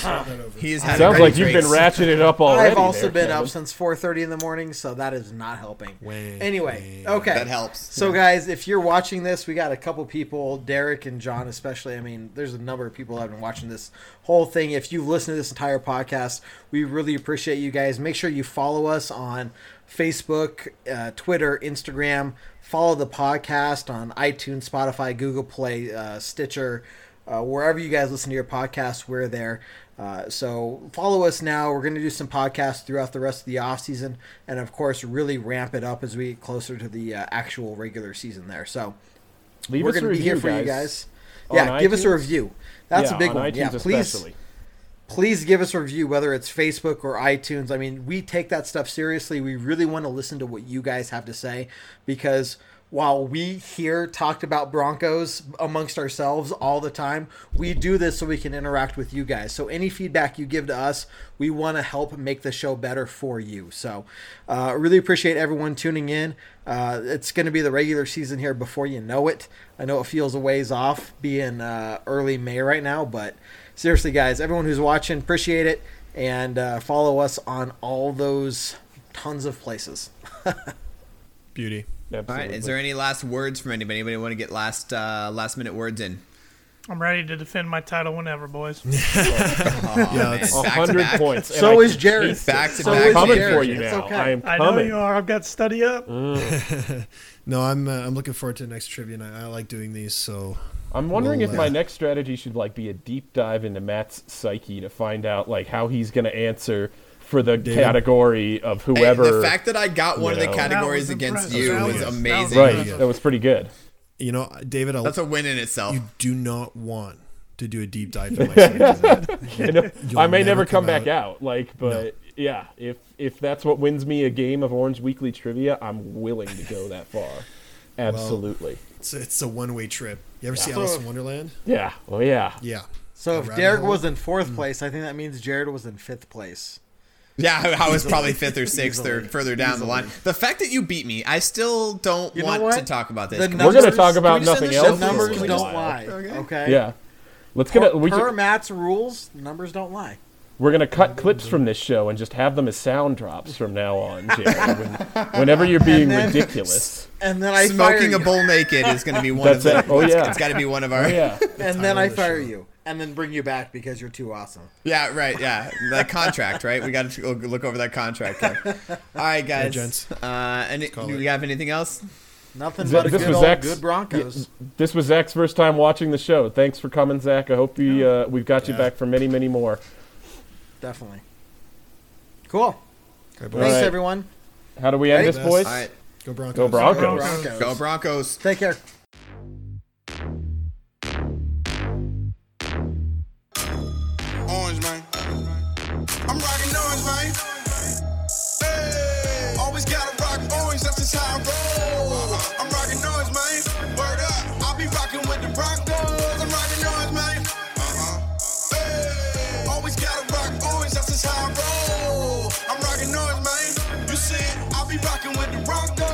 S9: he is. had a
S7: Sounds
S9: great
S7: like you've been
S9: race.
S7: ratcheted up already.
S3: I've also
S7: there,
S3: been
S7: Kevin.
S3: up since 4:30 in the morning, so that is not helping.
S11: Way,
S3: anyway, okay,
S9: That helps.
S3: So,
S9: Yeah.
S3: guys, if you're watching this, we got a couple people, Derek and John, especially. I mean, there's a number of people that have been watching this whole thing. If you've listened to this entire podcast, we really appreciate you guys. Make sure you follow us on Facebook, uh, Twitter, Instagram. Follow the podcast on iTunes, Spotify, Google Play, uh, Stitcher uh, wherever you guys listen to your podcasts, we're there. Uh, so follow us now. We're going to do some podcasts throughout the rest of the off season, and of course, really ramp it up as we get closer to the uh, actual regular season. There, so
S7: Leave
S3: we're
S7: us a
S3: gonna be here
S7: review,
S3: for you
S7: guys.
S3: guys.
S7: On
S3: Yeah, give us a
S7: iTunes?
S3: review. That's
S7: Yeah,
S3: a big
S7: on
S3: one. yeah,
S7: iTunes
S3: please,
S7: especially.
S3: please give us a review, whether it's Facebook or iTunes. I mean, we take that stuff seriously. We really want to listen to what you guys have to say because while we here talked about Broncos amongst ourselves all the time, we do this so we can interact with you guys. So any feedback you give to us, we want to help make the show better for you. So uh, really appreciate everyone tuning in. Uh, it's going to be the regular season here before you know it. I know it feels a ways off being uh, early May right now, but seriously, guys, everyone who's watching, appreciate it. And uh, follow us on all those tons of places.
S11: Beauty.
S9: All right, is there any last words from anybody? Anybody want to get last uh, last minute words in?
S15: I'm ready to defend my title whenever, boys.
S9: man. it's- Back to 100 back. points, and
S15: So
S9: I
S15: is
S9: can
S15: Jerry.
S9: taste it. Back to So back. is
S7: coming
S9: Jared.
S7: for you
S9: It's
S7: now.
S9: okay.
S7: I am
S15: I
S7: coming.
S15: know you are. I've got study up.
S11: no, I'm uh, I'm looking forward to the next trivia night. I like doing these, so
S7: I'm wondering
S11: we'll,
S7: if
S11: uh,
S7: my next strategy should like be a deep dive into Matt's psyche to find out like how he's gonna answer for the
S9: Dude.
S7: category of <laughs> whoever.
S9: Hey, the fact that I got one
S7: you
S9: of the
S7: know.
S9: categories against you was amazing.
S7: Right, that was pretty good.
S11: You know, David, I'll,
S9: That's a win in itself.
S11: You do not want to do a deep dive. In my psyche.
S7: <laughs> You know,
S11: You'll
S7: I may never, come, back out. Like, but yeah, if if that's what wins me a game of Orange Weekly trivia, I'm willing to go that far. Absolutely.
S11: It's, it's a one way trip. You ever see
S3: Yeah.
S11: Alice
S3: So-
S11: in Wonderland?
S7: yeah. Oh yeah.
S11: Yeah.
S3: So
S11: A
S3: if
S11: rabbit
S3: Derek
S11: hole?
S3: was in fourth place, I think that means Jared was in fifth place.
S9: <laughs> Yeah, I I was
S3: Easily.
S9: probably fifth or sixth or
S3: Easily.
S9: further down the line. The fact that you beat me, I still don't
S3: You know
S9: want
S3: what?
S9: to talk about this.
S3: The
S9: Can we
S7: We're
S9: just-
S7: gonna talk
S9: can
S7: about
S9: we just end
S7: nothing else.
S9: show, please?
S3: numbers
S9: Can we
S3: don't
S9: just-
S3: lie. Okay.
S7: Yeah. Let's get
S3: per,
S7: it. We
S3: per
S7: can,
S3: Matt's rules, numbers don't lie.
S7: we're gonna cut clips from this show and just have them as sound drops from now on, Jared. when, whenever you're
S3: <laughs>
S7: being
S3: And then-
S7: ridiculous.
S3: And then I fire
S9: Smoking
S3: you.
S9: a bull naked is
S7: <laughs>
S9: going to be one of
S7: That's
S9: the.
S7: it. Oh,
S9: it's-
S7: yeah.
S9: it's got to be one of
S7: Oh, <laughs>
S9: our.
S7: yeah.
S3: and then I fire you, and then bring you back because you're too awesome.
S9: Yeah, right. Yeah, that contract, right? We got to look over that contract. Kev. All right, guys.
S11: gents.
S9: Uh, and do
S11: it.
S9: we have anything else?
S3: Nothing
S7: Th-
S3: but a good old good Broncos.
S7: yeah, this was Zach's first time watching the show. Thanks for coming, Zach. I hope we uh, we've got you back for many, many more.
S3: Definitely. Cool.
S11: Okay, boys.
S3: Thanks,
S7: right.
S3: everyone.
S7: How do we end
S3: Hey,
S7: this, boys?
S9: All right.
S11: Go Broncos.
S7: Go Broncos.
S3: Broncos.
S9: Go Broncos.
S3: Take care.
S10: Orange, man. I'm rocking orange, man. Hey, always gotta rock orange, that's just how I roll. I'm rocking orange, man. Word up, I'll be rocking with the Broncos. I'm rocking orange, man. Uh-huh. Hey, always gotta rock orange, that's just how I roll. I'm rocking orange, man. You see, it? I'll be rocking with the Broncos.